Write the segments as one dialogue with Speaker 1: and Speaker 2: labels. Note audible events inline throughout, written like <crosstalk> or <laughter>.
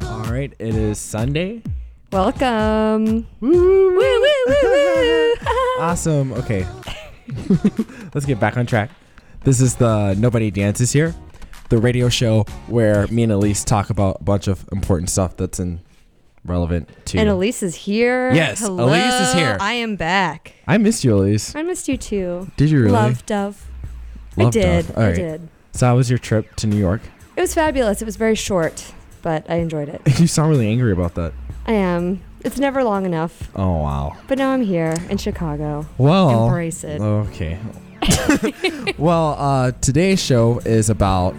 Speaker 1: point, it is Sunday.
Speaker 2: Welcome.
Speaker 1: Woo!
Speaker 2: Woo, woo, woo,
Speaker 1: <laughs>
Speaker 2: woo.
Speaker 1: Awesome. Okay. <laughs> Let's get back on track. This is the Nobody Dances Here, the radio show where me and Elise talk about a bunch of important stuff that's in relevant to.
Speaker 2: and Elise is here.
Speaker 1: Yes,
Speaker 2: Hello.
Speaker 1: Elise is here.
Speaker 2: I am back.
Speaker 1: I missed you, Elise.
Speaker 2: I missed you too.
Speaker 1: Did you really?
Speaker 2: Love Dove. I
Speaker 1: Love
Speaker 2: did.
Speaker 1: Dove. All
Speaker 2: I
Speaker 1: right.
Speaker 2: did.
Speaker 1: So, how was your trip to New York? <laughs>
Speaker 2: It was fabulous. It was very short, but I enjoyed it.
Speaker 1: you sound really angry about that.
Speaker 2: I am. It's never long enough.
Speaker 1: Oh wow.
Speaker 2: But now I'm here in Chicago.
Speaker 1: Well.
Speaker 2: Embrace it.
Speaker 1: Okay. <laughs> well, uh, today's show is about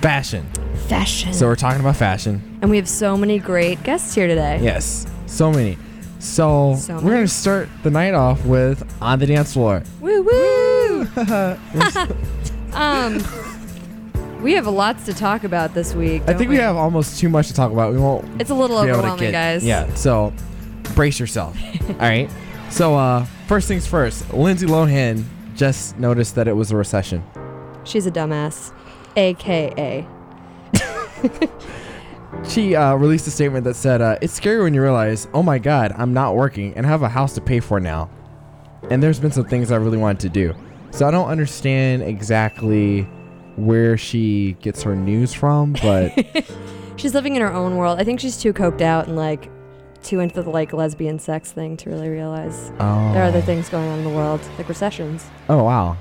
Speaker 1: fashion.
Speaker 2: Fashion.
Speaker 1: So we're talking about fashion.
Speaker 2: and we have so many great guests here today.
Speaker 1: Yes, so many. So,
Speaker 2: So
Speaker 1: we're
Speaker 2: many.
Speaker 1: gonna start the night off with on the dance floor.
Speaker 2: Woo
Speaker 1: <laughs>
Speaker 2: woo! <laughs> um, we have lots to talk about this week.
Speaker 1: I
Speaker 2: don't
Speaker 1: think we have almost too much to talk about. We won't
Speaker 2: It's a little
Speaker 1: be able to
Speaker 2: overwhelming,
Speaker 1: get-
Speaker 2: guys.
Speaker 1: Yeah. So
Speaker 2: <laughs>
Speaker 1: brace yourself. All right. So uh, first things first, Lindsay Lohan just noticed that it was a recession.
Speaker 2: She's a dumbass. AKA.
Speaker 1: She uh, released a statement that said, uh, "It's scary when you realize, oh my God, I'm not working and have a house to pay for now, and there's been some things I really wanted to do." So I don't understand exactly where she gets her news from,
Speaker 2: <laughs>
Speaker 1: but
Speaker 2: She's living in her own world. I think she's too coked out and like too into the like lesbian sex thing to really realize
Speaker 1: oh,
Speaker 2: there are other things going on in the world, like recessions.
Speaker 1: oh wow,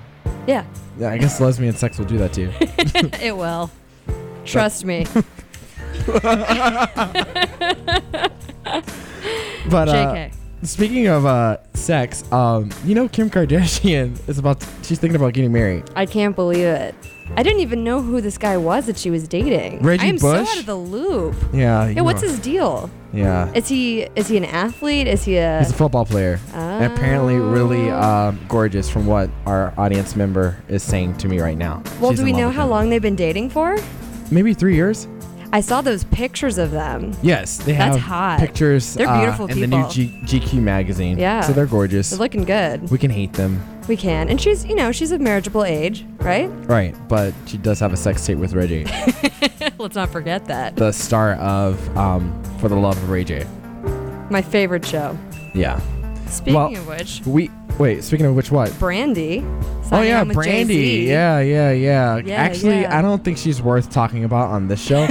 Speaker 2: Yeah,
Speaker 1: yeah, I guess lesbian sex will do that
Speaker 2: <laughs>
Speaker 1: too.
Speaker 2: <laughs> it will. Trust me.
Speaker 1: But uh,
Speaker 2: JK.
Speaker 1: speaking of uh, sex, um, you know Kim Kardashian <laughs> is about she's thinking about getting married.
Speaker 2: <laughs> I can't believe it. I didn't even know who this guy was that she was dating.
Speaker 1: Reggie
Speaker 2: I am
Speaker 1: Bush? Uh,
Speaker 2: so out of the loop.
Speaker 1: Yeah.
Speaker 2: Yeah, what's his deal?
Speaker 1: Yeah.
Speaker 2: Is he is he an athlete? Is he a
Speaker 1: He's a football player. And apparently, really
Speaker 2: Oh.
Speaker 1: um, gorgeous from what our audience member is saying to me right now.
Speaker 2: Well,
Speaker 1: She's
Speaker 2: do
Speaker 1: in
Speaker 2: we
Speaker 1: love
Speaker 2: know
Speaker 1: with
Speaker 2: how
Speaker 1: him.
Speaker 2: long they've been dating for?
Speaker 1: Maybe three years.
Speaker 2: I saw those pictures of them.
Speaker 1: Yes, they
Speaker 2: That's
Speaker 1: have
Speaker 2: hot.
Speaker 1: pictures.
Speaker 2: They're
Speaker 1: uh,
Speaker 2: beautiful
Speaker 1: in the new
Speaker 2: people.
Speaker 1: G- GQ magazine.
Speaker 2: Yeah.
Speaker 1: so they're gorgeous.
Speaker 2: They're looking good.
Speaker 1: we can hate them,
Speaker 2: We can. And she's, you know, she's of marriageable age, right?
Speaker 1: right? But she does have a sex tape with Reggie,
Speaker 2: <laughs> Let's not forget that.
Speaker 1: the star of um, "For the Love of Ray J."
Speaker 2: My favorite show.
Speaker 1: Yeah.
Speaker 2: Speaking
Speaker 1: Well-
Speaker 2: of which,
Speaker 1: We wait. Speaking of which, what?
Speaker 2: Brandy.
Speaker 1: Oh
Speaker 2: signing
Speaker 1: yeah,
Speaker 2: on with
Speaker 1: Brandy.
Speaker 2: Jay-Z.
Speaker 1: Yeah, yeah, yeah,
Speaker 2: Yeah,
Speaker 1: Actually,
Speaker 2: yeah.
Speaker 1: I don't think she's worth talking about on
Speaker 2: <laughs>
Speaker 1: this show.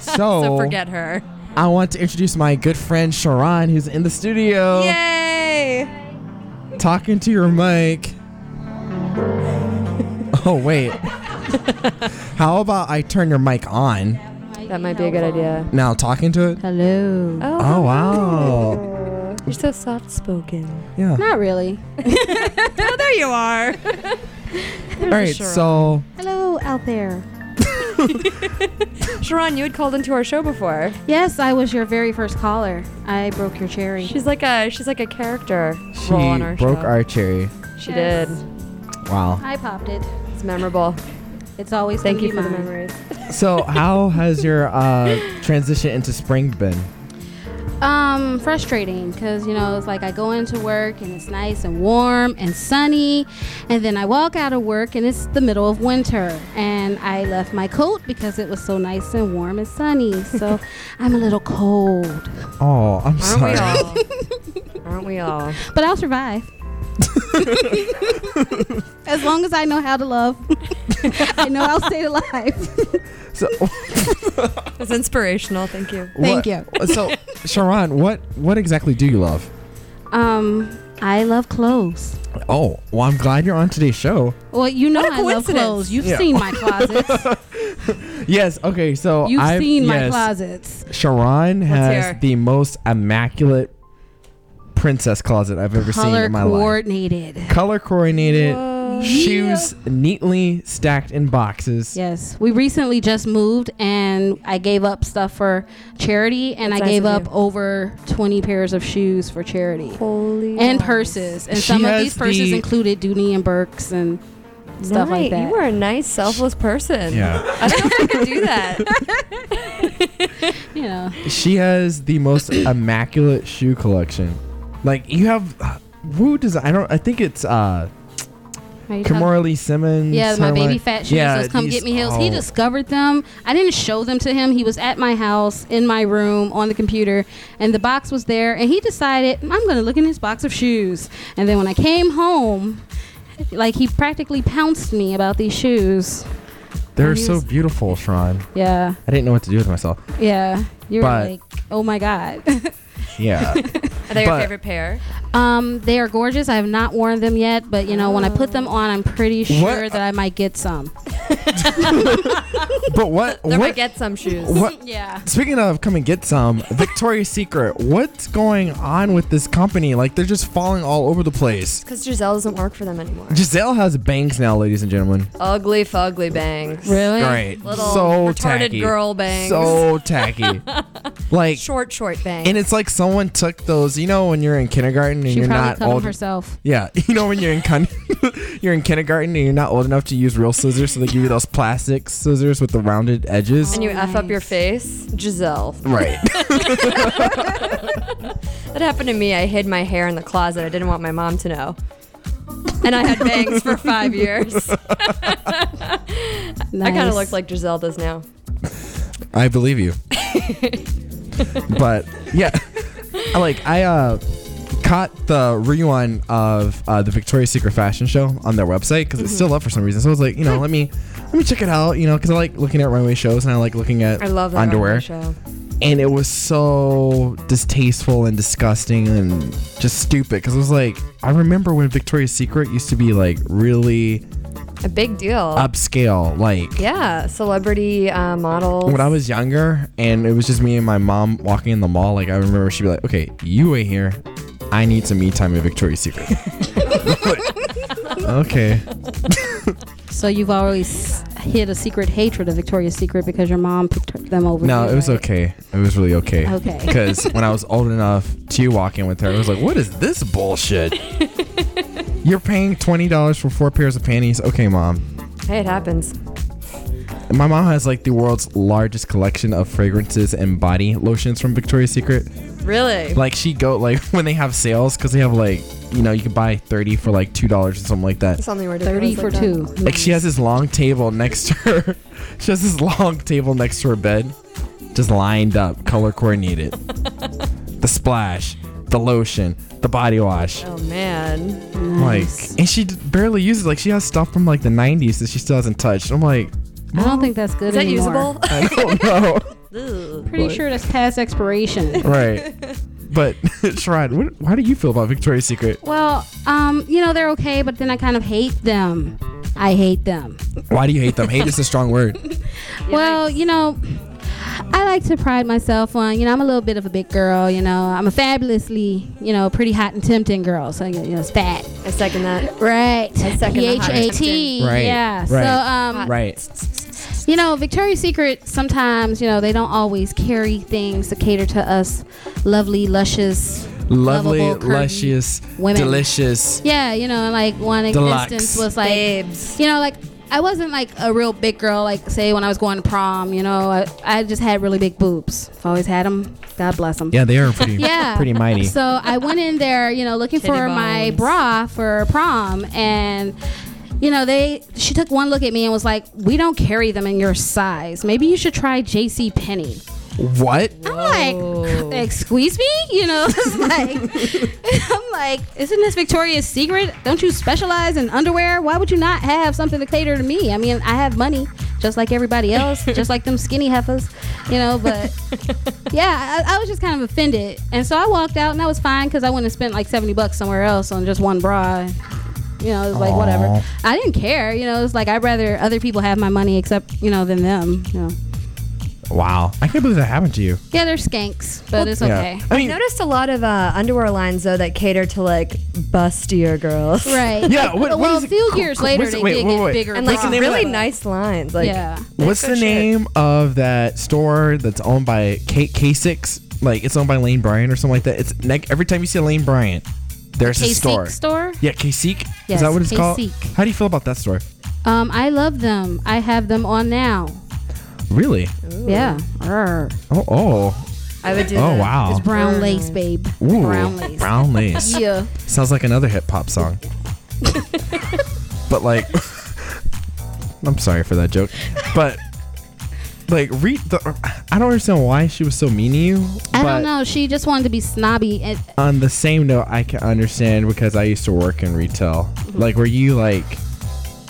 Speaker 2: So forget her.
Speaker 1: I want to introduce my good friend Sharon, who's in the studio
Speaker 2: Yay!
Speaker 1: talking to
Speaker 2: <laughs>
Speaker 1: your mic. Oh, wait. How about I turn your mic on
Speaker 2: That might be a good idea.
Speaker 1: now, talking to it?
Speaker 3: Hello.
Speaker 2: Oh,
Speaker 1: Oh, wow.
Speaker 2: you're so soft spoken.
Speaker 1: Yeah.
Speaker 2: <laughs>
Speaker 3: Not really.
Speaker 2: Oh, there you
Speaker 3: <laughs>
Speaker 2: are.
Speaker 1: All right, so
Speaker 3: Hello out there.
Speaker 2: <laughs> Sharon, you had called into our show before.
Speaker 3: Yes, I was your very first caller. I broke your cherry.
Speaker 2: She's like a she's like a character
Speaker 1: she
Speaker 2: role on our
Speaker 1: broke
Speaker 2: show.
Speaker 1: our cherry.
Speaker 2: she
Speaker 3: Yes.
Speaker 2: did.
Speaker 1: Wow.
Speaker 3: I popped it.
Speaker 2: It's memorable.
Speaker 3: It's always
Speaker 2: Thank
Speaker 3: gonna
Speaker 2: you
Speaker 3: be
Speaker 2: for the
Speaker 3: mine.
Speaker 2: memories.
Speaker 1: So, how has your uh, transition into spring been?
Speaker 3: Um, frustrating because you know it's like I go into work and it's nice and warm and sunny, and then I walk out of work and it's the middle of winter and I left my coat because it was so nice and warm and sunny.
Speaker 2: <laughs>
Speaker 3: So I'm a little cold,
Speaker 1: Oh, I'm
Speaker 2: Aren't we
Speaker 1: sorry.
Speaker 2: all? Aren't we all?
Speaker 3: but I'll
Speaker 2: <laughs>
Speaker 3: survive. as long as I know how
Speaker 2: <laughs>
Speaker 3: to love, I know I'll stay alive.
Speaker 1: So,
Speaker 2: It's inspirational. Thank you.
Speaker 3: Thank you.
Speaker 1: So, Sharon, what what exactly do you love?
Speaker 3: Um, I love clothes.
Speaker 1: Oh, well, I'm glad you're on today's show.
Speaker 3: Well, you know
Speaker 2: What a
Speaker 3: I love
Speaker 2: coincidence.
Speaker 3: clothes. You've
Speaker 1: Yeah.
Speaker 3: seen
Speaker 1: <laughs>
Speaker 3: my closets.
Speaker 1: Yes. Okay. So
Speaker 3: You've
Speaker 1: I've,
Speaker 3: seen my
Speaker 1: yes,
Speaker 3: closets.
Speaker 1: Sharon
Speaker 2: hear.
Speaker 1: has the most immaculate princess closet I've ever seen
Speaker 3: Color
Speaker 1: in my life.
Speaker 3: coordinated.
Speaker 1: Color coordinated,
Speaker 2: Whoa.
Speaker 1: shoes neatly stacked in boxes.
Speaker 3: Yes, we recently just moved, and I gave up stuff for charity, and
Speaker 2: That's
Speaker 3: I
Speaker 2: nice
Speaker 3: gave
Speaker 2: of
Speaker 3: up
Speaker 2: you.
Speaker 3: over twenty pairs of shoes for charity
Speaker 2: Holy
Speaker 3: and purses, and
Speaker 1: She
Speaker 3: some of
Speaker 1: has
Speaker 3: these purses
Speaker 1: the-
Speaker 3: included Dooney and Burks and stuff like that.
Speaker 2: You are a nice, selfless person.
Speaker 3: <laughs>
Speaker 1: Yeah.
Speaker 2: I don't think I could do that. <laughs>
Speaker 3: you know,
Speaker 1: She has
Speaker 3: <coughs>
Speaker 1: the most immaculate shoe collection. Like you have, who does I don't I think it's uh,
Speaker 3: Are you talking-
Speaker 1: Kimora Lee Simmons.
Speaker 3: Yeah, my
Speaker 1: her
Speaker 3: baby
Speaker 1: one-
Speaker 3: fat shoes.
Speaker 1: Mm, Yeah,
Speaker 3: those come
Speaker 1: these-
Speaker 3: get me heels. He
Speaker 1: oh.
Speaker 3: discovered them. I didn't show them to him. He was at my house in my room on the computer, and the box was there. And he decided I'm going to look in this box of shoes. And then when I came home, like he practically pounced me about these shoes.
Speaker 1: They're
Speaker 3: he
Speaker 1: so
Speaker 3: was-
Speaker 1: beautiful, Sean.
Speaker 3: Yeah,
Speaker 1: I didn't know what to do with myself.
Speaker 3: yeah. You're
Speaker 1: But-
Speaker 3: like, oh my god. <laughs>
Speaker 1: Yeah.
Speaker 2: Are they your
Speaker 1: But-
Speaker 2: favorite pair?
Speaker 3: um, they are gorgeous. I have not worn them yet, but you know when I put them on, I'm pretty sure
Speaker 1: What-
Speaker 3: that I might get some. <laughs>
Speaker 1: but what?
Speaker 2: They're gonna
Speaker 1: what?
Speaker 2: get some shoes.
Speaker 1: what?
Speaker 3: yeah.
Speaker 1: Speaking of come and get some, Victoria's Secret. What's going on with this company? Like they're just falling all over the place.
Speaker 2: Because Giselle doesn't work for them anymore.
Speaker 1: Giselle has bangs now, ladies and gentlemen.
Speaker 2: Ugly, fugly bangs.
Speaker 3: Really?
Speaker 1: Great.
Speaker 2: Little
Speaker 1: so
Speaker 2: retarded
Speaker 1: tacky.
Speaker 2: girl bangs.
Speaker 3: <laughs>
Speaker 1: So tacky. like
Speaker 2: Short, short bangs.
Speaker 1: and it's like someone took those, you know when you're in kindergarten and
Speaker 3: She
Speaker 1: you're
Speaker 3: probably cut
Speaker 1: not
Speaker 3: them
Speaker 1: old
Speaker 3: herself.
Speaker 1: Yeah, <laughs> you know when you're in kin- you're in kindergarten and you're not old enough to use real scissors, so they give you those plastic scissors with the rounded edges.
Speaker 2: and you
Speaker 3: Oh,
Speaker 2: f up your
Speaker 3: nice.
Speaker 2: face, Giselle.
Speaker 1: Right.
Speaker 2: That happened to me. I hid my hair in the closet. I didn't want my mom to know. And I
Speaker 1: <laughs>
Speaker 2: had bangs for five years. <laughs> I kind of
Speaker 3: Nice.
Speaker 2: look like Giselle does now.
Speaker 1: I
Speaker 2: <laughs>
Speaker 1: believe you. but yeah, I like I uh caught the rerun of uh, the Victoria's Secret fashion show on their website because
Speaker 2: Mm-hmm.
Speaker 1: it's still up for some reason. So I was like, you know, let me let me check it out, you know, because I like looking at runway shows and I like looking at
Speaker 2: I love that
Speaker 1: underwear.
Speaker 2: runway show.
Speaker 1: and it was so distasteful and disgusting and just stupid because it was like i remember when victoria's secret used to be like really
Speaker 2: A big deal.
Speaker 1: Uh, upscale like
Speaker 2: yeah, celebrity uh, models.
Speaker 1: when i was younger and it was just me and my mom walking in the mall like i remember she'd be like okay you wait here i need some me time at victoria's secret <laughs> Like, okay
Speaker 3: <laughs> So you've always hid a secret hatred of Victoria's Secret because your mom picked her- them over.
Speaker 1: no
Speaker 3: you,
Speaker 1: it was
Speaker 3: right?
Speaker 1: okay it was really okay <laughs>
Speaker 3: Okay.
Speaker 1: because when i was old enough to walk in with her i was like what is this bullshit you're paying $20 for four pairs of panties okay mom
Speaker 2: hey, it happens.
Speaker 1: My mom has like the world's largest collection of fragrances and body lotions from Victoria's Secret.
Speaker 2: Really?
Speaker 1: Like she go like <laughs> when they have sales because they have like you know you can buy thirty for like two dollars or something like that.
Speaker 2: Something we're doing.
Speaker 3: Thirty
Speaker 2: like
Speaker 3: for
Speaker 2: that.
Speaker 3: two.
Speaker 1: Like she has this long table next to her. <laughs> she has this long table next to her bed, just lined up, color coordinated. <laughs> the splash, the lotion, the body wash.
Speaker 2: Oh, man.
Speaker 1: Like
Speaker 3: Nice.
Speaker 1: and she d- barely uses like she has stuff from like the '90s that she still hasn't touched. I'm like
Speaker 3: I don't think that's
Speaker 2: Is
Speaker 3: good
Speaker 2: that
Speaker 3: anymore.
Speaker 2: usable?
Speaker 3: <laughs>
Speaker 1: <laughs> I don't know.
Speaker 2: Ugh.
Speaker 3: Pretty
Speaker 1: What?
Speaker 3: sure that's past expiration.
Speaker 1: <laughs> right. But <laughs> Sharad, what, how do you feel about Victoria's Secret?
Speaker 3: well, um, you know they're okay, but then I kind of hate them. I hate them.
Speaker 1: Why do you hate them? Hate is a strong word.
Speaker 3: Well, you know, I like to pride myself on, you know, I'm a little bit of a big girl, you know. I'm a fabulously, you know, pretty hot and tempting girl. So, you know, it's fat.
Speaker 2: I second that.
Speaker 3: Right.
Speaker 2: second the hot and
Speaker 3: P-H-A-T.
Speaker 1: tempting.
Speaker 3: <laughs>
Speaker 1: Right,
Speaker 3: Yeah.
Speaker 1: right.
Speaker 3: So, um,
Speaker 1: Right.
Speaker 3: You know, Victoria's Secret sometimes, you know, they don't always carry things to cater to us lovely, luscious,
Speaker 1: Lovely,
Speaker 3: lovable, curvy
Speaker 1: luscious,
Speaker 3: women.
Speaker 1: delicious.
Speaker 3: Yeah, you know, and, like one
Speaker 1: Deluxe.
Speaker 3: instance was like,
Speaker 2: Babes.
Speaker 3: you know, like I wasn't like a real big girl, like say when I was going to prom, you know, I, I just had really big boobs. I've always had them. God bless them.
Speaker 1: Yeah, they are pretty,
Speaker 3: Yeah.
Speaker 1: pretty mighty.
Speaker 3: So I went in there, you know, looking
Speaker 2: Titty
Speaker 3: for my
Speaker 2: bones.
Speaker 3: bra for prom and you know, they she took one look at me and was like, "We don't carry them in your size. Maybe you should try JC Penney."
Speaker 1: what?
Speaker 3: I'm
Speaker 2: Whoa.
Speaker 3: like, <laughs> "Excuse me?" You know, <laughs> it's like <laughs> I'm like, "Isn't this Victoria's Secret? Don't you specialize in underwear? Why would you not have something to cater to me? I mean, I have money just like everybody else, just like them skinny heifers, you know, but yeah, I, I was just kind of offended. And so I walked out and that was fine because I wouldn't have spent like 70 bucks somewhere else on just one bra. You know, it was like
Speaker 1: Aw.
Speaker 3: whatever. I didn't care. You know, it's like I'd rather other people have my money except, you know, than them. You know.
Speaker 1: Wow. I can't believe that happened to you.
Speaker 3: Yeah, they're skanks, but it's okay.
Speaker 1: I mean,
Speaker 2: Noticed a lot of uh, underwear lines, though, that cater to like bustier girls. <laughs>
Speaker 3: Right.
Speaker 1: yeah. What, what
Speaker 3: well,
Speaker 1: is
Speaker 3: a
Speaker 1: it-
Speaker 3: few
Speaker 1: co-
Speaker 3: years
Speaker 1: co-
Speaker 3: later,
Speaker 1: what's it-
Speaker 3: they
Speaker 1: wait,
Speaker 3: did
Speaker 1: wait,
Speaker 3: get
Speaker 1: wait.
Speaker 3: bigger.
Speaker 2: And like
Speaker 1: What's the name of
Speaker 2: really
Speaker 1: that?
Speaker 2: nice lines. Like,
Speaker 3: yeah.
Speaker 1: What's the
Speaker 2: good shit.
Speaker 1: name of that store that's owned by K- K6? Like, it's owned by Lane Bryant or something like that. It's ne- Every time you see a Lane Bryant, there's a store.
Speaker 3: K-Seek store.
Speaker 1: Yeah, K-Seek? Is
Speaker 3: Yes,
Speaker 1: that what it's
Speaker 3: K-Seek.
Speaker 1: called? How do you feel about that store?
Speaker 3: Um, I love them. I have them on now.
Speaker 1: Really?
Speaker 3: Yeah. Arr.
Speaker 1: Oh, oh,
Speaker 2: I would do.
Speaker 1: oh,
Speaker 2: that.
Speaker 1: wow.
Speaker 3: It's brown lace, babe.
Speaker 1: Ooh,
Speaker 3: Brown lace.
Speaker 1: Brown lace.
Speaker 3: <laughs> Yeah.
Speaker 1: Sounds like another hip hop song. But like, <laughs> I'm sorry for that joke. But like, read the. I don't understand why she was so mean to you.
Speaker 3: I
Speaker 1: but
Speaker 3: don't know. She just wanted to be snobby. It,
Speaker 1: On the same note, I can understand because I used to work in retail.
Speaker 3: Mm-hmm.
Speaker 1: Like, were you like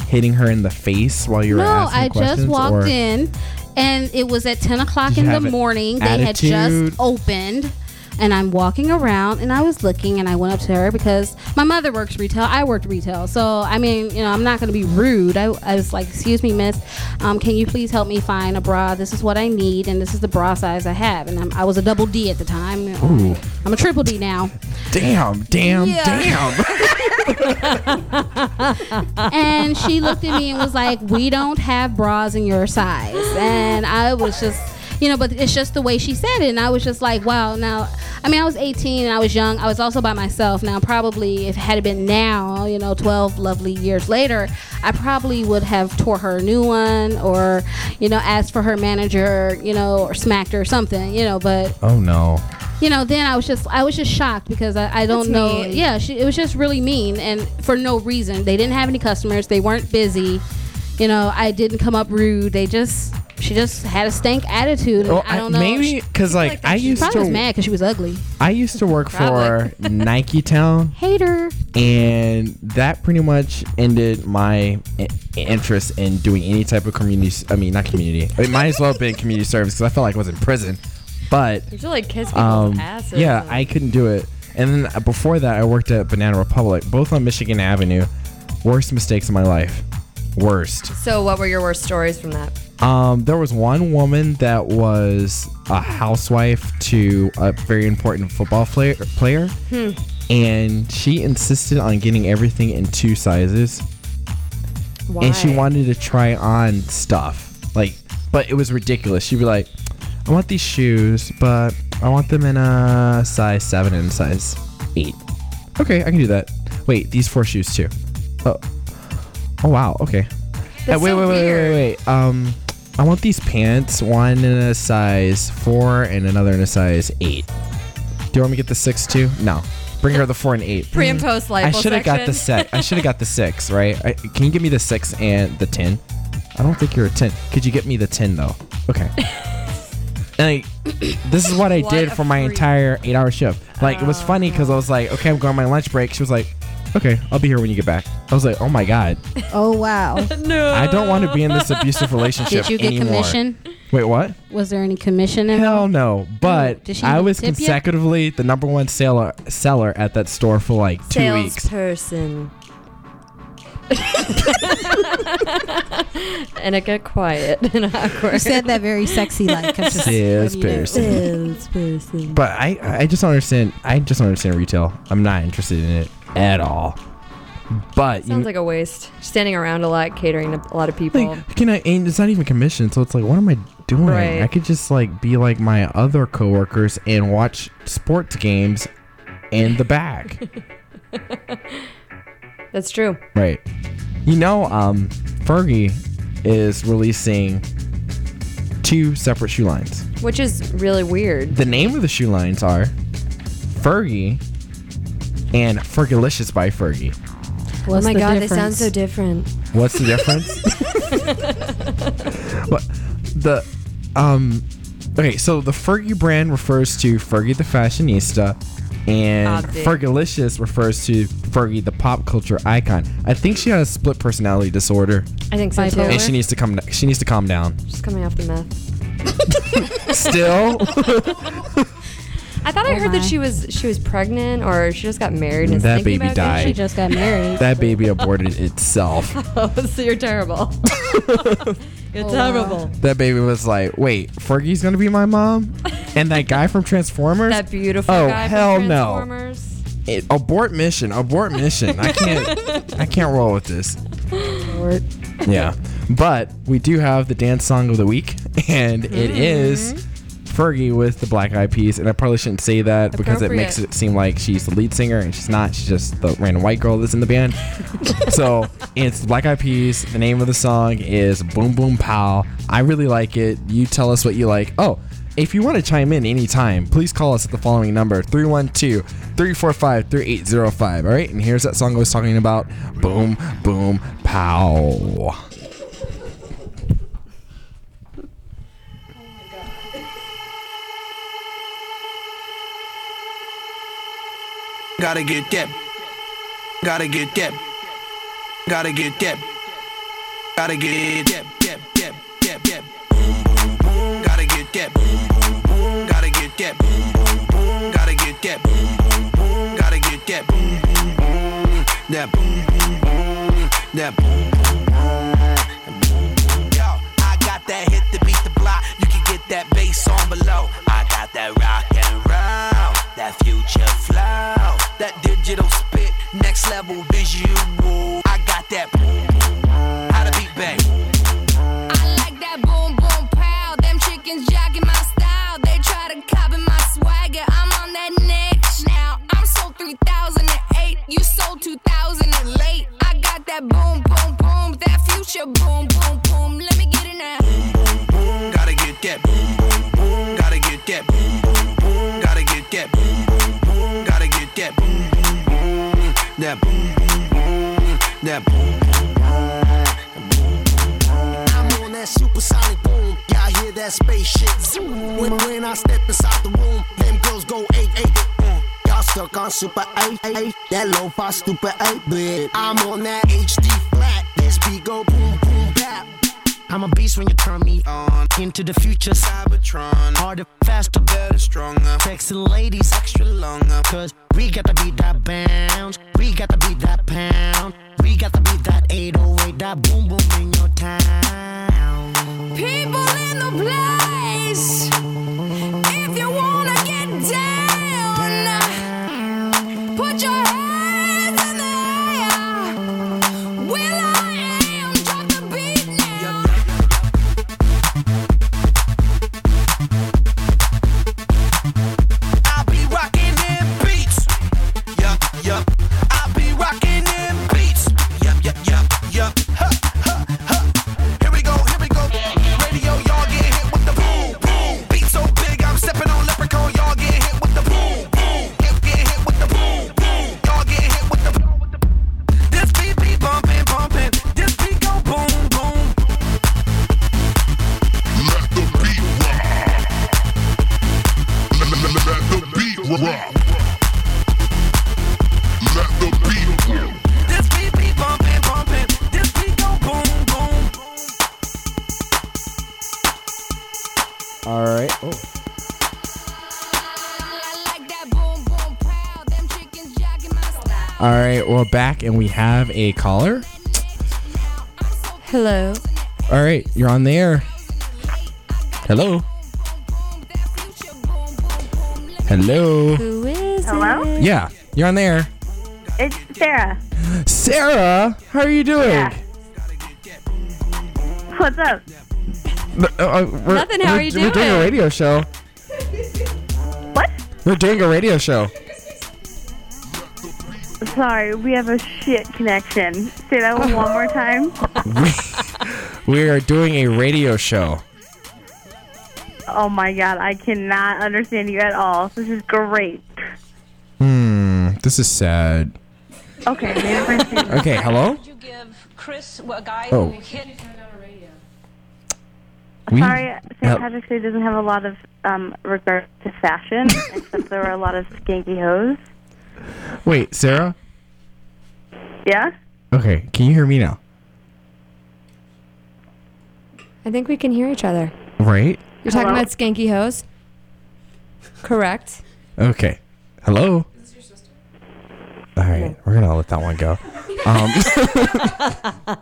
Speaker 1: hitting her in the face while you were
Speaker 3: no,
Speaker 1: asking
Speaker 3: I
Speaker 1: questions?
Speaker 3: just walked
Speaker 1: or-
Speaker 3: in, and it was at ten o'clock
Speaker 1: Did
Speaker 3: in
Speaker 1: you
Speaker 3: the
Speaker 1: have an
Speaker 3: morning. They had
Speaker 1: attitude?
Speaker 3: just opened, and I'm walking around, and I was looking, and I went up to her because my mother works retail. I worked retail, so I mean, you know, I'm not going to be rude. I, I was like, "Excuse me, miss, um, can you please help me find a bra? This is what I need, and this is the bra size I have." And I'm, I was a double D at the time. I'm a triple D now.
Speaker 1: Damn! Damn!
Speaker 3: Yeah.
Speaker 1: Damn!
Speaker 3: <laughs> and she looked at me and was like, "We don't have bras in your size." And I was just, you know, but it's just the way she said it, and I was just like, "Wow." Now, I mean, I was 18 and I was young. I was also by myself. Now, probably if it had been now, you know, 12 lovely years later, I probably would have tore her a new one, or you know, asked for her manager, you know, or smacked her or something, you know. But
Speaker 1: oh no!
Speaker 3: you know, then I was just I was just shocked because I, I
Speaker 2: That's
Speaker 3: don't know.
Speaker 2: mean.
Speaker 3: Yeah, she, it was just really mean and for no reason. They didn't have any customers. They weren't busy. You know, I didn't come up rude. They just she just had a stank attitude. and
Speaker 1: Well,
Speaker 3: I don't know.
Speaker 1: Maybe
Speaker 3: she
Speaker 1: because like,
Speaker 2: like that
Speaker 1: I
Speaker 2: she
Speaker 1: used
Speaker 3: probably was
Speaker 1: to
Speaker 3: mad because she was ugly.
Speaker 1: I used to work for
Speaker 3: <laughs>
Speaker 2: Probably.
Speaker 1: Nike Town.
Speaker 3: Hater.
Speaker 1: and that pretty much ended my i- interest in doing any type of community. s- I mean, not community. It might as well have been community service because I felt like I was in prison. But
Speaker 2: You feel like kiss people's
Speaker 1: um,
Speaker 2: asses.
Speaker 1: yeah, I couldn't do it. And then uh, before that, I worked at Banana Republic, both on Michigan Avenue. Worst mistakes of my life. Worst.
Speaker 2: So, what were your worst stories from that?
Speaker 1: Um, there was one woman that was a housewife to a very important football player, player and she insisted on getting everything in two sizes,
Speaker 2: Why?
Speaker 1: and she wanted to try on stuff like, but it was ridiculous. She'd be like, "I want these shoes, but I want them in a size seven and size eight. Okay, I can do that. Wait, these four shoes too. Oh, oh wow. Okay,
Speaker 2: That's so
Speaker 1: uh, wait, wait, wait, wait,
Speaker 2: weird.
Speaker 1: wait, wait. Um, I want these pants, one in a size four and another in a size eight. Do you want me to get the six too? No. Bring her the four and eight.
Speaker 2: Pre and post
Speaker 1: I
Speaker 2: lipo
Speaker 1: should have got the
Speaker 2: section.
Speaker 1: six. I should have got
Speaker 2: <laughs>
Speaker 1: the six, right? I, can you give me the six and the ten? I don't think you're a ten. Could you get me the ten though?
Speaker 2: <laughs>
Speaker 1: Okay. and I, this is what I
Speaker 2: What
Speaker 1: did
Speaker 2: a
Speaker 1: for my
Speaker 2: freak. Oh.
Speaker 1: entire eight-hour shift. Like it was funny because I was like, okay, I'm going on my lunch break. She was like, okay, I'll be here when you get back. I was like, oh my god.
Speaker 3: Oh
Speaker 1: <laughs>
Speaker 3: wow.
Speaker 2: no.
Speaker 1: I don't want to be in this abusive
Speaker 3: <laughs>
Speaker 1: relationship
Speaker 3: Did you get
Speaker 1: anymore.
Speaker 3: commission?
Speaker 1: Wait, what?
Speaker 3: Was there any commission involved?
Speaker 1: Hell no. But
Speaker 3: Did she
Speaker 1: I was
Speaker 3: tip ya?
Speaker 1: consecutively the number one seller seller at that store for like two
Speaker 3: <laughs>
Speaker 1: weeks.
Speaker 2: Salesperson. <laughs> and it got quiet <laughs> and awkward.
Speaker 3: that very sexy like.
Speaker 1: Salesperson.
Speaker 2: Salesperson.
Speaker 1: But I I just don't understand. I just don't understand retail. I'm not interested in it at all. But you
Speaker 2: Sounds like a waste. Standing around a lot, catering to a lot of people.
Speaker 1: like, can I? And it's not even commission, so it's like, what am I doing?
Speaker 2: Right.
Speaker 1: I could just like be like my other coworkers and watch sports games in the back.
Speaker 2: That's true.
Speaker 1: Right. You know, um, Fergie is releasing two separate shoe lines.
Speaker 2: Which is really weird.
Speaker 1: The name of the shoe lines are Fergie and Fergalicious by Fergie.
Speaker 2: oh my god, they sound so different.
Speaker 1: What's
Speaker 2: <laughs>
Speaker 1: the difference? what the um okay, so the Fergie brand refers to Fergie the fashionista and
Speaker 2: Obvi.
Speaker 1: Fergalicious refers to Fergie the pop culture icon. I think she has split personality disorder
Speaker 2: I think so
Speaker 3: Bipolar?
Speaker 2: too.
Speaker 1: and she needs to come she needs to calm down.
Speaker 2: Just coming off the meth.
Speaker 1: still
Speaker 2: I thought I
Speaker 3: Oh
Speaker 2: heard that
Speaker 3: my.
Speaker 2: she was she was pregnant or she just got married and is
Speaker 1: That
Speaker 2: thinking
Speaker 1: baby
Speaker 2: about getting-
Speaker 3: She just got married.
Speaker 1: that
Speaker 2: <laughs>
Speaker 1: baby aborted itself
Speaker 2: Oh, so you're
Speaker 3: <laughs>
Speaker 2: terrible. you're
Speaker 3: Oh,
Speaker 2: terrible.
Speaker 3: wow.
Speaker 1: that baby was like wait fergie's gonna be
Speaker 2: <laughs>
Speaker 1: my mom and that guy from transformers
Speaker 2: That beautiful
Speaker 1: Oh,
Speaker 2: guy
Speaker 1: hell
Speaker 2: from
Speaker 1: no.
Speaker 2: Transformers.
Speaker 1: It- abort mission abort mission i
Speaker 2: <laughs>
Speaker 1: can't i can't roll with this
Speaker 3: Lord.
Speaker 1: yeah but we do have the dance song of the week and it
Speaker 2: Mm.
Speaker 1: is fergie with the black eyed peas and i probably shouldn't say that because it makes
Speaker 2: Appropriate.
Speaker 1: it seem like she's the lead singer and she's not she's just the random white girl that's in the band so it's the black eyed peas the name of the song is boom boom pow i really like it you tell us what you like oh If you want to chime in anytime, please call us at the following number 312 345 3805. All right, and here's that song I was talking about Boom, Boom, Pow.
Speaker 4: Gotta get that. Gotta get that. Gotta get that. Gotta get that. Yep, yep, yep, yep. Gotta get that. Gotta get that. Gotta get that. Gotta get that. That. That. Yo, I got that hit to beat the block. You can get that bass on below. I got that rock and roll, that future flow, that digital spit, next level visual. I got that. How to beat bang.
Speaker 5: I like that boom boom pow. Them chickens jogging my style. They try to copy my swagger. I'm on that next now. I'm sold 3008. You sold 2000 and late. I got that boom boom boom. That future boom boom boom. Let me get it now.
Speaker 4: Gotta get that. Gotta get that. Gotta get that. Gotta get that. That. That.
Speaker 6: I'm on that supersonic boom. Y'all hear that spaceship zoom? When, when I step inside the room, them girls go eight eight. Mm. Y'all stuck on super eight eight. That low fi super eight bit. I'm on that HD flat. This beat go boom boom bap. I'm a beast when you turn me on. Into the future,
Speaker 4: Cybertron.
Speaker 6: harder, faster,
Speaker 4: Better, stronger.
Speaker 6: sexy ladies.
Speaker 4: Extra longer.
Speaker 6: Cause we got to beat that bounce. We got to beat that pound. We got to beat that 808. That boom boom in your town.
Speaker 5: People in the place. If you wanna get down, put your hands in the air. Will I am drop the beat now.
Speaker 4: I be rocking them beats. Yup, yup. I be rocking them beats. Yup, yup, yup, yup. Huh, huh, huh. Here we go, here we go. Radio, y'all get hit with the boom, boom. Beat so big, I'm stepping on leprechaun. Y'all get hit with the boom, boom. Get, get hit with the boom, boom. Y'all get hit with the. This beat be bumping, bumping. This beat go boom, boom.
Speaker 7: Let the beat rock. Let, let, let the beat rock. Let the beat rock.
Speaker 4: This beat be bumping, bumping. This beat go boom, boom.
Speaker 1: All right. Oh.
Speaker 5: I like that boom boom pow. Them chickens jogging my style.
Speaker 1: All right, we're back and we have a caller.
Speaker 2: Hello.
Speaker 1: All right, you're on the air. Hello.
Speaker 5: That future boom boom boom. Let me
Speaker 1: Hello.
Speaker 2: Who is
Speaker 8: Hello?
Speaker 2: it?
Speaker 1: Yeah, you're on the air.
Speaker 8: It's Sarah.
Speaker 1: Sarah, how are you doing?
Speaker 8: Yeah. What's up?
Speaker 1: Uh, uh, we're-
Speaker 2: Nothing, how are
Speaker 1: we're-
Speaker 2: you
Speaker 1: We're doing a
Speaker 2: doing? <laughs>
Speaker 1: radio show.
Speaker 8: What?
Speaker 1: We're doing a
Speaker 2: <laughs>
Speaker 1: radio show.
Speaker 8: Sorry, we have a shit connection. Say
Speaker 1: <laughs>
Speaker 8: that one, one more time.
Speaker 1: We are doing a radio show.
Speaker 8: Oh my god, I cannot understand you at all. This is great.
Speaker 1: Hmm, This is sad.
Speaker 8: Okay, maybe if I
Speaker 1: <laughs>
Speaker 8: say-
Speaker 1: Okay, hello.
Speaker 9: you give Chris a guy
Speaker 1: Oh.
Speaker 9: who hit
Speaker 1: We,
Speaker 8: Sorry,
Speaker 1: Hel-
Speaker 8: St. Patrick's Day doesn't have a lot of um, regard to fashion, except there were a lot of skanky hoes.
Speaker 1: Wait, Sarah.
Speaker 8: Yeah?
Speaker 1: Okay, can you hear me now?
Speaker 2: I think we can hear each other.
Speaker 1: Right.
Speaker 2: You're talking
Speaker 8: Hello?
Speaker 2: about skanky hoes? Correct.
Speaker 1: Okay. Hello. Is this your sister? All right, we're gonna let that one go. Um,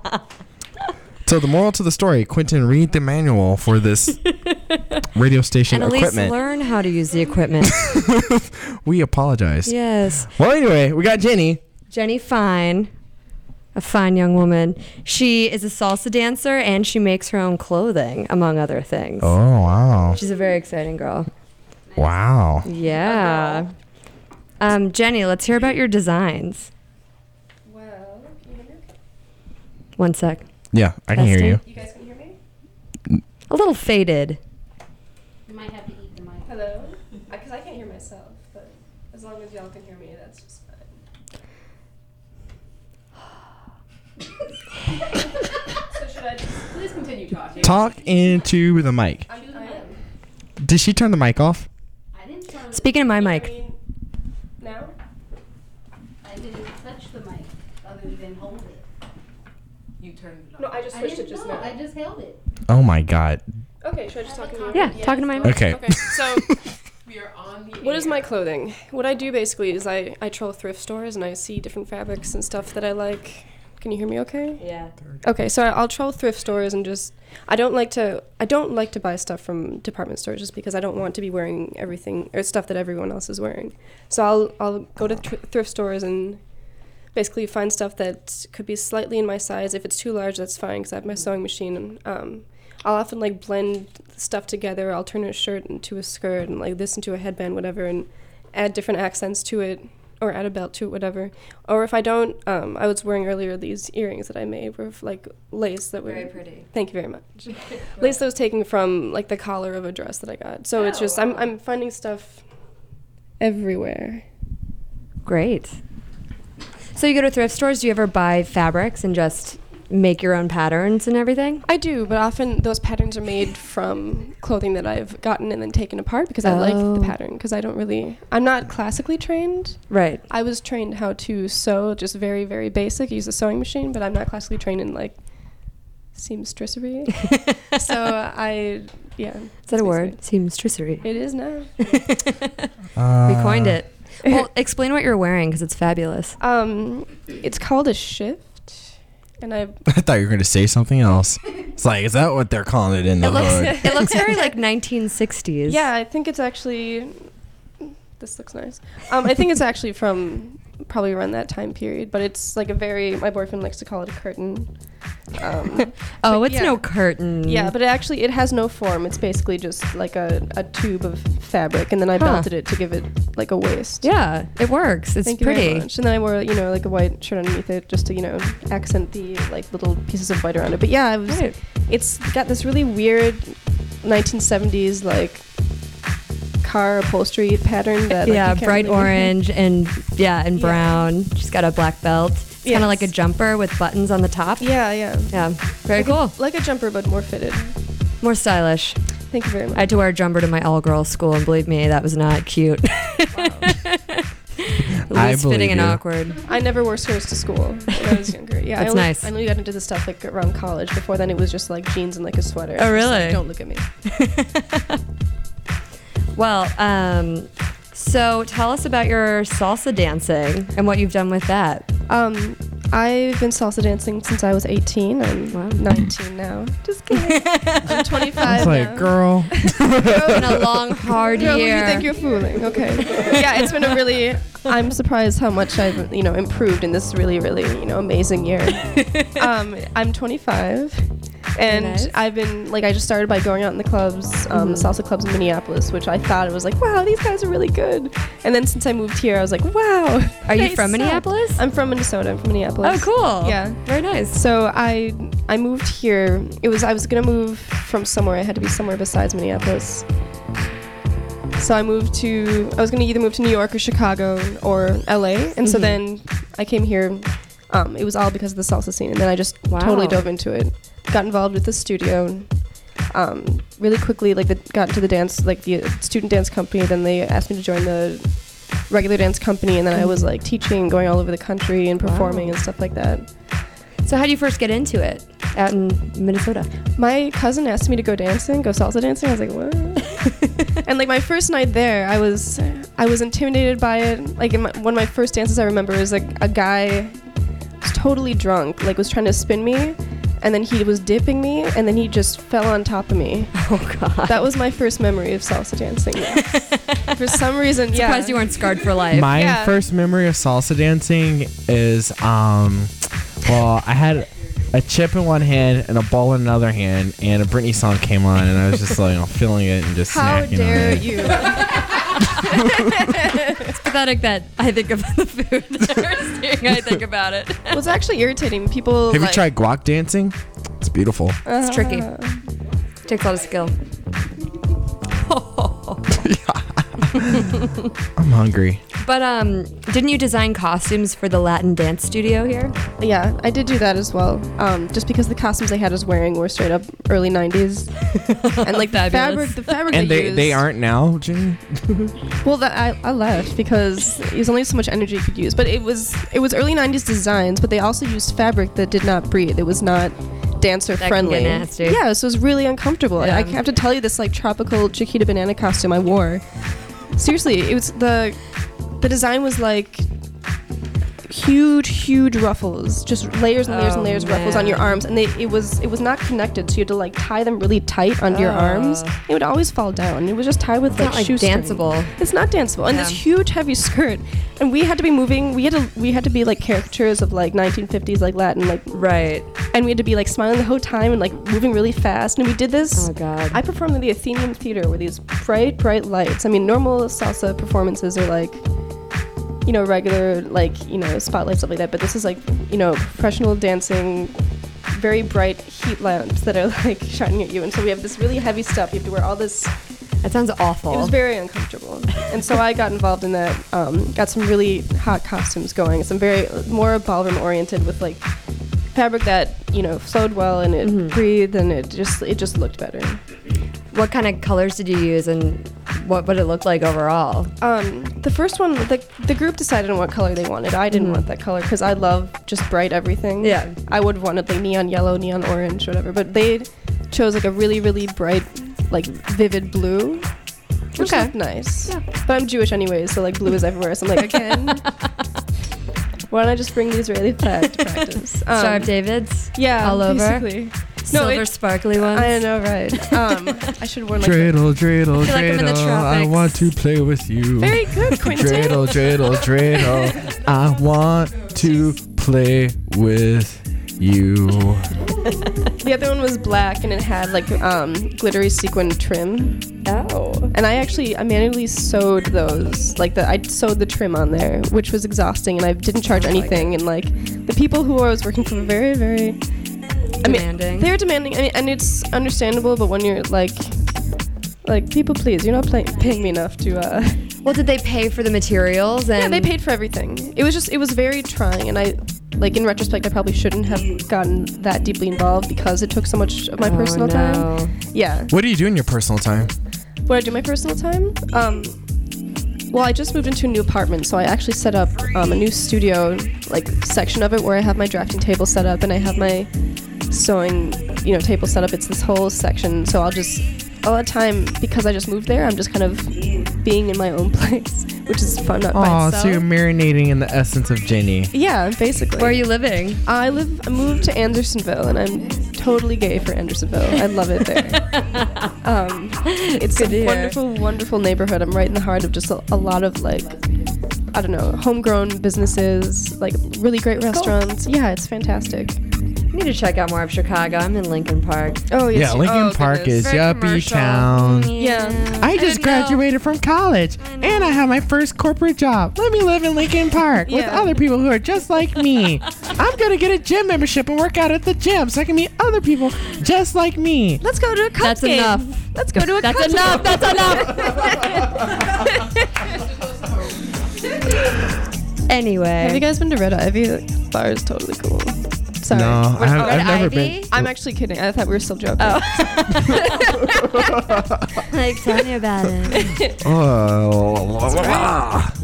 Speaker 1: <laughs> so the moral to the story: Quentin, read the manual for
Speaker 2: <laughs>
Speaker 1: this radio station
Speaker 2: And at least
Speaker 1: equipment.
Speaker 2: learn how to use the equipment.
Speaker 1: we apologize.
Speaker 2: yes.
Speaker 1: Well, anyway, we got Jenny.
Speaker 2: Jenny Fine, a fine young woman. She is a salsa dancer and she makes her own clothing, among other things.
Speaker 1: Oh wow!
Speaker 2: She's a very exciting girl.
Speaker 1: Wow.
Speaker 2: Yeah. Um, Jenny, let's hear about your designs. One sec.
Speaker 1: Yeah, I can hear
Speaker 2: Testing.
Speaker 1: you.
Speaker 2: A little faded.
Speaker 3: You might have to eat
Speaker 10: Hello? Because I can't hear myself, but as long as y'all can hear me, that's just fine. so should I just please continue talking?
Speaker 1: Talk into the mic.
Speaker 10: I'm, I am.
Speaker 1: Did she turn the mic off?
Speaker 2: Speaking of my mic,
Speaker 10: Now?
Speaker 3: I didn't touch the mic other than hold it.
Speaker 11: You turned it on.
Speaker 10: No, I just
Speaker 3: I
Speaker 10: switched
Speaker 3: didn't
Speaker 10: it just
Speaker 3: know,
Speaker 10: now.
Speaker 3: I just held it.
Speaker 1: Oh my god. <laughs>
Speaker 10: Okay, should I just talk to you?
Speaker 2: Yeah, talking to my mic.
Speaker 1: Okay.
Speaker 10: Okay, so
Speaker 11: We are on the
Speaker 10: What is my clothing? What I do basically is I, I troll thrift stores and I see different fabrics and stuff that I like. Can you hear me okay?
Speaker 2: Yeah.
Speaker 10: Okay, so I- I'll troll thrift stores and just I don't like to I don't like to buy stuff from department stores just because I don't want to be wearing everything or stuff that everyone else is wearing. So I'll I'll go to thr thrift stores and basically find stuff that could be slightly in my size. If it's too large, that's fine because I have my sewing machine. And, um, I'll often like blend stuff together. I'll turn a shirt into a skirt and like this into a headband, whatever, and add different accents to it or add a belt to it, whatever. Or if I don't, um, I was wearing earlier these earrings that I made with like lace that were
Speaker 2: Very pretty.
Speaker 10: Thank you very
Speaker 2: <laughs>
Speaker 10: much. lace that was taken from like the collar of a dress that I got. So it's
Speaker 11: Oh,
Speaker 10: just I'm I'm finding stuff everywhere.
Speaker 2: Great. So you go to thrift stores. Do you ever buy fabrics and just make your own patterns and everything?
Speaker 10: I do, but often those patterns are made from clothing that I've gotten and then taken apart because I like
Speaker 2: Oh.
Speaker 10: the pattern because I don't really I'm not classically trained.
Speaker 2: Right.
Speaker 10: I was trained how to sew, just very very basic, use a sewing machine, but I'm not classically trained in like
Speaker 2: <laughs>
Speaker 10: seamstressery. so I yeah.
Speaker 2: Is that a word? Seamstressery.
Speaker 10: It
Speaker 2: <laughs>
Speaker 10: is now.
Speaker 1: Uh,
Speaker 2: we coined
Speaker 10: <laughs>
Speaker 2: it. Well, explain what you're wearing because it's fabulous.
Speaker 10: Um it's called a shift and I
Speaker 1: I thought you were gonna say something else. It's like, is that what they're calling it in the
Speaker 2: It looks
Speaker 1: hood?
Speaker 2: it looks very like 1960s.
Speaker 10: Yeah, I think it's actually. This looks nice. Um, I think it's actually from probably around that time period, but it's like a very. My boyfriend likes to call it a curtain. Um,
Speaker 2: <laughs> Oh,
Speaker 10: but
Speaker 2: it's
Speaker 10: yeah.
Speaker 2: no curtain.
Speaker 10: Yeah, but it actually it has no form. It's basically just like a, a tube of fabric, and then I
Speaker 2: Huh.
Speaker 10: belted it to give it like a waist.
Speaker 2: yeah, it works. It's
Speaker 10: Thank you
Speaker 2: pretty.
Speaker 10: very much. And then I wore, you know, like a white shirt underneath it, just to, you know, accent the like little pieces of white around it. But yeah, it was,
Speaker 2: Right.
Speaker 10: it's got this really weird 1970s like car upholstery pattern that like,
Speaker 2: yeah,
Speaker 10: you can't
Speaker 2: bright
Speaker 10: really- <laughs>
Speaker 2: orange and yeah, and
Speaker 10: Yeah.
Speaker 2: brown. She's got a black belt. It's kind
Speaker 10: Yes.
Speaker 2: of like a jumper with buttons on the top.
Speaker 10: Yeah, yeah.
Speaker 2: Yeah, very
Speaker 10: like
Speaker 2: cool.
Speaker 10: A, like a jumper, but more fitted.
Speaker 2: More stylish.
Speaker 10: Thank you very much.
Speaker 2: I had to wear a jumper to my all-girls school, and believe me, that was not cute. <laughs>
Speaker 1: I
Speaker 2: Loose
Speaker 1: believe
Speaker 2: fitting and
Speaker 1: you.
Speaker 2: awkward.
Speaker 10: I never wore skirts to school when
Speaker 2: <laughs>
Speaker 10: I was younger. Yeah, I
Speaker 2: That's
Speaker 10: only,
Speaker 2: nice.
Speaker 10: I only got into this stuff like around college. Before then, it was just like jeans and like a sweater. Just, like,
Speaker 2: Oh, really?
Speaker 10: don't look at me.
Speaker 2: well, um, so tell us about your salsa dancing and what you've done with that.
Speaker 10: Um, I've been salsa dancing since I was 18. I'm
Speaker 2: Wow.
Speaker 10: 19 now. Just
Speaker 2: <laughs>
Speaker 10: kidding. I'm 25
Speaker 1: It's
Speaker 10: now.
Speaker 1: like, girl.
Speaker 2: It's
Speaker 10: <laughs>
Speaker 2: been a long, hard
Speaker 10: Girl, who
Speaker 2: year.
Speaker 10: you think you're fooling? Okay. yeah, it's <laughs> been a really. I'm surprised how much I've you know improved in this really really you know amazing
Speaker 2: <laughs>
Speaker 10: year. um, I'm 25, and
Speaker 2: nice. Mm-hmm.
Speaker 10: I've been like I just started by going out in the clubs, um, the salsa clubs in Minneapolis, which I thought it was like wow these guys are really good. And then since I moved here, I was like wow.
Speaker 2: Are you
Speaker 10: they
Speaker 2: from
Speaker 10: suck.
Speaker 2: Minneapolis?
Speaker 10: I'm from Minnesota. I'm from
Speaker 2: oh,
Speaker 10: Minneapolis.
Speaker 2: cool.
Speaker 10: Yeah.
Speaker 2: Very nice.
Speaker 10: So I I moved here. It was I was gonna move from somewhere. I had to be somewhere besides Minneapolis. So I moved to I was gonna either move to New York or Chicago or LA. And
Speaker 2: Mm-hmm.
Speaker 10: so then I came here. Um, it was all because of the salsa scene, and then I just
Speaker 2: Wow.
Speaker 10: totally dove into it. Got involved with the studio. Um, really quickly, like the, got into the dance, like the student dance company. Then they asked me to join the regular dance company, and then I was like teaching, going all over the country and performing and stuff like that.
Speaker 2: So how do you first get into it out in Minnesota?
Speaker 10: My cousin asked me to go dancing, go salsa dancing. I was like, what? and like my first night there, I was, I was intimidated by it. Like in my, one of my first dances, I remember is like a guy was totally drunk, like was trying to spin me, and then he was dipping me, and then he just fell on top of me.
Speaker 2: <laughs> Oh God.
Speaker 10: That was my first memory of
Speaker 2: <laughs>
Speaker 10: salsa dancing. For some reason, yeah.
Speaker 2: Surprised you weren't scarred for life.
Speaker 1: My
Speaker 10: Yeah.
Speaker 1: first memory of salsa dancing is um well, I had a chip in one hand and a ball in another hand and a Britney song came on and I was just like <laughs> feeling it and just
Speaker 10: How
Speaker 1: snacking
Speaker 10: dare
Speaker 1: on it.
Speaker 2: <laughs>
Speaker 10: you? <laughs>
Speaker 2: pathetic that I think about the food. <laughs> The first thing I
Speaker 10: <laughs>
Speaker 2: think about it.
Speaker 10: It was actually irritating. People.
Speaker 1: Have you
Speaker 10: like,
Speaker 1: tried guac dancing? It's beautiful.
Speaker 10: Uh, Ah.
Speaker 2: It's tricky. Takes a lot of skill.
Speaker 1: I'm hungry.
Speaker 2: But um, didn't you design costumes for the Latin dance studio here?
Speaker 10: Yeah, I did do that as well. Um, just because the costumes they had us wearing were straight up early
Speaker 2: <laughs>
Speaker 10: '90s, and like the fabric,
Speaker 2: Fabulous.
Speaker 10: the fabric
Speaker 1: And they,
Speaker 10: used,
Speaker 1: they aren't now, Jimmy?
Speaker 10: Well, that I, I left because there's only so much energy you could use. But it was it was early '90s designs, but they also used fabric that did not breathe. It was not dancer
Speaker 2: That can get
Speaker 10: friendly.
Speaker 2: nasty.
Speaker 10: Yeah, so it was really uncomfortable.
Speaker 2: Yeah.
Speaker 10: I have to tell you, this like tropical Chiquita banana costume I wore. Seriously, it was the the design was like huge, huge ruffles, just layers and layers
Speaker 2: Oh,
Speaker 10: and layers of ruffles on your
Speaker 2: man.
Speaker 10: arms, and they, it was it was not connected, so you had to like tie them really tight onto your arms.
Speaker 2: Oh.
Speaker 10: It would always fall down. It was just tied with
Speaker 2: It's not, like,
Speaker 10: shoestring.
Speaker 2: danceable.
Speaker 10: It's not danceable, and this
Speaker 2: Yeah.
Speaker 10: huge heavy skirt, and we had to be moving. We had to we had to be like caricatures of like 1950s like Latin like
Speaker 2: right,
Speaker 10: and we had to be like smiling the whole time and like moving really fast. And we did this.
Speaker 2: Oh, God.
Speaker 10: I performed at the Athenian Theater with these bright bright lights. I mean, normal salsa performances are like. You know, regular like you know spotlights stuff like that, but this is like you know professional dancing, very bright heat lamps that are like <laughs> shining at you, and so we have this really heavy stuff. You have to wear all this
Speaker 2: That sounds awful.
Speaker 10: it was very uncomfortable, and so I got involved in that. Um, got some really hot costumes going. Some very more ballroom oriented with like fabric that you know flowed well and it
Speaker 2: Mm-hmm.
Speaker 10: breathed and it just it just looked better.
Speaker 2: what kind of colors did you use, and what would it look like overall?
Speaker 10: Um, the first one, the, the group decided on what color they wanted. I didn't want that color because I love just bright everything.
Speaker 2: Mm. Yeah.
Speaker 10: I would have wanted like neon yellow, neon orange, whatever. But they chose like a really really bright, like vivid blue. Which
Speaker 2: Okay.
Speaker 10: looked nice. But I'm Jewish anyway, so like blue is everywhere. So
Speaker 2: <laughs>
Speaker 10: I'm like, again, why don't I just bring the Israeli flag to practice?
Speaker 2: <laughs>
Speaker 10: Um,
Speaker 2: Star of David's.
Speaker 10: Yeah,
Speaker 2: all over.
Speaker 10: Basically. No,
Speaker 2: Silver
Speaker 10: it-
Speaker 2: sparkly ones.
Speaker 10: I know, right? Um, I should wear
Speaker 1: <laughs>
Speaker 10: like.
Speaker 1: Dreidel, dreidel,
Speaker 2: I feel like I'm in the
Speaker 1: dreidel. I
Speaker 2: tropics.
Speaker 1: want to play with you.
Speaker 10: Very good, Quentin.
Speaker 1: Dreidel, dreidel, dreidel. I want to play with you.
Speaker 10: The other one was black and it had like um, glittery sequin trim.
Speaker 2: Oh.
Speaker 10: And I actually I manually sewed those. Like the I sewed the trim on there, which was exhausting and I didn't charge
Speaker 2: Sounds like
Speaker 10: anything and like the people who I was working for were very, very I mean
Speaker 2: Demanding.
Speaker 10: they're demanding I mean, and it's understandable, but when you're like like people please, you're not play- paying me enough to uh <laughs>
Speaker 2: well, did they pay for the materials? And
Speaker 10: yeah, they paid for everything. It was just it was very trying, and I like in retrospect, I probably shouldn't have gotten that deeply involved because it took so much of my
Speaker 2: Oh,
Speaker 10: personal
Speaker 2: no.
Speaker 10: time. Yeah,
Speaker 1: What do you do in your personal time?
Speaker 10: what I do my personal time? Um, well, I just moved into a new apartment, so I actually set up um, a new studio like section of it where I have my drafting table set up and I have my sewing you know table set up. It's this whole section, so I'll just all the time because I just moved there. I'm just kind of being in my own <laughs> place, which is fun. Not by
Speaker 1: Oh,
Speaker 10: itself.
Speaker 1: so you're marinating in the essence of Jenny.
Speaker 10: Yeah, basically.
Speaker 2: Where are you living?
Speaker 10: I live. I moved to Andersonville, and I'm totally gay for Andersonville. I love it
Speaker 2: <laughs>
Speaker 10: there. um, it's
Speaker 2: Good to
Speaker 10: a
Speaker 2: hear.
Speaker 10: wonderful, wonderful neighborhood. I'm right in the heart of just a, a lot of like, I don't know, homegrown businesses, like really great restaurants. Yeah, it's fantastic.
Speaker 2: I need to check out more of Chicago. I'm in Lincoln Park.
Speaker 10: Oh
Speaker 1: Yeah, Lincoln Park is
Speaker 2: Very
Speaker 1: yuppie
Speaker 2: commercial.
Speaker 1: town.
Speaker 10: Yeah.
Speaker 1: I
Speaker 2: don't
Speaker 1: just
Speaker 2: know.
Speaker 1: graduated from college and I have my first corporate job. Let me live in Lincoln Park with
Speaker 10: Yeah.
Speaker 1: other people who are just like
Speaker 10: <laughs>
Speaker 1: me. I'm gonna get a gym membership and work out at the gym so I can meet other people just like me.
Speaker 10: Let's go to a Cubs
Speaker 2: That's
Speaker 10: game.
Speaker 2: enough.
Speaker 10: Let's go to a
Speaker 2: That's
Speaker 10: Cubs
Speaker 2: enough.
Speaker 10: game.
Speaker 2: That's enough. anyway.
Speaker 10: Have you guys been to Red Ivy? Bar is totally cool. Sorry.
Speaker 1: I
Speaker 2: have- Red I've never Ivy? been-
Speaker 10: I'm actually kidding. I thought we were still
Speaker 2: <laughs>
Speaker 10: joking. <laughs>
Speaker 2: like, tell me about it.
Speaker 1: <laughs>
Speaker 10: <laughs>
Speaker 1: Oh,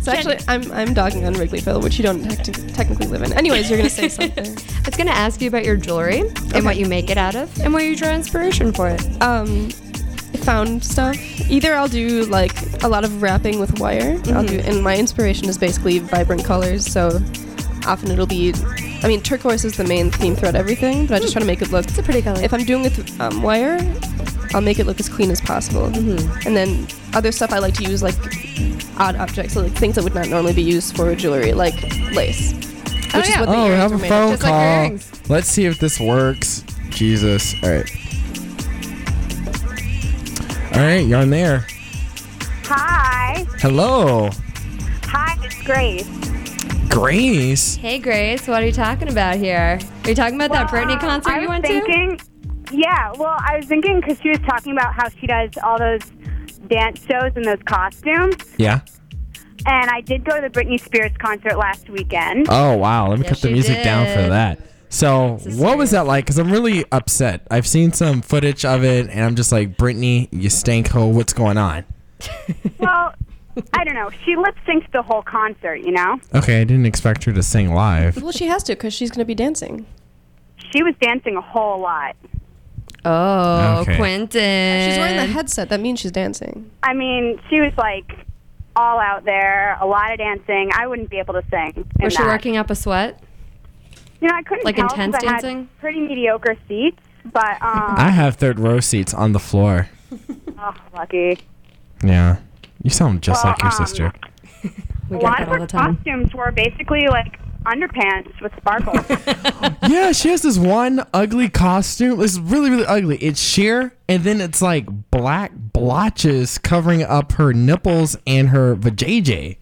Speaker 10: So actually, I'm, I'm dogging on Wrigleyville, which you don't tec- technically live in. Anyways,
Speaker 2: <laughs>
Speaker 10: you're gonna say something.
Speaker 2: I was gonna ask you about your jewelry and what you make it out of and where you draw inspiration for it.
Speaker 10: Um, found stuff. Either I'll do like a lot of wrapping with wire. I'll do,
Speaker 2: Mm-hmm.
Speaker 10: and my inspiration is basically vibrant colors. So often it'll be, I mean, turquoise is the main theme throughout everything, but I just try to make it look.
Speaker 2: Hmm. It's a pretty color.
Speaker 10: If I'm doing it with um, wire, I'll make it look as clean as possible.
Speaker 2: Mm-hmm.
Speaker 10: And then other stuff I like to use like odd objects, so like things that would not normally be used for jewelry, like lace. Which is
Speaker 2: yeah.
Speaker 10: what the
Speaker 1: oh we
Speaker 10: earrings
Speaker 1: have
Speaker 10: are
Speaker 1: a
Speaker 10: made of.
Speaker 1: phone
Speaker 2: just like your
Speaker 1: call.
Speaker 2: earrings.
Speaker 1: Let's see if this works. Jesus. All right. All right, you're on there.
Speaker 8: Hi.
Speaker 1: Hello,
Speaker 8: Hi, it's Grace.
Speaker 1: Grace.
Speaker 2: Hey Grace, what are you talking about here? Are you talking about that
Speaker 12: um,
Speaker 2: Britney concert
Speaker 8: I
Speaker 2: you
Speaker 8: was
Speaker 2: went
Speaker 8: thinking, Yeah, well, I was thinking because she was talking about how she does all those dance shows and those costumes.
Speaker 1: Yeah.
Speaker 12: And I did go to the Britney Spears concert last weekend.
Speaker 1: Oh wow, let me
Speaker 12: Yes,
Speaker 1: cut the
Speaker 12: you
Speaker 1: music down for
Speaker 12: did.
Speaker 1: that. So what was that like? Because I'm really upset. I've seen some footage of it, and I'm just like, Brittany, you stank hoe. What's going on?
Speaker 12: <laughs> well, I don't know. She lip syncs the whole concert, you know?
Speaker 1: Okay, I didn't expect her to sing live.
Speaker 10: Well, she has to because she's going to be dancing.
Speaker 12: She was dancing a whole lot.
Speaker 2: Oh,
Speaker 1: Okay.
Speaker 2: Quentin.
Speaker 10: She's wearing the headset. That means she's dancing.
Speaker 12: I mean, she was like all out there, a lot of dancing. I wouldn't be able to sing. in
Speaker 2: Was she
Speaker 12: that.
Speaker 2: working up a sweat?
Speaker 12: You know, I couldn't
Speaker 2: like
Speaker 12: tell
Speaker 2: intense
Speaker 12: 'cause I had
Speaker 2: dancing?
Speaker 12: pretty mediocre seats, but um,
Speaker 1: I have third row seats on the floor.
Speaker 12: <laughs> oh, lucky.
Speaker 1: Yeah, you sound just
Speaker 12: Well,
Speaker 1: like your
Speaker 12: um,
Speaker 1: sister.
Speaker 2: We
Speaker 12: a
Speaker 2: get
Speaker 12: lot
Speaker 2: that
Speaker 12: of
Speaker 2: all
Speaker 12: her
Speaker 2: the time.
Speaker 12: costumes were basically like underpants with
Speaker 2: <laughs>
Speaker 12: sparkles.
Speaker 1: <laughs> yeah, she has this one ugly costume. It's really, really ugly. It's sheer, and then it's like black blotches covering up her nipples and her vajayjay.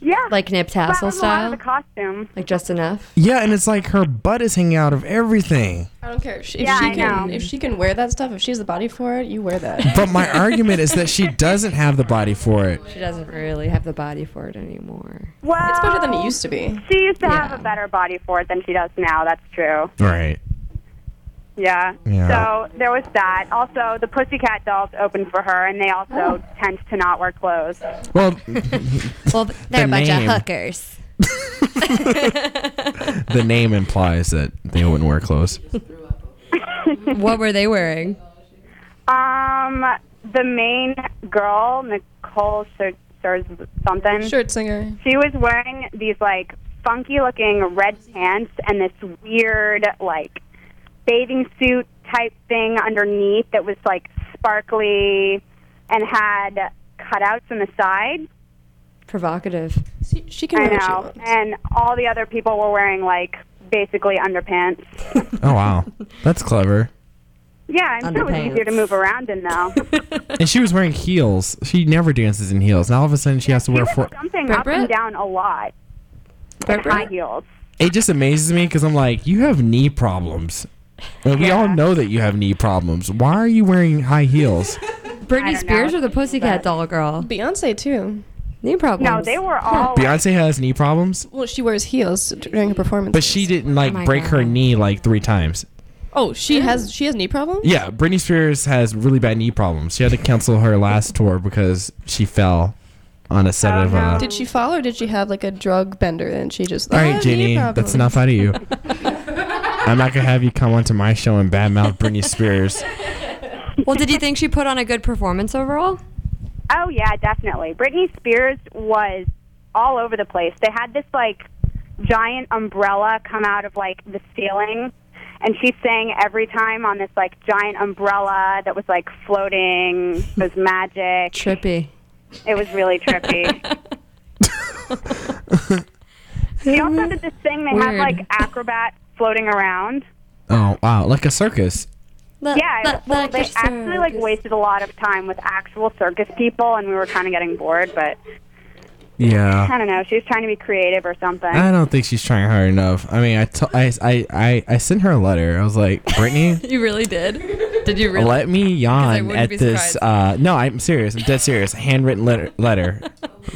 Speaker 12: yeah.
Speaker 2: Like nip tassel
Speaker 12: was a lot of
Speaker 2: style?
Speaker 12: the costume.
Speaker 2: Like just enough?
Speaker 1: Yeah, and it's like her butt is hanging out of everything.
Speaker 10: I don't care if she, if
Speaker 12: Yeah,
Speaker 10: she
Speaker 12: I
Speaker 10: can
Speaker 12: know.
Speaker 10: if she can wear that stuff. If she has the body for it, you wear that.
Speaker 1: But
Speaker 10: <laughs>
Speaker 1: my argument is that she doesn't have the body for it.
Speaker 2: She doesn't really have the body for it
Speaker 12: <laughs>
Speaker 2: anymore.
Speaker 12: Well,
Speaker 10: it's better than it used to be.
Speaker 12: She used to have a better body for it than she does now. That's true.
Speaker 1: Right.
Speaker 12: Yeah.
Speaker 1: Yeah.
Speaker 12: So there was that. Also, the Pussycat Dolls opened for her, and they
Speaker 2: Oh.
Speaker 12: also tend to not
Speaker 1: <laughs>
Speaker 12: wear clothes.
Speaker 1: Well,
Speaker 2: well,
Speaker 1: they're a bunch of name.
Speaker 2: hookers.
Speaker 1: <laughs>
Speaker 2: <laughs>
Speaker 1: the name implies that they wouldn't wear clothes.
Speaker 2: what were they wearing?
Speaker 12: Um, the main girl, Nicole Sh- Sh- something.
Speaker 10: Shirt singer.
Speaker 12: She was wearing these like funky looking red pants and this weird like bathing suit type thing underneath that was like sparkly and had cutouts on the side.
Speaker 2: Provocative.
Speaker 10: She, she
Speaker 12: I know. And all the other people were wearing like basically underpants.
Speaker 1: Oh wow, that's clever.
Speaker 12: Yeah, I'm sure it was
Speaker 1: Underpants.
Speaker 12: easier to move around in though. <laughs>
Speaker 1: And she was wearing heels. She never dances in heels. Now all of a sudden she has to wear four.
Speaker 12: Something
Speaker 2: Brit
Speaker 12: up
Speaker 2: Brit?
Speaker 12: and down a lot.
Speaker 2: Brit
Speaker 12: High
Speaker 2: Brit?
Speaker 12: heels.
Speaker 1: It just amazes me because I'm like, you have knee problems. And we all know that you have knee problems. Why are you wearing high heels?
Speaker 2: Britney Spears or the Pussycat Doll Girl?
Speaker 10: Beyonce too.
Speaker 2: Knee problems.
Speaker 10: No, they
Speaker 12: were
Speaker 10: all-
Speaker 1: Beyonce has knee problems,
Speaker 10: Well, she wears heels during her performance.
Speaker 1: but she didn't like
Speaker 10: my
Speaker 1: break her knee like three times.
Speaker 10: Oh, she has she has knee problems.
Speaker 1: Yeah, Britney Spears has really bad knee problems. She had to cancel her last tour because she fell on a
Speaker 2: Oh,
Speaker 1: set of. Uh,
Speaker 10: Did she fall or did she have like a drug bender and she just?
Speaker 1: all
Speaker 10: "I
Speaker 1: right,
Speaker 10: have knee
Speaker 1: Jenny, that's
Speaker 10: problems."
Speaker 1: enough out of you.
Speaker 10: <laughs>
Speaker 1: I'm not gonna have you come onto my show and badmouth
Speaker 2: <laughs>
Speaker 1: Britney Spears.
Speaker 2: Well, did you think she put on a good performance overall?
Speaker 12: Oh yeah, definitely. Britney Spears was all over the place. They had this like giant umbrella come out of like the ceiling and she sang every time on this like giant umbrella that was like floating. It was
Speaker 3: <laughs>
Speaker 12: magic.
Speaker 2: Trippy.
Speaker 12: It was really trippy. she also did this thing they had
Speaker 2: Weird.
Speaker 12: like acrobats floating around.
Speaker 1: Oh wow, like a circus.
Speaker 12: yeah, well, they actually like wasted a lot of time with actual circus people and we were kind of getting bored, but
Speaker 1: Yeah.
Speaker 12: I don't know. She was trying to be creative or something.
Speaker 1: Uh. I don't think she's trying hard enough. I mean, I to- I- I- I- I sent her a letter. I
Speaker 2: <laughs>
Speaker 1: was like, Brittany,
Speaker 2: <laughs> You really did? Did you really?
Speaker 1: let me yawn
Speaker 2: wouldn't
Speaker 1: at
Speaker 2: be
Speaker 1: this. Uh, no, I'm serious. I'm dead serious. Handwritten letter.
Speaker 2: <laughs>
Speaker 1: letter.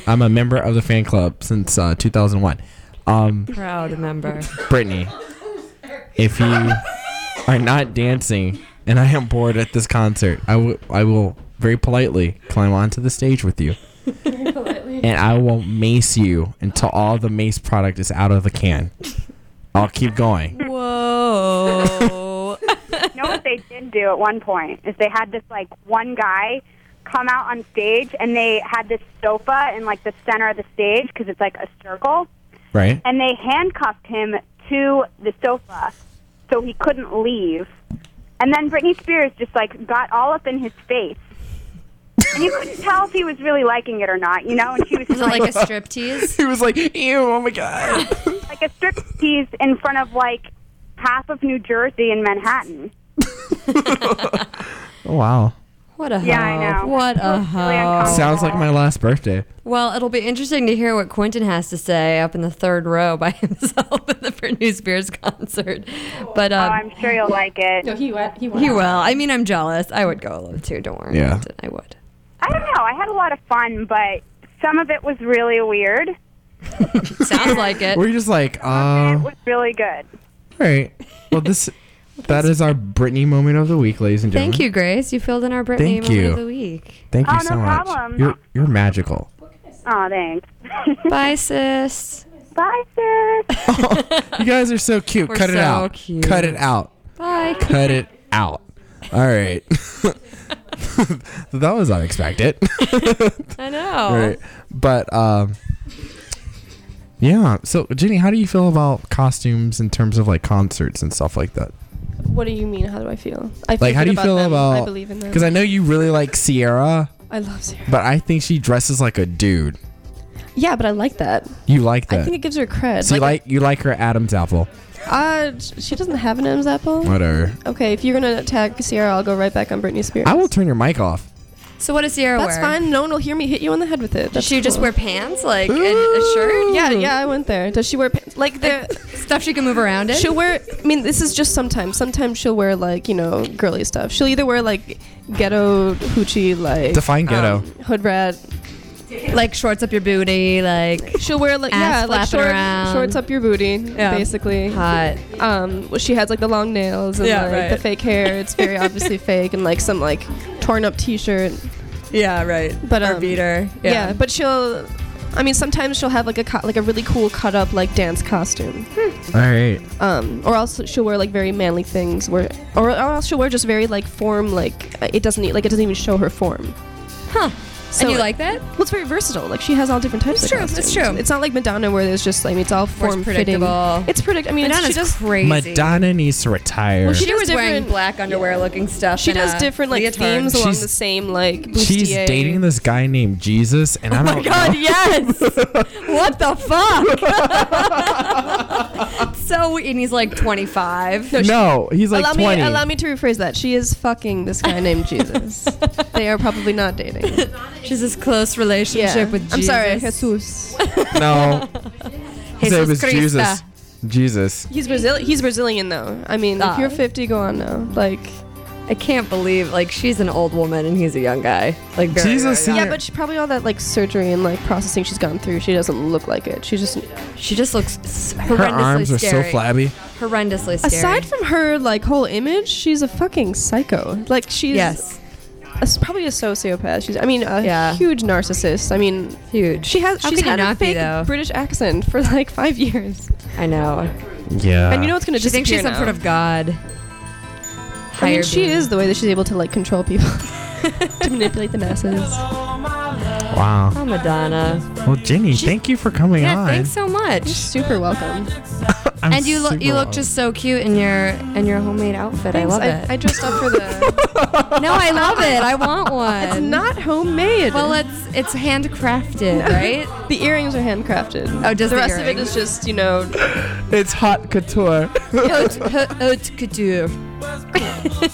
Speaker 1: I'm a member of the fan club since uh, 2001. Um,
Speaker 2: Proud member.
Speaker 1: Brittany, if you are not dancing and I am bored at this concert, I will- I will very politely climb onto the stage with you. and I will mace you until all the mace product is out of the can. I'll keep going.
Speaker 2: Whoa.
Speaker 12: <laughs> you know what they did do at one point is they had this like one guy come out on stage and they had this sofa in like the center of the stage because it's like a circle
Speaker 1: Right?
Speaker 12: and they handcuffed him to the sofa so he couldn't leave. And then Britney Spears just like got all up in his face. And you couldn't tell if he was really liking it or not, you know? And
Speaker 2: <laughs>
Speaker 12: she was,
Speaker 2: Was it
Speaker 1: <laughs>
Speaker 2: like a strip
Speaker 1: he was like, ew, oh my god.
Speaker 12: like a strip tease in front of like half of New Jersey and Manhattan.
Speaker 1: <laughs> Oh, wow.
Speaker 2: What a
Speaker 12: Yeah, I
Speaker 2: hoe.
Speaker 12: know.
Speaker 2: What a hoe.
Speaker 1: Sounds like my last birthday.
Speaker 2: Well, it'll be interesting to hear what Quentin has to say up in the third row by <laughs> himself at the Britney Spears concert. But um,
Speaker 12: oh, I'm sure you'll like it.
Speaker 10: No, he went. He
Speaker 2: he will. I mean, I'm jealous. I would go alone too. Don't worry.
Speaker 1: Yeah.
Speaker 2: Quentin, I would.
Speaker 12: I don't know. I had a lot of fun, but some of it was really weird.
Speaker 2: Sounds like it.
Speaker 1: We're just like, uh, all
Speaker 12: It was really good.
Speaker 1: right. Well, this that is our Britney moment of the week, ladies and gentlemen.
Speaker 2: Thank you, Grace. You filled in our Brittany
Speaker 1: Thank
Speaker 2: moment
Speaker 1: you.
Speaker 2: of the week.
Speaker 1: Thank you so much. You're you're magical.
Speaker 12: Oh, thanks. <laughs>
Speaker 2: Bye, sis.
Speaker 12: Bye,
Speaker 1: <laughs>
Speaker 12: sis.
Speaker 1: You guys are so cute.
Speaker 2: We're
Speaker 1: Cut it
Speaker 2: so
Speaker 1: out.
Speaker 2: cute.
Speaker 1: Cut it out.
Speaker 2: Bye.
Speaker 1: Cut it out. All right. <laughs>
Speaker 10: <laughs>
Speaker 1: that was unexpected.
Speaker 2: I know.
Speaker 1: <laughs> Right. But um yeah. So Jenny, how do you feel about costumes in terms of like concerts and stuff like that?
Speaker 10: What do you mean? How do I feel? I feel
Speaker 1: like how do
Speaker 10: good
Speaker 1: you feel
Speaker 10: them.
Speaker 1: about
Speaker 10: I believe in them.
Speaker 1: Cuz I know you really like Sierra,
Speaker 10: I love Sarah.
Speaker 1: but I think she dresses like a dude.
Speaker 10: Yeah, but I like that.
Speaker 1: You like that.
Speaker 10: I think it gives her cred.
Speaker 1: so you like you like her Adam's apple.
Speaker 10: Uh, sh- she doesn't have an M's apple.
Speaker 1: Whatever.
Speaker 10: Okay, if you're gonna attack Sierra, I'll go right back on Britney Spears.
Speaker 1: I will turn your mic off.
Speaker 2: So what does Sierra
Speaker 10: That's
Speaker 2: wear?
Speaker 10: fine. No one will hear me hit you on the head with it.
Speaker 2: Does
Speaker 10: That's
Speaker 2: she just
Speaker 10: cool.
Speaker 2: wear pants, like and a shirt?
Speaker 10: Yeah, yeah, I went there. Does she wear pants? Like the
Speaker 2: stuff she can move around in.
Speaker 10: she'll wear. I mean, this is just sometimes. Sometimes she'll wear like you know girly stuff. She'll either wear like ghetto hoochie like
Speaker 1: Define ghetto.
Speaker 10: um, hood rat.
Speaker 2: like shorts up your booty, like
Speaker 10: She'll wear like
Speaker 2: ass
Speaker 10: yeah like
Speaker 2: flapping
Speaker 10: short,
Speaker 2: around.
Speaker 10: shorts up your booty
Speaker 2: Yeah.
Speaker 10: basically.
Speaker 2: Hot.
Speaker 10: Um, well, she has like the long nails and
Speaker 2: Yeah,
Speaker 10: like
Speaker 2: right.
Speaker 10: the fake hair.
Speaker 2: <laughs>
Speaker 10: It's very obviously fake and like some like torn up T-shirt.
Speaker 2: Yeah, right.
Speaker 10: But
Speaker 2: Or
Speaker 10: um,
Speaker 2: beater.
Speaker 10: Yeah.
Speaker 2: Yeah.
Speaker 10: but she'll. I mean, sometimes she'll have like a co- like a really cool cut up like dance costume.
Speaker 2: Hmm.
Speaker 1: All right.
Speaker 10: Um, or else she'll wear like very manly things. Where or, or else she'll wear just very like form like uh, it doesn't e- like it doesn't even show her form.
Speaker 2: Huh. and you like that?
Speaker 10: Well, it's very versatile. Like she has all different types
Speaker 2: It's
Speaker 10: of
Speaker 2: true, it's
Speaker 10: costumes.
Speaker 2: true.
Speaker 10: It's not like Madonna where there's just like I mean, it's all
Speaker 2: Or it's
Speaker 10: form fitting.
Speaker 2: predictable.
Speaker 10: It's predict. I mean, it's-
Speaker 2: Madonna's
Speaker 10: she does
Speaker 2: crazy.
Speaker 1: Madonna needs to retire.
Speaker 10: Well, she
Speaker 2: She was
Speaker 10: does
Speaker 2: wearing
Speaker 10: different-
Speaker 2: black underwear looking stuff.
Speaker 10: She
Speaker 2: and
Speaker 10: does
Speaker 2: a
Speaker 10: different like
Speaker 2: leotard.
Speaker 10: themes along
Speaker 1: She's-
Speaker 10: the same like.
Speaker 1: She's
Speaker 10: bustier.
Speaker 1: dating this guy named Jesus, and I
Speaker 2: Oh
Speaker 1: don't
Speaker 2: my god, <laughs>
Speaker 1: know.
Speaker 2: yes! what the fuck? so, we- and he's like 25.
Speaker 10: she-
Speaker 1: No, he's like
Speaker 10: allow
Speaker 1: 20.
Speaker 10: me allow me to rephrase that. She is fucking this guy
Speaker 2: <laughs>
Speaker 10: named Jesus. they are probably not dating.
Speaker 2: She's this close <laughs> relationship with Jesus.
Speaker 10: I'm sorry, Jesus.
Speaker 2: <laughs>
Speaker 1: No. His name is
Speaker 2: Jesus
Speaker 1: Jesus. Jesus.
Speaker 10: He's Brazil. He's Brazilian though. I mean,
Speaker 2: Ah.
Speaker 10: if you're 50, go on now. Like,
Speaker 2: I can't believe, like, she's an old woman and he's a young guy. Like, very,
Speaker 1: Jesus
Speaker 2: very
Speaker 10: yeah,
Speaker 2: young.
Speaker 1: Yeah.
Speaker 10: but she, probably all that like surgery and like processing she's gone through. She doesn't look like it. She just
Speaker 2: She just looks s- horrendously
Speaker 1: Her arms are
Speaker 2: scary.
Speaker 1: so flabby.
Speaker 2: Horrendously scary.
Speaker 10: aside from her like whole image, she's a fucking psycho. Like she's
Speaker 2: Yes.
Speaker 10: a, probably a sociopath. She's I mean a
Speaker 2: Yeah.
Speaker 10: huge narcissist. I mean
Speaker 2: Huge.
Speaker 10: she has
Speaker 2: How
Speaker 10: she's
Speaker 2: could you
Speaker 10: had a
Speaker 2: not be,
Speaker 10: fake
Speaker 2: though?
Speaker 10: British accent for like five years.
Speaker 2: I know.
Speaker 1: Yeah.
Speaker 10: and you know what's gonna
Speaker 2: She thinks
Speaker 10: disappear
Speaker 2: she's some
Speaker 10: now.
Speaker 2: sort of god.
Speaker 10: I mean,
Speaker 2: higher
Speaker 10: she
Speaker 2: being.
Speaker 10: is the way that she's able to like
Speaker 2: <laughs>
Speaker 10: control people, to manipulate the masses.
Speaker 1: Wow.
Speaker 2: Oh, Madonna.
Speaker 1: Well, Jenny, thank you for coming
Speaker 2: Yeah,
Speaker 1: on.
Speaker 2: thanks so much.
Speaker 10: Super welcome.
Speaker 1: I'm
Speaker 2: and you look
Speaker 1: super
Speaker 2: you look
Speaker 1: honored.
Speaker 2: just so cute in your in your homemade outfit.
Speaker 10: Thanks.
Speaker 2: I love
Speaker 10: I,
Speaker 2: it.
Speaker 10: I dressed up for the.
Speaker 2: no, I love it. I want one.
Speaker 10: it's not homemade.
Speaker 2: Well, it's it's
Speaker 10: <laughs>
Speaker 2: handcrafted, right?
Speaker 10: the earrings are handcrafted.
Speaker 2: Oh, just
Speaker 10: the
Speaker 2: the
Speaker 10: rest of it
Speaker 2: earrings.
Speaker 10: is just you know.
Speaker 1: <laughs> It's
Speaker 2: <laughs>
Speaker 1: hot couture.
Speaker 2: haute, haute, haute couture. <laughs>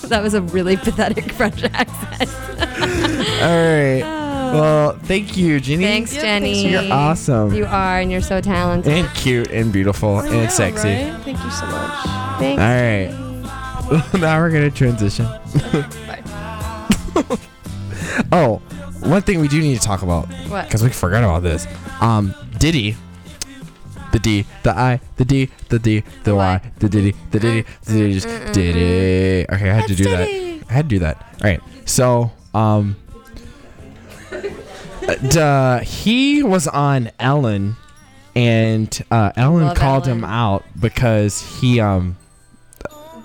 Speaker 2: that was a really pathetic <laughs> French accent.
Speaker 1: All right. Well, thank you, Jenny.
Speaker 2: Oh. Thanks,
Speaker 10: Yeah, thanks,
Speaker 2: Jenny.
Speaker 1: You're awesome.
Speaker 2: You are, and you're so talented.
Speaker 1: and cute and beautiful
Speaker 10: I
Speaker 1: and
Speaker 10: know,
Speaker 1: sexy.
Speaker 10: right? Thank you so much.
Speaker 1: All
Speaker 2: Thanks.
Speaker 1: right. <laughs> now we're gonna transition. <laughs> oh, one thing we do need to talk about
Speaker 2: What?
Speaker 1: because we forgot about this. Um, Diddy, the D, the I, the D, the D, the Y, the Diddy, the Diddy, the Diddy, just Diddy. Okay, I had to do that. I had to do that. All right. So, um, duh, he was on Ellen, and uh, Ellen
Speaker 2: Love
Speaker 1: called him
Speaker 2: Ellen.
Speaker 1: out because he um.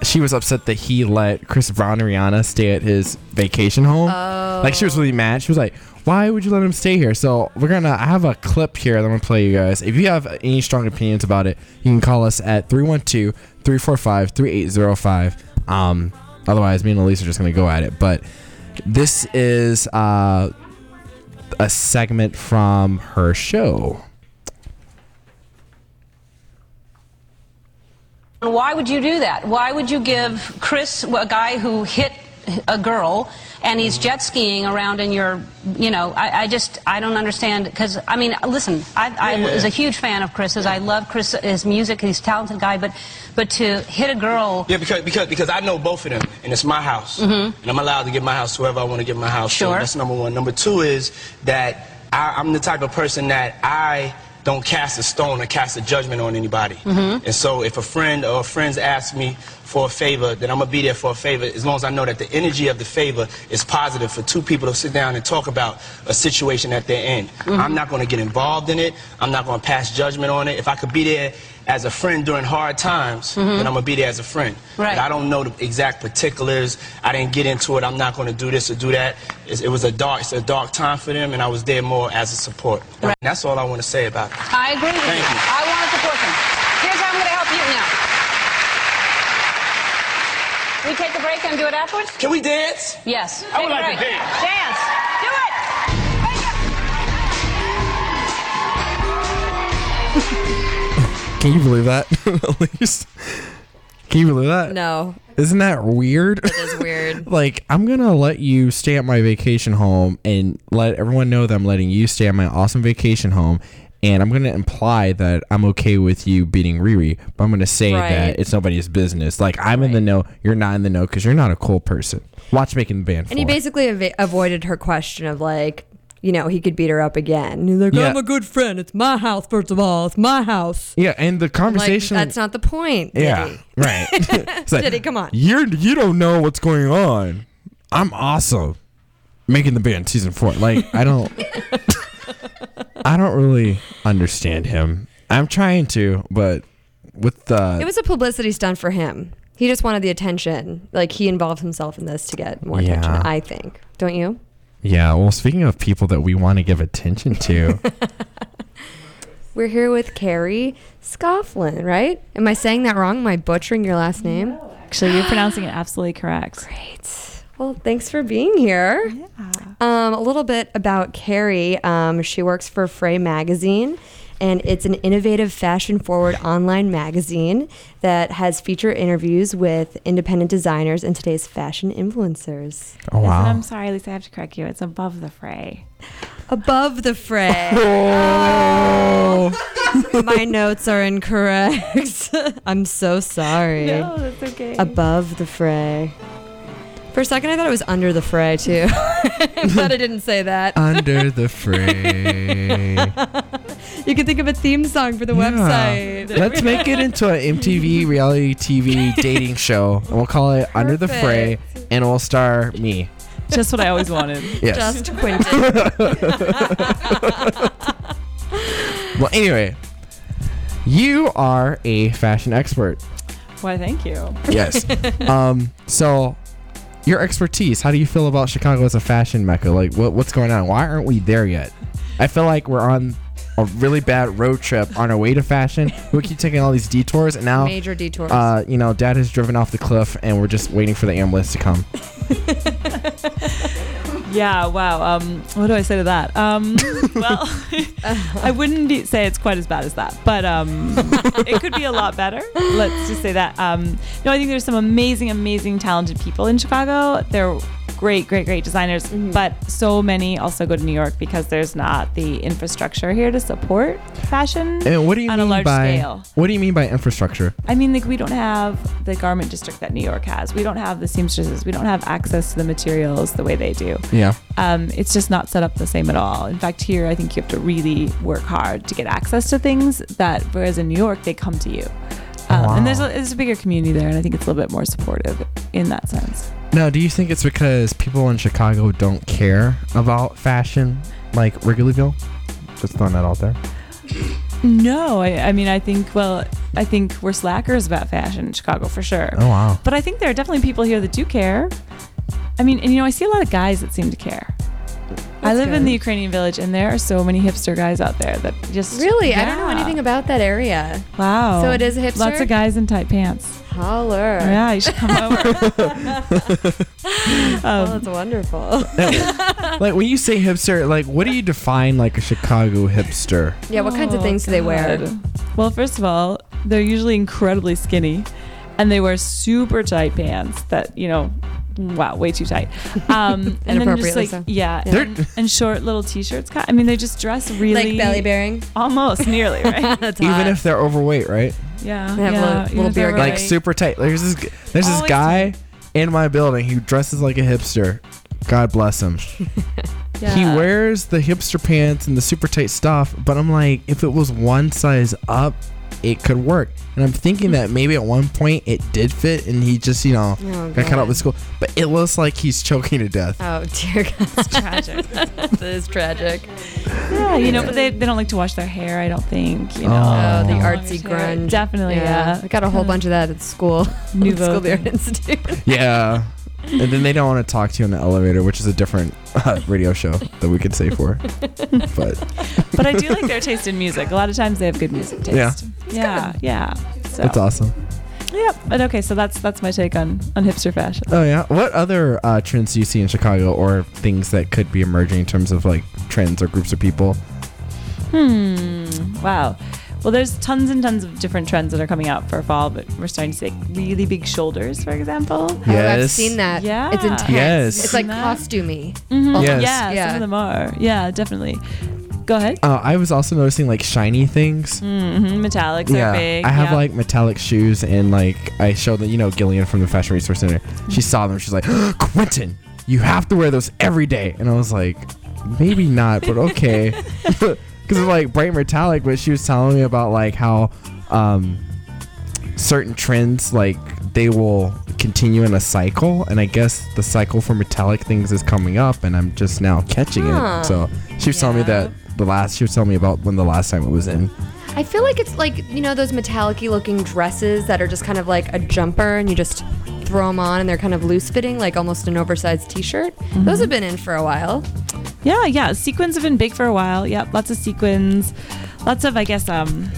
Speaker 1: She was upset that he let Chris Brown and Rihanna stay at his vacation home.
Speaker 2: Oh.
Speaker 1: Like she was really mad. She was like, "Why would you let him stay here?" So we're gonna. I have a clip here that I'm gonna play you guys. If you have any strong opinions about it, you can call us at 312-345-3805. Um, otherwise, me and Elise are just gonna go at it. But this is uh, a segment from her show.
Speaker 9: Why would you do that? Why would you give Chris, a guy who hit a girl, and he's jet skiing around in your, you know, I, I just, I don't understand. Because, I mean, listen, I, I was a huge fan of Chris's. I love Chris, his music. He's a talented guy, but, but to hit a girl.
Speaker 4: Yeah, because because because I know both of them, and it's my house, and I'm allowed to give my house to whoever I want to give my house
Speaker 9: Sure.
Speaker 4: to. That's number one. Number two is that.
Speaker 13: I, I'm the type of person that I don't cast a stone or cast a judgment on anybody.
Speaker 14: Mhm.
Speaker 13: And so if a friend or friends ask me for a favor, then I'm gonna be there for a favor as long as I know that the energy of the favor is positive for two people to sit down and talk about a situation that they're in.
Speaker 14: Mhm.
Speaker 13: I'm not gonna get involved in it. I'm not gonna pass judgment on it. If I could be there as a friend during hard times,
Speaker 14: Mhm.
Speaker 13: then I'm gonna be there as a friend.
Speaker 14: Right.
Speaker 13: But I don't know the exact particulars. I didn't get into it. I'm not gonna do this or do that. It's, it was a dark, it's a dark time for them, and I was there more as a support. And that's all I wanna say about it.
Speaker 9: I agree with you. I want to support them. Here's how I'm going to help you now. We take the break and do it afterwards?
Speaker 13: Can we dance?
Speaker 9: Yes.
Speaker 13: I would
Speaker 9: Take a
Speaker 13: like to
Speaker 9: break.
Speaker 13: dance.
Speaker 9: Dance. Do it.
Speaker 1: Can you believe that? <laughs> At least. Can you believe that?
Speaker 2: No.
Speaker 1: Isn't that weird? It
Speaker 2: is weird.
Speaker 1: <laughs> like, I'm going to let you stay at my vacation home and let everyone know that I'm letting you stay at my awesome vacation home. And I'm going to imply that I'm okay with you beating Riri, but I'm going to say
Speaker 2: Right.
Speaker 1: that it's nobody's business. Like, I'm in the know. You're not in the know because you're not a cool person. Watch making the band.
Speaker 2: And he basically ava- avoided her question of like, you know, he could beat her up again. And he's like,
Speaker 1: Yeah.
Speaker 2: I'm a good friend. It's my house, first of all. It's my house.
Speaker 1: yeah, and the
Speaker 2: I'm like,
Speaker 1: conversation.
Speaker 2: that's not the point.
Speaker 1: yeah,
Speaker 2: <laughs>
Speaker 1: right. It's like,
Speaker 2: Diddy, come on.
Speaker 1: You're you don't know what's going on. I'm awesome. Making the band season four. Like I don't
Speaker 2: <laughs>
Speaker 1: I don't really understand him. I'm trying to, but with the
Speaker 2: It was a publicity stunt for him. He just wanted the attention. Like he involved himself in this to get more attention,
Speaker 1: Yeah.
Speaker 2: I think. Don't you?
Speaker 1: Yeah, well speaking of people that we want to give attention
Speaker 2: <laughs>
Speaker 1: to,
Speaker 2: We're here with Carrie Scoughlin, right? Am I saying that wrong? Am I butchering your last name?
Speaker 15: Actually,
Speaker 2: <gasps>
Speaker 15: you're pronouncing it absolutely correct.
Speaker 2: Great. Well, thanks for being here. Um, a little bit about Carrie. Um, she works for Frey Magazine, and it's an innovative, fashion forward online magazine that has feature interviews with independent designers and today's fashion influencers.
Speaker 1: Oh,
Speaker 15: Yes, and
Speaker 1: wow.
Speaker 15: I'm sorry, Lisa, I have to correct you. It's above the fray.
Speaker 2: Above the <laughs> fray. Oh. <laughs> My notes are incorrect. <laughs> I'm so sorry.
Speaker 15: No, that's okay.
Speaker 2: Above the fray. For a second, I thought it was under the fray, too. <laughs> I'm glad I didn't say that. <laughs>
Speaker 1: Under the Fray.
Speaker 2: you can think of a theme song for <laughs> the
Speaker 1: Yeah.
Speaker 2: website.
Speaker 1: Let's make
Speaker 2: <laughs>
Speaker 1: it into an MTV reality TV dating show, and we'll call it Under the Fray, and it'll star me.
Speaker 15: <laughs> Just what I always wanted.
Speaker 1: Yes. <laughs>
Speaker 2: Just Quentin.
Speaker 1: Well, anyway, you are a fashion expert.
Speaker 15: Why, thank you. <laughs>
Speaker 1: Yes. um. So, your expertise. How do you feel about Chicago as a fashion mecca? Like, what what's going on? Why aren't we there yet? I feel like we're on a really bad road trip on our way to
Speaker 15: <laughs>
Speaker 1: fashion. We keep taking all these detours, and now
Speaker 2: Major detours.
Speaker 1: Uh, you know, Dad has driven off the cliff, and we're just waiting for the ambulance to
Speaker 15: <laughs>
Speaker 1: come.
Speaker 15: Yeah, wow. Um, what do I say to that? Um, well, <laughs> I wouldn't be, say it's quite as bad as that, but um, it could be a lot better. Let's just say that. Um, no, I think there's some amazing, amazing, talented people in Chicago. They're great, great, great designers, but so many also go to New York because there's not the infrastructure here to support fashion
Speaker 1: And what do you
Speaker 15: on
Speaker 1: mean
Speaker 15: a large
Speaker 1: by
Speaker 15: scale.
Speaker 1: what do you mean by infrastructure?
Speaker 15: I mean, like, we don't have the garment district that New York has. We don't have the seamstresses. We don't have access to the materials the way they do.
Speaker 1: Yeah.
Speaker 15: Um, it's just not set up the same at all. In fact, here, I think you have to really work hard to get access to things that, whereas in New York, they come to you.
Speaker 1: Oh,
Speaker 15: Um, And there's a, there's a bigger community there, and I think it's a little bit more supportive in that sense.
Speaker 1: Now, do you think it's because people in Chicago don't care about fashion like Wrigleyville? Just throwing that out there. <laughs>
Speaker 15: No, I, I mean, I think, well, I think we're slackers about fashion in Chicago for sure.
Speaker 1: Oh, wow.
Speaker 15: But I think there are definitely people here that do care. I mean, and you know, I see a lot of guys that seem to care. I
Speaker 2: That's
Speaker 15: live in
Speaker 2: good.
Speaker 15: the Ukrainian village, and there are so many hipster guys out there that just
Speaker 2: really? I don't know
Speaker 15: Yeah.
Speaker 2: anything about that area.
Speaker 15: Wow.
Speaker 2: So it is hipster?
Speaker 15: Lots of guys in tight pants.
Speaker 2: Holler.
Speaker 15: Yeah,
Speaker 2: <laughs>
Speaker 15: you should come over. Um,
Speaker 2: well, that's
Speaker 15: <laughs>
Speaker 2: wonderful.
Speaker 1: Um, like when you say hipster, like what do you define like a
Speaker 2: <laughs>
Speaker 1: Chicago hipster?
Speaker 2: Yeah, what kinds of
Speaker 15: Oh,
Speaker 2: things do they wear?
Speaker 15: God. Well, first of all, they're usually incredibly skinny and they wear super tight pants that, you know, wow, way too tight.
Speaker 2: <laughs>
Speaker 15: Um, and then just
Speaker 2: Inappropriately
Speaker 15: like,
Speaker 2: so.
Speaker 15: yeah,
Speaker 2: Yeah.
Speaker 15: And, and short little t shirts. I mean, they just dress really.
Speaker 2: Like belly bearing?
Speaker 15: Almost,
Speaker 2: <laughs>
Speaker 15: nearly, right?
Speaker 1: Even if they're overweight, right?
Speaker 15: Yeah.
Speaker 2: They have
Speaker 15: yeah,
Speaker 2: little-
Speaker 15: even
Speaker 2: little
Speaker 15: if they're
Speaker 2: beer
Speaker 1: Like
Speaker 15: overweight.
Speaker 1: super tight. There's this there's
Speaker 2: Oh,
Speaker 1: this
Speaker 2: <laughs>
Speaker 15: Always
Speaker 1: guy in my building who dresses like a hipster. God bless him. He wears the hipster pants and the super tight stuff, but I'm like, if it was one size up, it could work. And I'm thinking that maybe at one point it did fit, and he just, you know,
Speaker 2: Oh,
Speaker 1: got caught
Speaker 2: God.
Speaker 1: up with school. But it looks like he's choking
Speaker 2: <laughs>
Speaker 1: to death.
Speaker 2: Oh dear God, it's <laughs> tragic. that is tragic.
Speaker 15: Yeah, you know, but they, they don't like to wash their hair, I don't think. You know,
Speaker 2: Oh, the
Speaker 15: Don't wash
Speaker 2: artsy
Speaker 15: their hair.
Speaker 2: grunge.
Speaker 15: Definitely, yeah.
Speaker 2: I got a whole bunch of that at school. <laughs>
Speaker 15: Nouveau
Speaker 2: School
Speaker 15: thing.
Speaker 2: Theater Institute.
Speaker 1: Yeah. And then they don't want to talk to you in the elevator, which is a different <laughs> uh, radio show that we could
Speaker 2: <laughs>
Speaker 1: say for. But
Speaker 15: <laughs> but I do like their taste in music. A lot of times they have good music taste.
Speaker 1: Yeah.
Speaker 15: yeah, yeah. So.
Speaker 1: that's awesome.
Speaker 15: Yeah, but okay, so that's that's my take on on hipster fashion.
Speaker 1: Oh yeah. What other uh, trends do you see in Chicago, or things that could be emerging in terms of like trends or groups of people?
Speaker 15: Hmm. Wow. Well, there's tons and tons of different trends that are coming out for fall, but we're starting to see like, really big shoulders, for example.
Speaker 2: Oh, I've seen that.
Speaker 15: Yeah.
Speaker 2: It's intense.
Speaker 1: Yes.
Speaker 2: It's like
Speaker 15: Seen that?
Speaker 2: costumey.
Speaker 15: Mhm.
Speaker 1: Yes.
Speaker 15: Yeah,
Speaker 2: Yeah.
Speaker 15: some of them are. Yeah, definitely. Go ahead.
Speaker 1: Uh, I was also noticing like shiny things.
Speaker 15: hmm Metallics are big.
Speaker 1: I have
Speaker 15: yeah.
Speaker 1: like metallic shoes, and like I showed that you know Gillian from the Fashion Resource Center.
Speaker 15: Mm-hmm.
Speaker 1: She saw them. She's like, <gasps> Quentin, you have to wear those every day. And I was like, maybe not, but
Speaker 15: <laughs>
Speaker 1: okay, <laughs> because it's like bright metallic. But she was telling me about like how um, certain trends like they will continue in a cycle, and I guess the cycle for metallic things is coming up, and I'm just now catching
Speaker 2: Huh.
Speaker 1: it. So she was telling me that the last she was telling me about when the last time it was in.
Speaker 2: I feel like it's like you know those metallic looking dresses that are just kind of like a jumper, and you just throw them on, and they're kind of loose fitting, like almost an oversized T-shirt. Those have been in for a while.
Speaker 15: Yeah, yeah. Sequins have been big for a while. Yep, lots of sequins, lots of I guess um,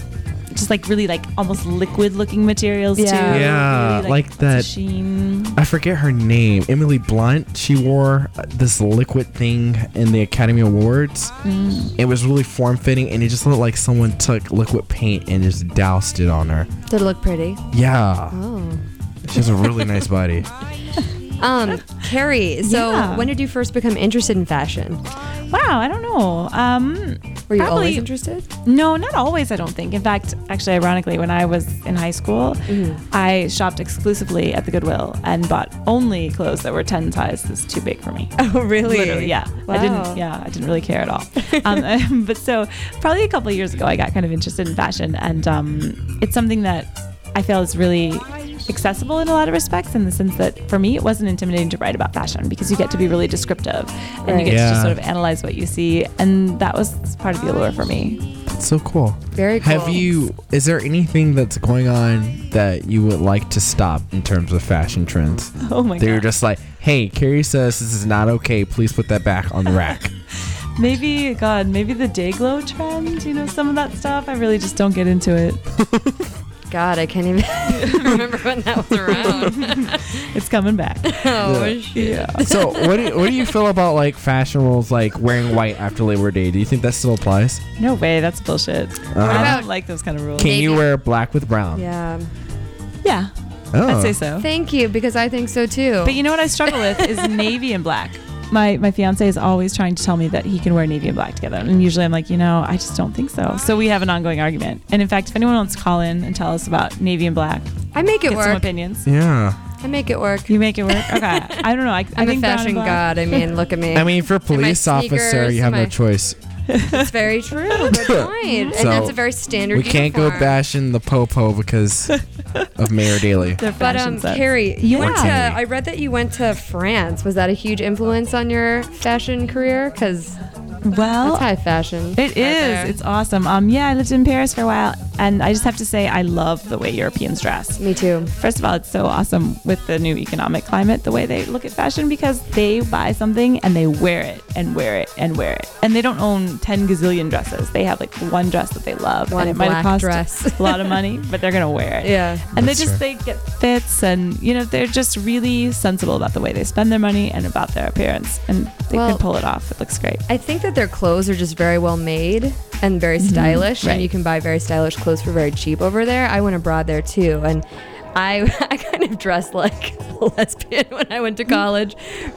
Speaker 15: just like really like almost liquid looking materials too.
Speaker 1: Yeah,
Speaker 15: Really,
Speaker 1: like, that.
Speaker 15: sheen.
Speaker 1: I forget her name. Emily Blunt. She wore uh, this liquid thing in the Academy Awards.
Speaker 15: Mm.
Speaker 1: It was really form fitting, and it just looked like someone took liquid paint and just doused it on her.
Speaker 2: Did it look pretty?
Speaker 1: Yeah,
Speaker 2: Oh.
Speaker 1: she has a Ah.
Speaker 15: <laughs>
Speaker 1: really nice body.
Speaker 2: <laughs> Um, Carrie. So
Speaker 15: Yeah.
Speaker 2: when did you first become interested in fashion?
Speaker 15: Wow, I don't know. Um,
Speaker 2: Were you always
Speaker 15: probably-
Speaker 2: interested? <laughs>
Speaker 15: No, not always. I don't think. In fact, actually, ironically, when I was in high school,
Speaker 2: Mm-hmm.
Speaker 15: I shopped exclusively at the Goodwill and bought only clothes that were ten sizes too big for me.
Speaker 2: <laughs> Oh, really?
Speaker 15: Literally, yeah. I
Speaker 2: Wow.
Speaker 15: didn't. Yeah, I didn't really care
Speaker 2: <laughs>
Speaker 15: at all. Um, <laughs> but so, probably a couple of years ago, I got kind of interested in fashion, and um, it's something that I feel is really accessible in a lot of respects in the sense that for me it wasn't intimidating to write about fashion because you get to be really descriptive and you
Speaker 2: Right.
Speaker 15: get to just
Speaker 1: Yeah.
Speaker 15: sort of analyze what you see and that was part of the allure for me
Speaker 1: That's so cool.
Speaker 2: Very cool.
Speaker 1: Have you? Is there anything that's going on that you would like to stop in terms of fashion trends?
Speaker 15: <laughs> Oh my
Speaker 1: They were just like, "Hey, Carrie says this is not okay. Please put that back on the
Speaker 15: <laughs>
Speaker 1: rack."
Speaker 15: Maybe God, maybe the day glow trend. You know, some of that stuff. I really just don't get into it.
Speaker 2: <laughs> God, I can't even remember when that was around.
Speaker 15: <laughs> It's coming back.
Speaker 2: oh
Speaker 1: Yeah.
Speaker 2: shit.
Speaker 1: <laughs> so what do, you, what do you feel about like fashion rules like wearing white after labor day do you think that still applies
Speaker 15: No way. That's bullshit. I
Speaker 1: Uh-huh.
Speaker 15: don't like those kind of rules.
Speaker 1: can you wear black with
Speaker 2: <laughs>
Speaker 1: brown
Speaker 2: Yeah.
Speaker 15: Yeah,
Speaker 1: Oh.
Speaker 15: I'd say so.
Speaker 2: Thank you, because I think so too.
Speaker 15: But you know what I struggle with
Speaker 2: <laughs>
Speaker 15: is navy and black. My my fiance is always trying to tell me that he can wear navy and black together, and usually I'm like, you know, I just don't think so. So we have an ongoing argument. And in fact, if anyone wants to call in and tell us about navy and black,
Speaker 2: I make it
Speaker 15: get some
Speaker 2: work.
Speaker 15: opinions.
Speaker 1: yeah
Speaker 2: I make it work.
Speaker 15: You make it work.
Speaker 2: <laughs>
Speaker 15: Okay, I don't know. I, I
Speaker 2: I'm a
Speaker 15: think brown and
Speaker 2: fashion
Speaker 15: black-
Speaker 2: god. I mean, look at me.
Speaker 1: i mean if you're a
Speaker 2: And my
Speaker 1: police officer
Speaker 2: sneakers,
Speaker 1: you have
Speaker 2: my-
Speaker 1: no choice
Speaker 2: It's very true. <laughs> Good point.
Speaker 1: So,
Speaker 2: and that's a very standard.
Speaker 1: we can't go
Speaker 2: uniform.
Speaker 1: bashing the popo <laughs> because of mayor daly
Speaker 2: But um, Carrie, you went to. I read that you went to France. Was that a huge influence on your fashion career? Because that's
Speaker 15: Well,
Speaker 2: high fashion.
Speaker 15: It is.
Speaker 2: there.
Speaker 15: It's awesome. Um, yeah, I lived in Paris for a while, and I just have to say, I love the way Europeans dress.
Speaker 2: Me too.
Speaker 15: First of all, it's so awesome with the new economic climate, the way they look at fashion because they buy something and they wear it and wear it and wear it, and they don't own ten gazillion dresses. They have like one dress that they love,
Speaker 2: One
Speaker 15: and it might
Speaker 2: black
Speaker 15: have cost
Speaker 2: dress.
Speaker 15: a lot of
Speaker 2: <laughs>
Speaker 15: money, but they're gonna wear it.
Speaker 2: Yeah.
Speaker 15: and
Speaker 2: That's
Speaker 15: they
Speaker 2: true.
Speaker 15: just they get fits, and you know they're just really sensible about the way they spend their money and about their appearance, and they
Speaker 2: Well-
Speaker 15: can pull it off. It looks great.
Speaker 2: I think that their clothes are just very well made and very stylish,
Speaker 15: Right.
Speaker 2: and you can buy very stylish clothes for very cheap over there. I went abroad there too, and I, <laughs> I kind of dressed like a <laughs> lesbian when I went to college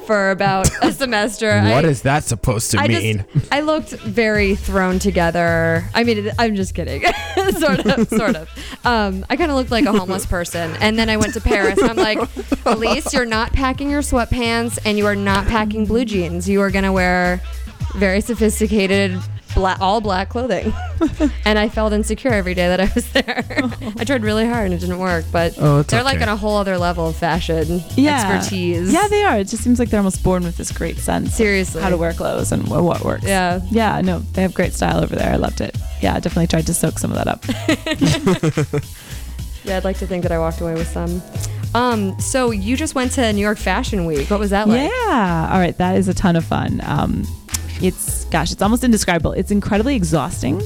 Speaker 2: for about a semester.
Speaker 1: What
Speaker 2: I,
Speaker 1: is that supposed to
Speaker 2: I just-
Speaker 1: mean
Speaker 2: I looked very thrown together. I mean, it- I'm just kidding. <laughs> sort of, sort of. Um, I kind of looked like a homeless person. And then I went to Paris. And I'm like, Elise, you're not packing your sweatpants and you are not packing blue jeans. You are going to wear very sophisticated, bla- all black clothing. <laughs> and I felt insecure every day that I was there. I tried really hard and it didn't work, but
Speaker 15: Oh, it's
Speaker 2: they're like
Speaker 15: okay.
Speaker 2: on a whole other level of fashion
Speaker 15: yeah.
Speaker 2: expertise.
Speaker 15: Yeah, they are. It just seems like they're almost born with this great sense. Seriously, how to wear clothes and wh- what works.
Speaker 2: Yeah.
Speaker 15: yeah. No, they have great style over there. I loved it. Yeah, I definitely tried to soak some of that up.
Speaker 2: Yeah, I'd like to think that I walked away with some. Um, so you just went to New York Fashion Week. What was that like?
Speaker 15: Yeah. All right. That is a ton of fun. Um, it's gosh, it's almost indescribable. It's incredibly exhausting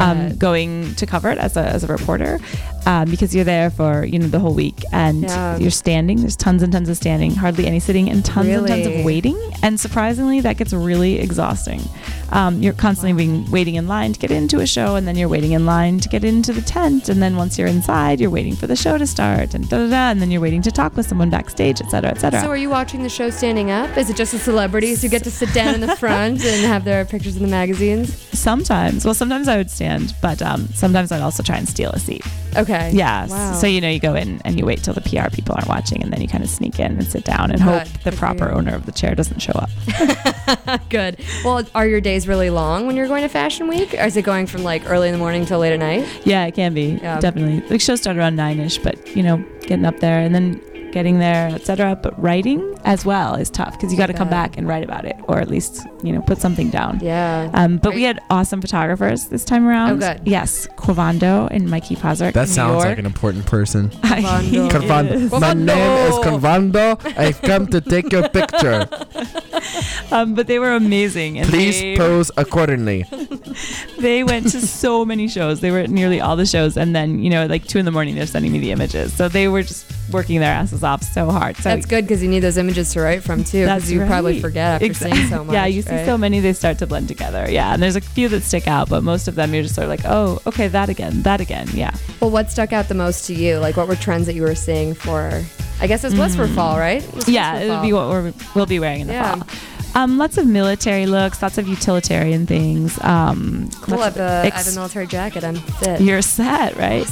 Speaker 15: um, going to cover it as a, as a reporter um, because you're there for you know the whole week and
Speaker 2: Yeah.
Speaker 15: you're standing. There's tons and tons of standing, hardly any sitting, and tons and tons
Speaker 2: Really?
Speaker 15: of waiting. And surprisingly, that gets really exhausting. Um, you're constantly being waiting in line to get into a show, and then you're waiting in line to get into the tent, and then once you're inside, you're waiting for the show to start, and da da da, and then you're waiting to talk with someone backstage, et cetera, et cetera.
Speaker 2: So are you watching the show standing up? Is it just the celebrities who get to sit down in the front and <laughs> have their pictures in the magazines?
Speaker 15: Sometimes. Well, sometimes I would stand, but um, sometimes I'd also try and steal a seat.
Speaker 2: Okay.
Speaker 15: Yeah. s-
Speaker 2: Wow.
Speaker 15: So, you know, you go in and you wait till the PR people aren't watching and then you kind of sneak in and sit down and
Speaker 2: But
Speaker 15: hope the proper owner of the chair doesn't show
Speaker 2: <laughs>
Speaker 15: up.
Speaker 2: Good. Well, are your days really long when you're going to Fashion Week? Or is it going from like early in the morning till late at night?
Speaker 15: Yeah, it can be.
Speaker 2: Yeah.
Speaker 15: Definitely. The shows start around nine ish, but, you know, getting up there and then getting there, et cetera. But writing as well is tough because you got to come
Speaker 2: bet.
Speaker 15: back and write about it or at least, you know, put something down.
Speaker 2: Yeah.
Speaker 15: Um, but we had awesome photographers this time around.
Speaker 2: Oh, good.
Speaker 15: Yes. Quavando and Mikey Pozarek.
Speaker 1: That
Speaker 15: from New
Speaker 1: sounds
Speaker 15: York.
Speaker 1: like an important
Speaker 15: <laughs>
Speaker 1: person.
Speaker 15: Convando.
Speaker 1: Convando.
Speaker 15: Yes.
Speaker 1: My name is
Speaker 15: Convando.
Speaker 1: Convando. I've come to take your picture.
Speaker 15: <laughs> um, but they were amazing. And
Speaker 1: Please
Speaker 15: they,
Speaker 1: pose
Speaker 2: <laughs>
Speaker 1: accordingly.
Speaker 15: they went to so many shows. They were at nearly all the shows. And then, you know, like two in the morning, they're sending me the images. So they were just working their asses off so hard. So
Speaker 2: That's good because you need those images to write from too.
Speaker 15: That's
Speaker 2: Because you probably
Speaker 15: right.
Speaker 2: forget after
Speaker 15: Exa-
Speaker 2: seeing so much.
Speaker 15: <laughs> yeah, you see
Speaker 2: right?
Speaker 15: so many, they start to blend together. Yeah. And there's a few that stick out, but most of them you're just sort of like, oh, okay, that again, that again. Yeah.
Speaker 2: Well, what stuck out the most to you? Like, what were trends that you were seeing for? I guess it was for
Speaker 15: Mm.
Speaker 2: fall, right? It was supposed
Speaker 15: Yeah,
Speaker 2: for
Speaker 15: it'll
Speaker 2: fall.
Speaker 15: be what we're, we'll be wearing in the
Speaker 2: Yeah.
Speaker 15: fall. Um, lots of military looks, lots of utilitarian things. Um,
Speaker 2: Cool. I
Speaker 15: lots
Speaker 2: have,
Speaker 15: of
Speaker 2: a, I have
Speaker 15: ex-
Speaker 2: a military jacket. I'm fit.
Speaker 15: You're set, right?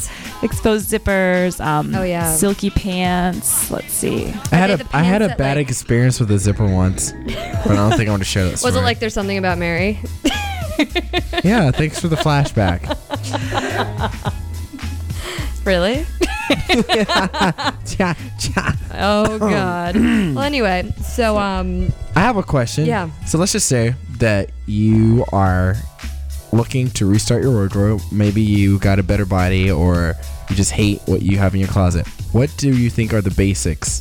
Speaker 15: Exposed zippers. Um,
Speaker 2: Oh, yeah.
Speaker 15: Silky pants. Let's see.
Speaker 1: I had a I had a bad experience with a zipper once, but I don't think I want to share that
Speaker 2: <laughs>
Speaker 1: story.
Speaker 2: Was it like there's something about Mary?
Speaker 1: <laughs> yeah, thanks for the flashback.
Speaker 2: <laughs>
Speaker 1: <laughs>
Speaker 2: Really? Oh
Speaker 1: <clears throat>
Speaker 2: God. well, anyway, so um,
Speaker 1: I have a question.
Speaker 2: Yeah.
Speaker 1: So let's just say that you are looking to restart your wardrobe. Maybe you got a better body or you just hate what you have in your closet. What do you think are the basics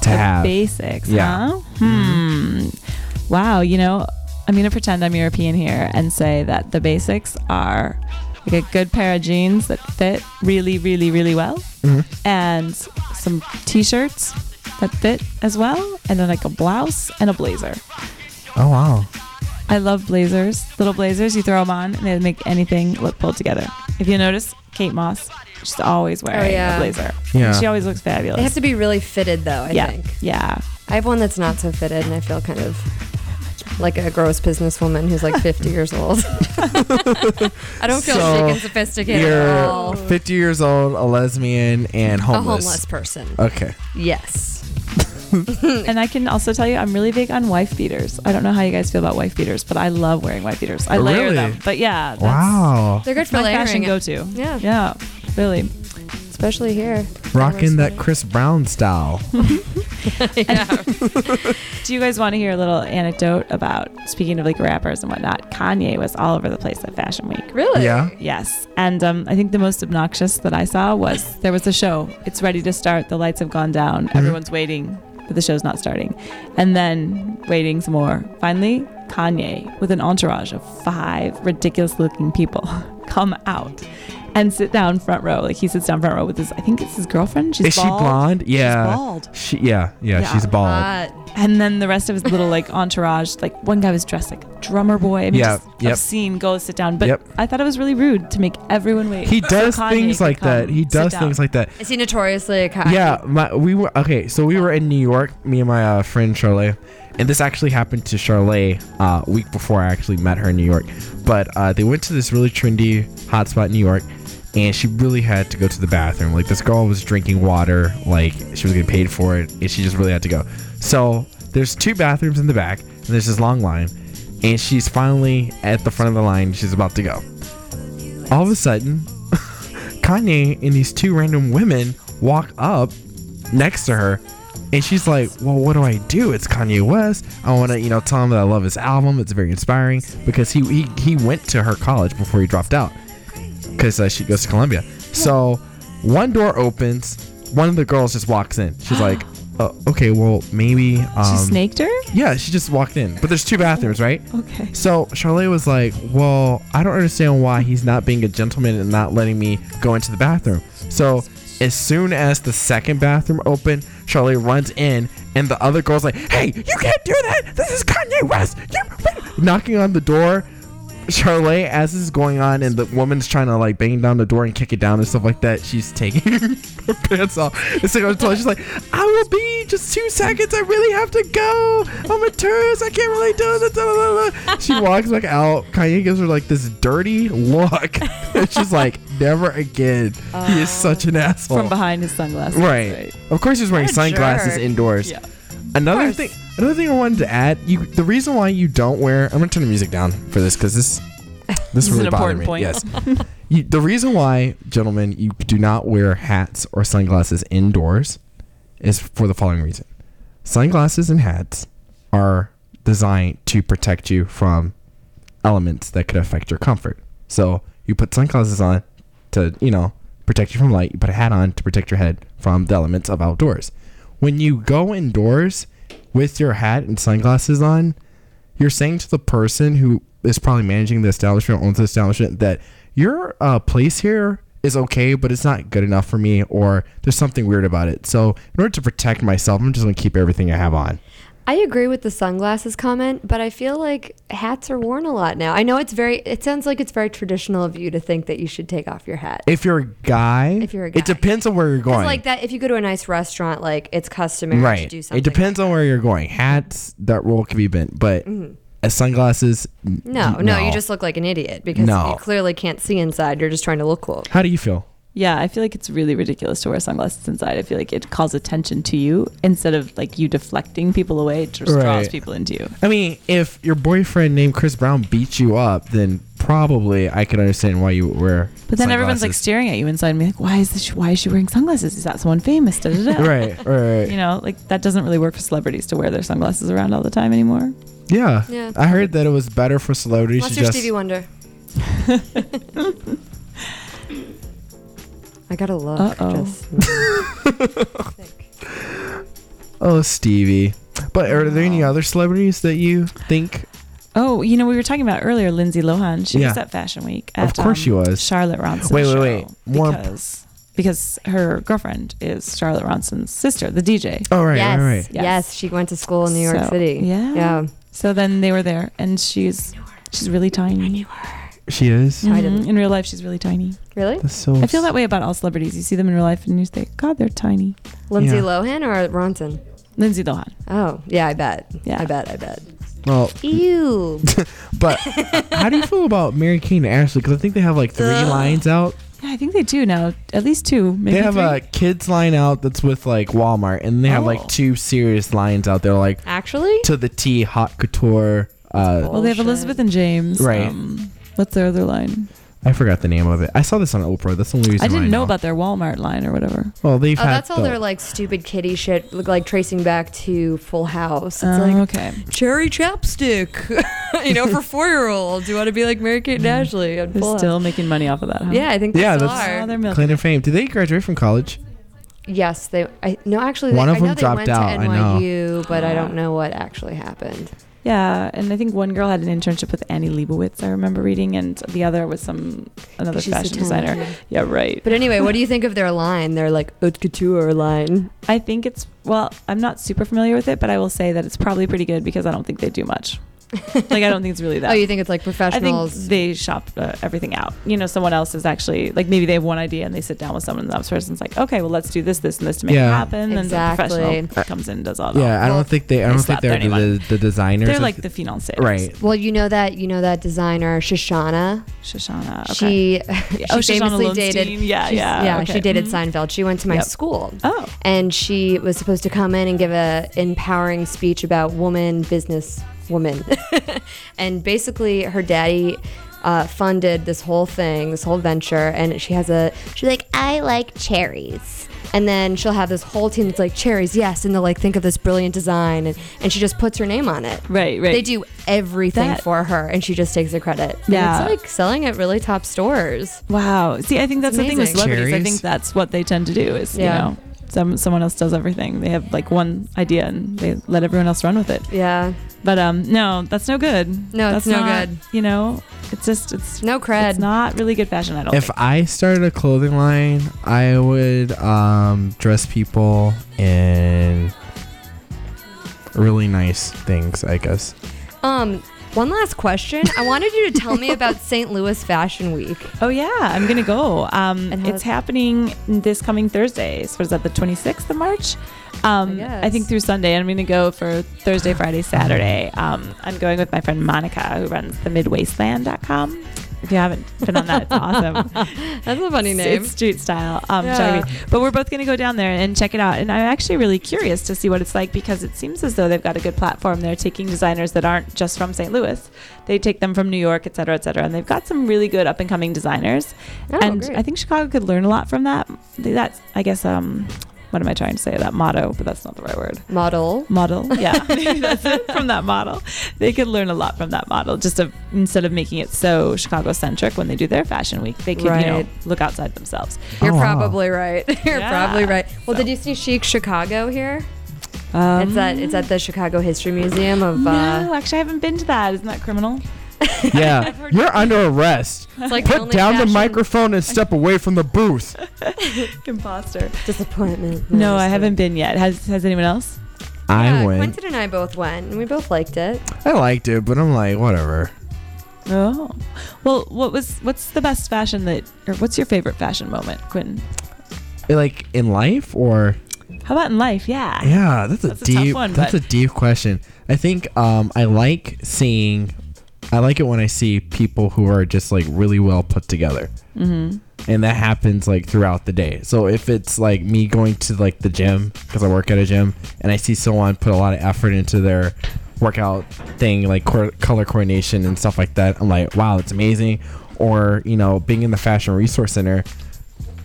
Speaker 1: to
Speaker 15: The
Speaker 1: have?
Speaker 15: basics,
Speaker 1: Yeah. Mm-hmm.
Speaker 15: huh? Hmm. Wow, you know, I'm going to pretend I'm European here and say that the basics are like a good pair of jeans that fit really, really, really well,
Speaker 1: Mhm.
Speaker 15: and some t shirts that fit as well, and then like a blouse and a blazer.
Speaker 1: Oh wow.
Speaker 15: I love blazers, little blazers. You throw them on and they make anything look pulled together. If you notice, Kate Moss, she's always wearing
Speaker 2: Oh, yeah.
Speaker 15: a blazer.
Speaker 1: Yeah.
Speaker 15: She always looks fabulous.
Speaker 2: they have to be really fitted, though. I
Speaker 15: yeah.
Speaker 2: think.
Speaker 15: Yeah.
Speaker 2: I have one that's not so fitted, and I feel kind of like a gross businesswoman who's like 50 years old. <laughs> I don't feel
Speaker 1: So,
Speaker 2: chic and sophisticated
Speaker 1: You're
Speaker 2: at all.
Speaker 1: 50 years old, a lesbian, and homeless.
Speaker 2: A homeless person.
Speaker 1: Okay.
Speaker 2: Yes.
Speaker 15: <laughs> and I can also tell you, I'm really big on wife beaters. I don't know how you guys feel about wife beaters, but I love wearing wife beaters. I layer
Speaker 1: Really?
Speaker 15: them. But yeah. that's-
Speaker 1: Wow.
Speaker 2: They're good
Speaker 15: that's
Speaker 2: for
Speaker 15: my
Speaker 2: layering
Speaker 15: fashion
Speaker 2: it.
Speaker 15: go to.
Speaker 2: Yeah.
Speaker 15: Yeah. Really.
Speaker 2: Especially here.
Speaker 1: Rocking that Chris Brown style.
Speaker 15: Do you guys want to hear a little anecdote about speaking of like rappers and whatnot? Kanye was all over the place at Fashion Week.
Speaker 2: Really?
Speaker 1: Yeah.
Speaker 15: Yes. And um, I think the most obnoxious that I saw was there was a show. It's ready to start. The lights have gone down.
Speaker 1: Mhm.
Speaker 15: Everyone's waiting, but the show's not starting. And then waiting some more. Finally, Kanye, with an entourage of five ridiculous looking people, <laughs> come out and sit down front row. Like he sits down front row with his, I think it's his girlfriend. <laughs> She's
Speaker 1: Is she
Speaker 15: bald.
Speaker 1: blonde? Yeah.
Speaker 15: She's bald.
Speaker 1: She, yeah, yeah, she's bald.
Speaker 15: And then the rest of his
Speaker 1: <laughs>
Speaker 15: little like entourage, like one guy was dressed like a drummer boy. I mean,
Speaker 1: Yeah,
Speaker 15: just
Speaker 1: yep.
Speaker 15: obscene. Go sit down. But
Speaker 1: Yep.
Speaker 15: I thought it was really rude to make everyone wait.
Speaker 1: He
Speaker 15: for
Speaker 1: does
Speaker 15: Kanye
Speaker 1: things
Speaker 15: to
Speaker 1: like
Speaker 15: come
Speaker 1: that. He
Speaker 15: sit
Speaker 1: does
Speaker 15: down.
Speaker 1: things like that.
Speaker 2: Is he notoriously a cocky?
Speaker 1: Yeah, my, we were okay. So we were in New York, me and my uh, friend Charlay, and this actually happened to Charlay uh, a week before I actually met her in New York. But uh, they went to this really trendy hotspot in New York, and she really had to go to the bathroom. Like this girl was drinking water, like she was getting paid for it, and she just really had to go. So there's two bathrooms in the back, and there's this long line, and she's finally at the front of the line. She's about to go. All of a sudden, <laughs> Kanye and these two random women walk up next to her, and she's like, "Well, what do I do? It's Kanye West. I want to, you know, tell him that I love his album. It's very inspiring because he he, he went to her college before he dropped out because uh, she goes to Columbia. So one door opens, one of the girls just walks in.
Speaker 15: <gasps>
Speaker 1: She's like, "Uh, "Okay, well, maybe." Um,
Speaker 15: she snaked her? Oh,
Speaker 1: yeah, she just walked in. But there's two bathrooms, right?
Speaker 15: Okay.
Speaker 1: So Charlotte was like, Well, I don't understand why he's not being a gentleman and not letting me go into the bathroom. So as soon as the second bathroom opened, Charlotte runs in and the other girl's like, Hey, you can't do that! This is Kanye <laughs> West! You-" Knocking on the door. Charlotte, as this is going on, and the woman's trying to like bang down the door and kick it down and stuff like that, she's taking <laughs> her pants off. It's like I was telling, she's like, "I will be just two seconds. I really have to go. I'm a tourist. I can't really do it." da, da, da, da." She walks back out. Kanye gives her like this dirty look. <laughs> she's like, "Never again." he is such an asshole.
Speaker 15: Uh, From behind his sunglasses.
Speaker 1: Right. Of course, he's wearing
Speaker 15: What a
Speaker 1: sunglasses
Speaker 15: jerk.
Speaker 1: indoors.
Speaker 15: Yeah.
Speaker 1: Another thing, another thing I wanted to add, you the reason why you don't wear, I'm gonna turn the music down for this because this
Speaker 15: <laughs> This
Speaker 1: this
Speaker 15: is
Speaker 1: really
Speaker 15: an
Speaker 1: bothered
Speaker 15: important
Speaker 1: me.
Speaker 15: point.
Speaker 1: Yes,
Speaker 15: <laughs>
Speaker 1: you, the reason why, gentlemen, you do not wear hats or sunglasses indoors is for the following reason: sunglasses and hats are designed to protect you from elements that could affect your comfort. So you put sunglasses on to, you know, protect you from light. You put a hat on to protect your head from the elements of outdoors. When you go indoors with your hat and sunglasses on, you're saying to the person who is probably managing the establishment, owns the establishment, that your uh, place here is okay, but it's not good enough for me, or there's something weird about it. So, in order to protect myself, I'm just going to keep everything I have on.
Speaker 2: I agree with the sunglasses comment, but I feel like hats are worn a lot now. I know it's very, it sounds like it's very traditional of you to think that you should take off your hat.
Speaker 1: If you're a guy,
Speaker 2: If you're a
Speaker 1: it
Speaker 2: guy.
Speaker 1: depends on where you're
Speaker 2: Because
Speaker 1: going.
Speaker 2: like that, if you go to a nice restaurant, like it's customary to do something.
Speaker 1: It depends on where you're going. Hats, that rule can be bent, but
Speaker 2: Mhm.
Speaker 1: as sunglasses, n-
Speaker 2: No, no, you just look like an idiot because
Speaker 1: No.
Speaker 2: you clearly can't see inside. You're just trying to look cool.
Speaker 1: How do you feel?
Speaker 15: Yeah, I feel like it's really ridiculous to wear sunglasses inside. I feel like it calls attention to you instead of like you deflecting people away. It just draws
Speaker 1: Right.
Speaker 15: people into you.
Speaker 1: I mean, if your boyfriend named Chris Brown beat you up, then probably I can understand why you would wear.
Speaker 15: But then everyone's like staring at you inside me, like, why is this? Why is she wearing sunglasses? Is that someone famous? Da, da,
Speaker 1: <laughs>
Speaker 15: da.
Speaker 1: Right, right, right.
Speaker 15: <laughs> You know, like that doesn't really work for celebrities to wear their sunglasses around all the time anymore.
Speaker 1: Yeah.
Speaker 2: Yeah.
Speaker 1: I heard that it was better for celebrities
Speaker 2: Unless
Speaker 1: to
Speaker 2: you're
Speaker 1: just.
Speaker 2: Stevie Wonder. <laughs> I gotta look.
Speaker 15: Uh-oh.
Speaker 2: Just,
Speaker 1: Oh, Stevie. But are there any other celebrities that you think?
Speaker 15: Oh, you know, we were talking about earlier Lindsay Lohan. She was
Speaker 1: Yeah.
Speaker 15: at Fashion Week.
Speaker 1: Of
Speaker 15: At, um,
Speaker 1: course she was.
Speaker 15: Charlotte Ronson's
Speaker 1: Wait, wait,
Speaker 15: show
Speaker 1: wait. More imp-
Speaker 15: because, because her girlfriend is Charlotte Ronson's sister, the DJ.
Speaker 1: Oh, right,
Speaker 2: yes,
Speaker 1: right, right.
Speaker 2: yes, She went to school in New York
Speaker 15: So-
Speaker 2: City.
Speaker 15: Yeah.
Speaker 2: yeah.
Speaker 15: So then they were there, and she's she's really tiny. I knew her.
Speaker 1: She is.
Speaker 2: I didn't.
Speaker 15: In real life, she's really tiny.
Speaker 2: Really?
Speaker 1: That's so.
Speaker 15: I feel that way about all celebrities. You see them in real life, and you think, God, they're tiny.
Speaker 2: Lindsay
Speaker 15: Yeah.
Speaker 2: Lohan or Ronson?
Speaker 15: Lindsay Lohan.
Speaker 2: Oh, yeah, I bet.
Speaker 15: Yeah.
Speaker 2: I bet. I bet.
Speaker 15: Mm-hmm.
Speaker 1: Well,
Speaker 2: E. Ew.
Speaker 1: but how do you feel about Mary Kate and Ashley? Because I think they have like three
Speaker 15: Ugh.
Speaker 1: lines out.
Speaker 15: Yeah, I think they do now. At least two, maybe
Speaker 1: they have
Speaker 15: three.
Speaker 1: a kids line out that's with like Walmart, and they have
Speaker 15: Oh.
Speaker 1: like two serious lines out there, like
Speaker 2: Actually?
Speaker 1: to the T, hot couture. Uh,
Speaker 15: well, they have Elizabeth and James. um,
Speaker 1: Right.
Speaker 15: what's their other line?
Speaker 1: I forgot the name of it. I saw this on Oprah. That's the only reason
Speaker 15: I didn't
Speaker 1: why
Speaker 15: know, about their Walmart line or whatever.
Speaker 1: Well, they've
Speaker 2: oh,
Speaker 1: had
Speaker 2: that's all
Speaker 1: the-
Speaker 2: their like stupid kitty shit, look like tracing back to Full House. It's
Speaker 15: Oh,
Speaker 2: like
Speaker 15: okay.
Speaker 2: cherry chapstick, <laughs> you know, for four year olds who want to be like Mary Kate and Ashley. On Full
Speaker 15: They're
Speaker 2: House.
Speaker 15: still making money off of that. Huh?
Speaker 2: Yeah, I think they
Speaker 1: yeah,
Speaker 2: still
Speaker 1: that's
Speaker 2: are.
Speaker 1: claim to fame. Did they graduate from college?
Speaker 2: Yes, they. I no, actually, they,
Speaker 1: One of
Speaker 2: I know
Speaker 1: them
Speaker 2: they
Speaker 1: dropped
Speaker 2: went
Speaker 1: out,
Speaker 2: to
Speaker 1: I know.
Speaker 2: NYU, but I don't know what actually happened.
Speaker 15: Yeah, and I think one girl had an internship with Annie Leibovitz. I remember reading, and the other was some another
Speaker 2: She's so
Speaker 15: fashion designer.
Speaker 2: talented.
Speaker 15: Yeah, right.
Speaker 2: But anyway, <laughs> what do you think of their line? Their like haute <laughs> couture line.
Speaker 15: I think it's well. I'm not super familiar with it, but I will say that it's probably pretty good because I don't think they do much. like I don't think it's really that.
Speaker 2: Oh, you think it's like
Speaker 15: I think
Speaker 2: professionals?
Speaker 15: they shop uh, everything out. You know, someone else is actually like maybe they have one idea and they sit down with someone, and that person's like, okay, well, let's do this, this, and this to make it
Speaker 1: Yeah. Uh,
Speaker 15: happen. And the
Speaker 2: Exactly.
Speaker 15: professional comes in and does all that.
Speaker 1: Yeah, I don't think they. I don't think
Speaker 15: slapped
Speaker 1: they're the,
Speaker 15: anyone.
Speaker 1: the, the designers.
Speaker 15: They're
Speaker 1: of-
Speaker 15: like the fiancés.
Speaker 1: Right.
Speaker 2: Well, you know that you know that designer Shoshana.
Speaker 15: Shoshana.
Speaker 2: She, <laughs> she
Speaker 15: Oh, Shoshana
Speaker 2: famously
Speaker 15: Lowenstein.
Speaker 2: dated.
Speaker 15: Yeah,
Speaker 2: she's-
Speaker 15: yeah,
Speaker 2: Yeah,
Speaker 15: okay.
Speaker 2: she dated
Speaker 15: Mhm.
Speaker 2: Seinfeld. She went to my
Speaker 15: Yep.
Speaker 2: school.
Speaker 15: Oh.
Speaker 2: And she was supposed to come in and give a empowering speech about woman business woman. <laughs> and basically, her daddy uh, funded this whole thing, this whole venture. And she has a, she's like, I like cherries. And then she'll have this whole team that's like, cherries, yes. And they'll like, think of this brilliant design. And, and she just puts her name on it.
Speaker 15: Right, right.
Speaker 2: They do everything
Speaker 15: That-
Speaker 2: for her. And she just takes the credit. And
Speaker 15: Yeah.
Speaker 2: it's like selling at really top stores.
Speaker 15: Wow. See, I think that's the thing with celebrities. I
Speaker 2: Cherries.
Speaker 15: think that's what they tend to do is,
Speaker 2: Yeah.
Speaker 15: you know, some someone else does everything. They have like one idea and they let everyone else run with it.
Speaker 2: Yeah.
Speaker 15: But um no, that's no good.
Speaker 2: No, it's
Speaker 15: That's
Speaker 2: no
Speaker 15: not-
Speaker 2: good.
Speaker 15: You know, it's just it's
Speaker 2: no cred.
Speaker 15: It's not really good fashion I don't
Speaker 1: If
Speaker 15: think.
Speaker 1: I started a clothing line, I would um, dress people in really nice things, I guess.
Speaker 2: Um, one last question. I wanted you to tell me about St. Louis Fashion Week.
Speaker 15: Oh yeah, I'm gonna go. Um,
Speaker 2: And how-
Speaker 15: it's happening this coming Thursday. So what is that, the 26th of March? Um, I, think through Sunday. I'm gonna go for Thursday, Friday, Saturday. Um, I'm going with my friend Monica, who runs the midwasteland.com. If you haven't been on that, it's awesome.
Speaker 2: <laughs> That's
Speaker 15: <laughs>
Speaker 2: a funny
Speaker 15: It's-
Speaker 2: name.
Speaker 15: It's street style. Um,
Speaker 2: Yeah.
Speaker 15: shall we- But we're both going to go down there and check it out. And I'm actually really curious to see what it's like because it seems as though they've got a good platform. They're taking designers that aren't just from St. Louis. They take them from New York, et cetera, et cetera. And they've got some really good up and coming designers.
Speaker 2: Oh,
Speaker 15: and
Speaker 2: great.
Speaker 15: I think Chicago could learn a lot from that. That's, I guess, um, what am I trying to say? That motto, but that's not the right word.
Speaker 2: Model.
Speaker 15: Model.
Speaker 2: <laughs>
Speaker 15: Yeah. <laughs> That's it, from that model. They could learn a lot from that model. Just of instead of making it so Chicago centric when they do their fashion week, they could, you know,
Speaker 2: Right.
Speaker 15: look outside themselves.
Speaker 1: Oh,
Speaker 2: You're probably right. You're
Speaker 15: Yeah.
Speaker 2: probably right. Well, did you see Chic Chicago here? it's at it's at the Chicago History Museum of. Uh,
Speaker 15: Um, No, actually, I haven't been to that. Isn't that criminal?
Speaker 1: Yeah, you're under arrest.
Speaker 15: It's like
Speaker 1: Put
Speaker 15: only
Speaker 1: down
Speaker 15: fashion-
Speaker 1: the microphone and step away from the booth.
Speaker 15: Imposter.
Speaker 2: Disappointment.
Speaker 15: No, I haven't been yet. Has Has anyone else?
Speaker 1: I went.
Speaker 2: Uh, Quentin and I both went, and we both liked it.
Speaker 1: I liked it, but I'm like, whatever.
Speaker 15: Oh, well, what was what's the best fashion that, or what's your favorite fashion moment, Quentin?
Speaker 1: Like in life or
Speaker 15: How about in life? Yeah.
Speaker 1: Yeah, that's a
Speaker 15: That's a tough
Speaker 1: deep.
Speaker 15: one,
Speaker 1: that's a
Speaker 15: but-
Speaker 1: deep question. I think um, I like seeing. I like it when I see people who are just like really well put together,
Speaker 15: Mhm.
Speaker 1: and that happens like throughout the day. So if it's like me going to like the gym because I work at a gym, and I see someone put a lot of effort into their workout thing, like cor- color coordination and stuff like that, I'm like, wow, it's amazing. Or you know, being in the fashion resource center,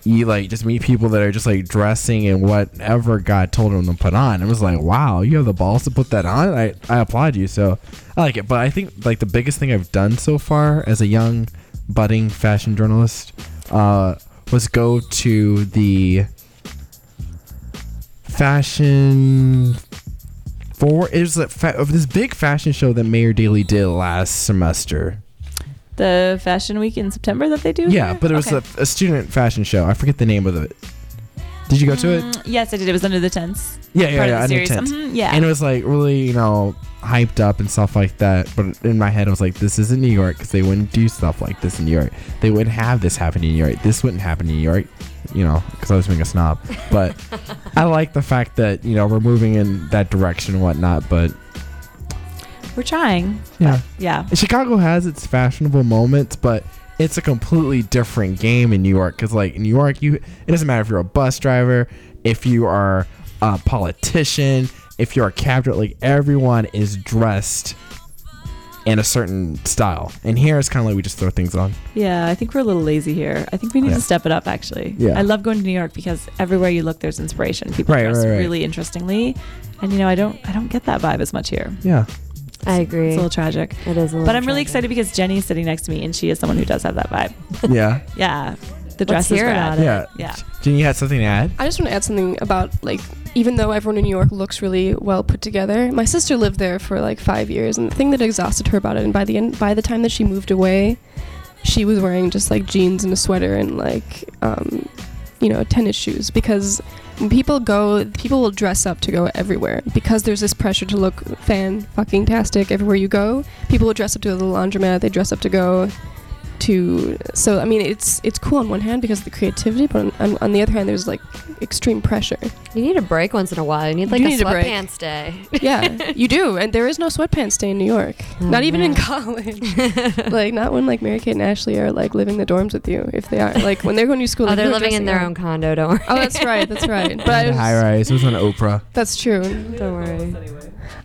Speaker 1: you like just meet people that are just like dressing in whatever God told them to put on. It was like, wow, you have the balls to put that on. I, I applaud you. So I like it. But I think like the biggest thing I've done so far as a young budding fashion journalist uh, was go to the fashion for it was like fa- of this big fashion show that Mayor Daly did last semester.
Speaker 15: The fashion week in September that they do.
Speaker 1: Yeah,
Speaker 15: here?
Speaker 1: but it was
Speaker 15: Okay.
Speaker 1: a, a student fashion show. I forget the name of it. Did you go to it?
Speaker 15: Mm, yes, I did. It was under the tents.
Speaker 1: Yeah, yeah,
Speaker 15: part
Speaker 1: yeah.
Speaker 15: Of the
Speaker 1: Under
Speaker 15: series.
Speaker 1: tent.
Speaker 15: Mhm, yeah.
Speaker 1: And it was like really, you know, hyped up and stuff like that. But in my head, I was like, this isn't New York because they wouldn't do stuff like this in New York. They wouldn't have this happen in New York. This wouldn't happen in New York, you know, because I was being a snob.
Speaker 15: <laughs>
Speaker 1: But I like the fact that, you know, we're moving in that direction and whatnot. But
Speaker 15: We're trying.
Speaker 1: yeah.
Speaker 15: Yeah.
Speaker 1: Chicago has its fashionable moments, but it's a completely different game in New York. Because like in New York, you it doesn't matter if you're a bus driver, if you are a politician, if you're a cab driver, like everyone is dressed in a certain style. And here it's kind of like we just throw things on.
Speaker 15: Yeah, I think we're a little lazy here. I think we need
Speaker 1: Yeah.
Speaker 15: to step it up, actually.
Speaker 1: Yeah.
Speaker 15: I love going to New York because everywhere you look, there's inspiration. People
Speaker 1: Right,
Speaker 15: dress
Speaker 1: right, right.
Speaker 15: really interestingly, and you know, I don't, I don't get that vibe as much here.
Speaker 1: Yeah.
Speaker 2: I agree.
Speaker 15: It's a little tragic.
Speaker 2: It is a little
Speaker 15: But I'm really excited because Jenny's sitting next to me, and she is someone who does have that vibe.
Speaker 1: Yeah.
Speaker 15: <laughs> Yeah, the
Speaker 10: Let's
Speaker 15: dress is
Speaker 10: hear
Speaker 15: rad.
Speaker 10: about
Speaker 1: yeah.
Speaker 15: yeah.
Speaker 1: Jenny, you had something to add?
Speaker 10: I just want to add something about like even though everyone in New York looks really well put together, my sister lived there for like five years, and the thing that exhausted her about it, and by the end, by the time that she moved away, she was wearing just like jeans and a sweater and like um, you know tennis shoes because when people go, people will dress up to go everywhere because there's this pressure to look fan fucking tastic everywhere you go. People will dress up to the laundromat, they dress up to go to so i mean it's it's cool on one hand because of the creativity but on, on, on the other hand there's like extreme pressure
Speaker 2: You need a break once in a while. You need like
Speaker 10: You
Speaker 2: a
Speaker 10: need a break.
Speaker 2: sweatpants day.
Speaker 10: <laughs>
Speaker 2: <laughs> Oh,
Speaker 10: yeah, you do. And there is no sweatpants day in New York. not even in college. like not when like Mary Kate and Ashley are like living the dorms with you if they are. Like when they're going to
Speaker 2: <laughs>
Speaker 10: school.
Speaker 2: Oh,
Speaker 10: like,
Speaker 2: they're
Speaker 10: you're
Speaker 2: living in
Speaker 10: dressing
Speaker 2: their
Speaker 10: up.
Speaker 2: own condo. Don't worry.
Speaker 10: Oh, that's right.
Speaker 2: <laughs>
Speaker 10: That's right. But I
Speaker 1: The
Speaker 10: was-
Speaker 1: high rise. It was on Oprah.
Speaker 10: that's true. Don't worry.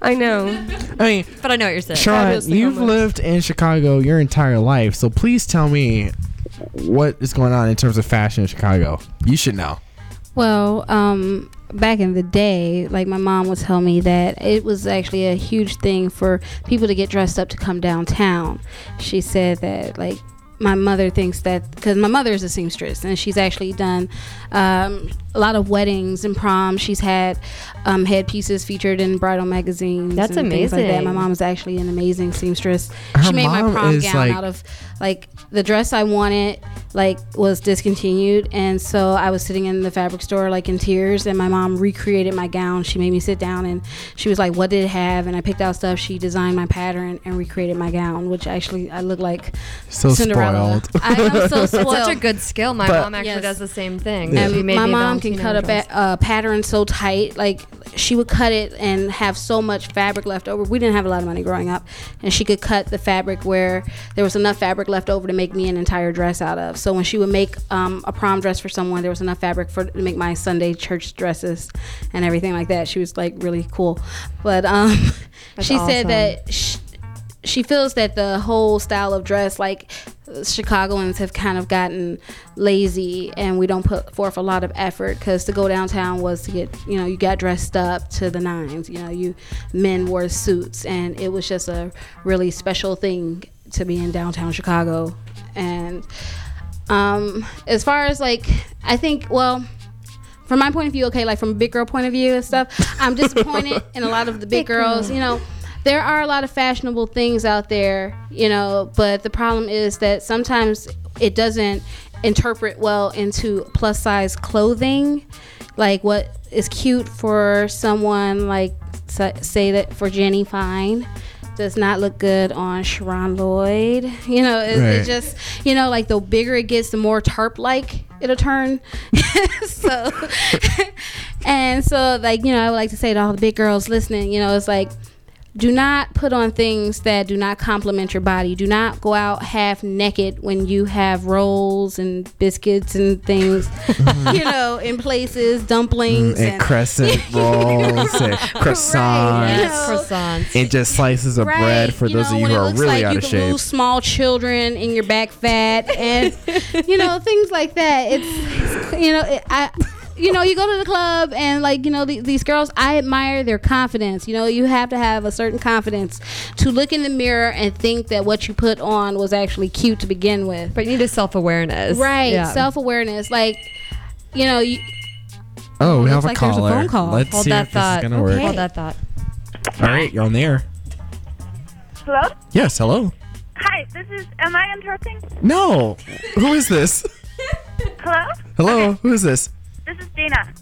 Speaker 10: I know.
Speaker 1: I mean,
Speaker 2: But <laughs> I know what you're saying.
Speaker 1: Sean, you've lived in Chicago your entire life, so please tell me what is going on in terms of fashion in Chicago. You should know.
Speaker 3: Well, um, back in the day, like my mom would tell me that it was actually a huge thing for people to get dressed up to come downtown. She said that, like, my mother thinks that because my mother is a seamstress and she's actually done um, a lot of weddings and proms. She's had um, headpieces featured in bridal magazines.
Speaker 2: That's
Speaker 3: and things Like that. My
Speaker 2: amazing.
Speaker 3: mom is actually an amazing seamstress.
Speaker 2: Her
Speaker 3: she made my
Speaker 2: mom
Speaker 3: prom
Speaker 2: is,
Speaker 3: gown
Speaker 2: like-
Speaker 3: out of like the dress I wanted like was discontinued and so I was sitting in the fabric store like in tears and my mom recreated my gown. She made me sit down and she was like, What did it have? And I picked out stuff, she designed my pattern and recreated my gown, which actually I look like
Speaker 1: So
Speaker 3: Cinderella.
Speaker 1: spoiled.
Speaker 3: I <laughs> am so
Speaker 2: That's
Speaker 3: spoiled.
Speaker 2: such a good skill. My
Speaker 3: But-
Speaker 2: mom actually
Speaker 3: Yes.
Speaker 2: does the same thing.
Speaker 3: And
Speaker 2: She made
Speaker 3: my
Speaker 2: me
Speaker 3: mom can cut
Speaker 2: Valentino
Speaker 3: a ba- uh, pattern so tight, like she would cut it and have so much fabric left over. We didn't have a lot of money growing up, and she could cut the fabric where there was enough fabric left over to make me an entire dress out of. So when she would make um, a prom dress for someone, there was enough fabric for to make my Sunday church dresses and everything like that. She was like really cool, but um, <laughs>
Speaker 2: That's
Speaker 3: she said
Speaker 2: awesome.
Speaker 3: that. She, she feels that the whole style of dress, like uh, Chicagoans have kind of gotten lazy and we don't put forth a lot of effort because to go downtown was to get, you know, you got dressed up to the nines. You know, you men wore suits and it was just a really special thing to be in downtown Chicago. And um, as far as like, I think, well, from my point of view, okay, like from a big girl point of view and stuff, I'm disappointed in a lot of the big girls. You know, there are a lot of fashionable things out there, you know, but the problem is that sometimes it doesn't interpret well into plus size clothing. Like what is cute for someone, like sa- say that for Jenny Fine, does not look good on Sharon Lloyd. <laughs> You know, it,
Speaker 14: Right.
Speaker 3: it just, you know, like the bigger it gets, the more tarp like it'll turn. <laughs> so and so like you know i would like to say to all the big girls listening you know it's like do not put on things that do not complement your body do not go out half naked when you have rolls and biscuits and things you know in places dumplings
Speaker 1: Mm, and
Speaker 3: <laughs>
Speaker 1: crescent rolls and croissants
Speaker 2: croissants
Speaker 1: and just slices of bread for those of you who are really out
Speaker 3: you
Speaker 1: of
Speaker 3: can
Speaker 1: shape.
Speaker 3: lose small children in your back fat and you
Speaker 1: <laughs>
Speaker 3: know things like that it's you know it, i you know you go to the club and like you know the, these girls i admire their confidence you know you have to have a certain confidence to look in the mirror and think that what you put on was actually cute to begin with
Speaker 2: but you need a self-awareness
Speaker 3: right
Speaker 2: Yeah.
Speaker 3: self-awareness like you know you,
Speaker 1: Oh, we have
Speaker 3: Looks like
Speaker 1: a
Speaker 3: there's a
Speaker 1: caller.
Speaker 3: phone call.
Speaker 1: Let's
Speaker 3: Hold
Speaker 1: see
Speaker 3: that
Speaker 1: if this is
Speaker 3: thought.
Speaker 1: gonna
Speaker 3: Okay.
Speaker 1: work.
Speaker 2: Hold that thought.
Speaker 1: All right, you're on the air.
Speaker 16: Hello?
Speaker 1: Yes, hello.
Speaker 16: Hi, this is. Am I interrupting?
Speaker 1: No, who is this?
Speaker 16: Hello?
Speaker 1: Hello, who is this?
Speaker 16: This is Dana.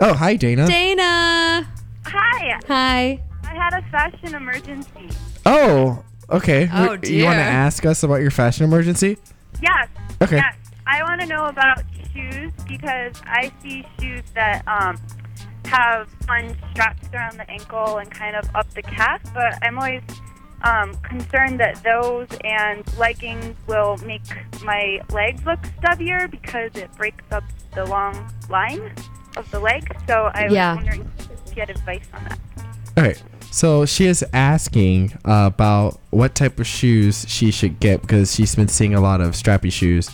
Speaker 1: Oh, hi, Dana.
Speaker 2: Dana.
Speaker 16: Hi.
Speaker 2: Hi.
Speaker 16: I had a fashion emergency.
Speaker 1: Oh, okay.
Speaker 16: Oh,
Speaker 1: Wh- You want
Speaker 16: dear.
Speaker 1: to ask us about your fashion emergency?
Speaker 16: Yes.
Speaker 1: Okay.
Speaker 16: Yes. I want to know about shoes because I see shoes that um, have fun straps around the ankle and kind of up the calf, but I'm always um, concerned that those and leggings will make my legs look stubbier because it breaks up the long line of the leg. So I was
Speaker 2: Yeah.
Speaker 16: wondering if you had advice on that.
Speaker 1: All right. So she is asking uh, about what type of shoes she should get because she's been seeing a lot of strappy shoes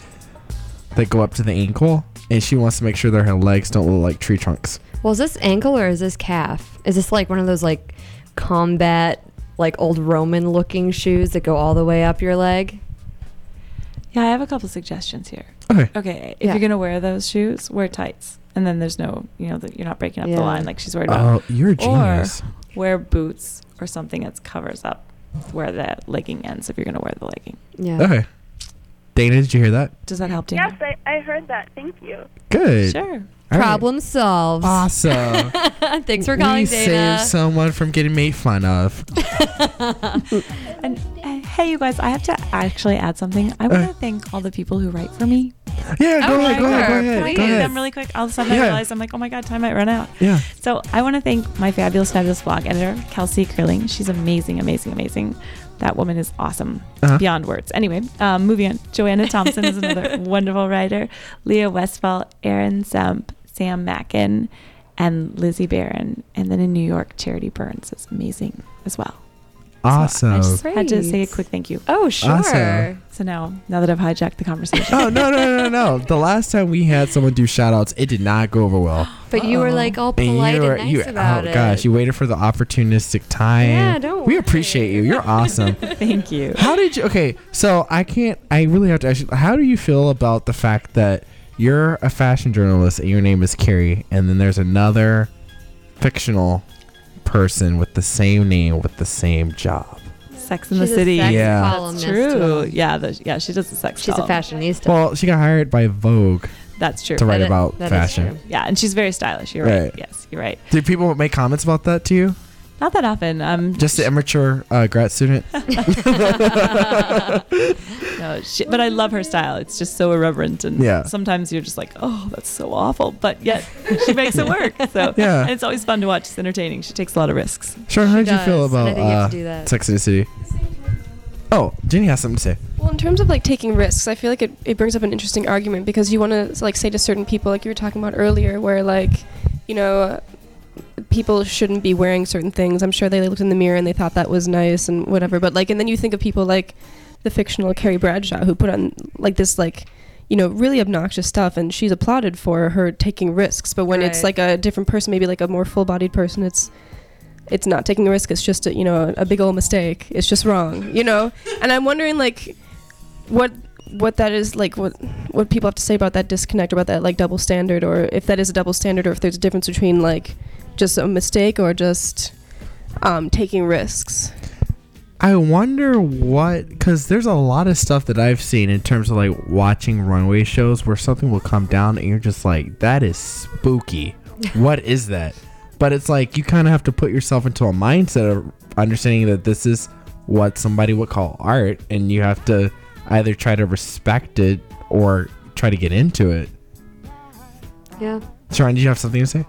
Speaker 1: that go up to the ankle, and she wants to make sure that her legs don't look like tree trunks.
Speaker 2: Well, is this ankle or is this calf? Is this like one of those like combat, like old Roman looking shoes that go all the way up your leg?
Speaker 15: Yeah, I have a couple suggestions here.
Speaker 1: Okay.
Speaker 15: Okay. If
Speaker 2: Yeah.
Speaker 15: you're gonna wear those shoes, wear tights, and then there's no, you know, that you're not breaking up
Speaker 2: Yeah.
Speaker 15: the line like she's worried
Speaker 1: Oh,
Speaker 15: about.
Speaker 1: you're a genius.
Speaker 15: Or wear boots or something that covers up where the legging ends if you're gonna wear the legging.
Speaker 2: Yeah.
Speaker 1: Okay. Dana, did you hear that?
Speaker 15: Does that help, Dana?
Speaker 16: Yes, I, I heard that. Thank you.
Speaker 1: Good. <laughs>
Speaker 15: Sure.
Speaker 1: All right.
Speaker 2: Problem solved.
Speaker 1: Awesome.
Speaker 2: Thanks for calling, <laughs>
Speaker 1: we
Speaker 2: Dana.
Speaker 1: saved someone from getting made fun of.
Speaker 15: And uh, hey, you guys, I have to actually add something. I want to
Speaker 1: Uh.
Speaker 15: thank all the people who write for me.
Speaker 1: Yeah, go ahead,
Speaker 15: Oh my
Speaker 1: go ahead, go
Speaker 15: God.
Speaker 1: ahead,
Speaker 15: Can I
Speaker 1: go
Speaker 15: do
Speaker 1: ahead.
Speaker 15: them really quick? All of a sudden
Speaker 1: Yeah.
Speaker 15: I realized I'm like, oh my god, time might run out.
Speaker 1: Yeah.
Speaker 15: So I want to thank my fabulous, fabulous blog editor, Kelsey Curling. She's amazing, amazing, amazing. That woman is awesome
Speaker 14: Uh-huh.
Speaker 15: beyond words. Anyway, um, moving on. Joanna Thompson
Speaker 1: <laughs>
Speaker 15: is another wonderful writer. Leah Westfall, Aaron Zemp, Sam Mackin, and Lizzie Barron. And then in New York, Charity Burns is amazing as well.
Speaker 1: Awesome.
Speaker 15: I had to say a quick thank you.
Speaker 2: Oh,
Speaker 1: sure. Awesome.
Speaker 15: So now, now that I've hijacked the conversation.
Speaker 1: <laughs> oh no, no, no, no, no. The last time we had someone do shout outs, it did not go over well.
Speaker 2: But you were like all polite and,
Speaker 1: were-
Speaker 2: nice about
Speaker 1: oh
Speaker 2: it.
Speaker 1: gosh, you waited for the opportunistic time.
Speaker 2: Yeah, don't
Speaker 1: We appreciate you. You're
Speaker 2: <laughs>
Speaker 1: awesome.
Speaker 15: Thank you.
Speaker 1: How did you? Okay, so I can't. I really have to ask you. How do you feel about the fact that you're a fashion journalist and your name is Carrie, and then there's another fictional person with the same name with the same job?
Speaker 15: Sex in the
Speaker 2: She's a
Speaker 15: City.
Speaker 2: sex
Speaker 1: Yeah.
Speaker 15: That's
Speaker 2: columnist.
Speaker 15: true. Yeah, the, yeah, she does the sex.
Speaker 2: She's a
Speaker 15: column.
Speaker 2: fashionista.
Speaker 1: Well, she got hired by Vogue.
Speaker 15: That's true.
Speaker 1: To write about fashion.
Speaker 15: Yeah, and she's very stylish. You're right.
Speaker 1: Right.
Speaker 15: Yes, you're right.
Speaker 1: Did people make comments about that to you?
Speaker 15: Not that often. Um,
Speaker 1: Just the immature uh, grad
Speaker 15: <laughs>
Speaker 1: student.
Speaker 15: no, she, but I love her style. It's just so irreverent, and
Speaker 1: Yeah.
Speaker 15: sometimes you're just like, oh, that's so awful, but yet she makes it work. So
Speaker 1: <laughs> Yeah.
Speaker 15: and it's always fun to watch. It's entertaining. She takes a lot of risks.
Speaker 1: Sure, how did you feel
Speaker 15: does, and I
Speaker 1: about
Speaker 15: think you have to do
Speaker 1: uh,
Speaker 15: that.
Speaker 1: Sex and the City? Oh, Jenny has something to say.
Speaker 10: Well, in terms of like taking risks, I feel like it, it brings up an interesting argument because you want to like say to certain people, like you were talking about earlier, where like, you know, uh, people shouldn't be wearing certain things. I'm sure they looked in the mirror and they thought that was nice and whatever. But like, and then you think of people like the fictional Carrie Bradshaw who put on like this like, you know, really obnoxious stuff, and she's applauded for her taking risks. But when it's
Speaker 2: Right.
Speaker 10: like a different person, maybe like a more full-bodied person, it's it's not taking a risk. It's just a, you know a big old mistake. It's just wrong, you know. And I'm wondering like what what that is like what what people have to say about that disconnect about that like double standard or if that is a double standard or if there's a difference between like just a mistake or just um, taking risks
Speaker 1: I wonder what, because there's a lot of stuff that I've seen in terms of like watching runway shows where something will come down and you're just like, that
Speaker 3: <laughs>
Speaker 1: is spooky. what is that? But it's like you kind of have to put yourself into a mindset of understanding that this is what somebody would call art and you have to either try to respect it or try to get into it.
Speaker 3: Yeah.
Speaker 1: Sharon, did you have something to say?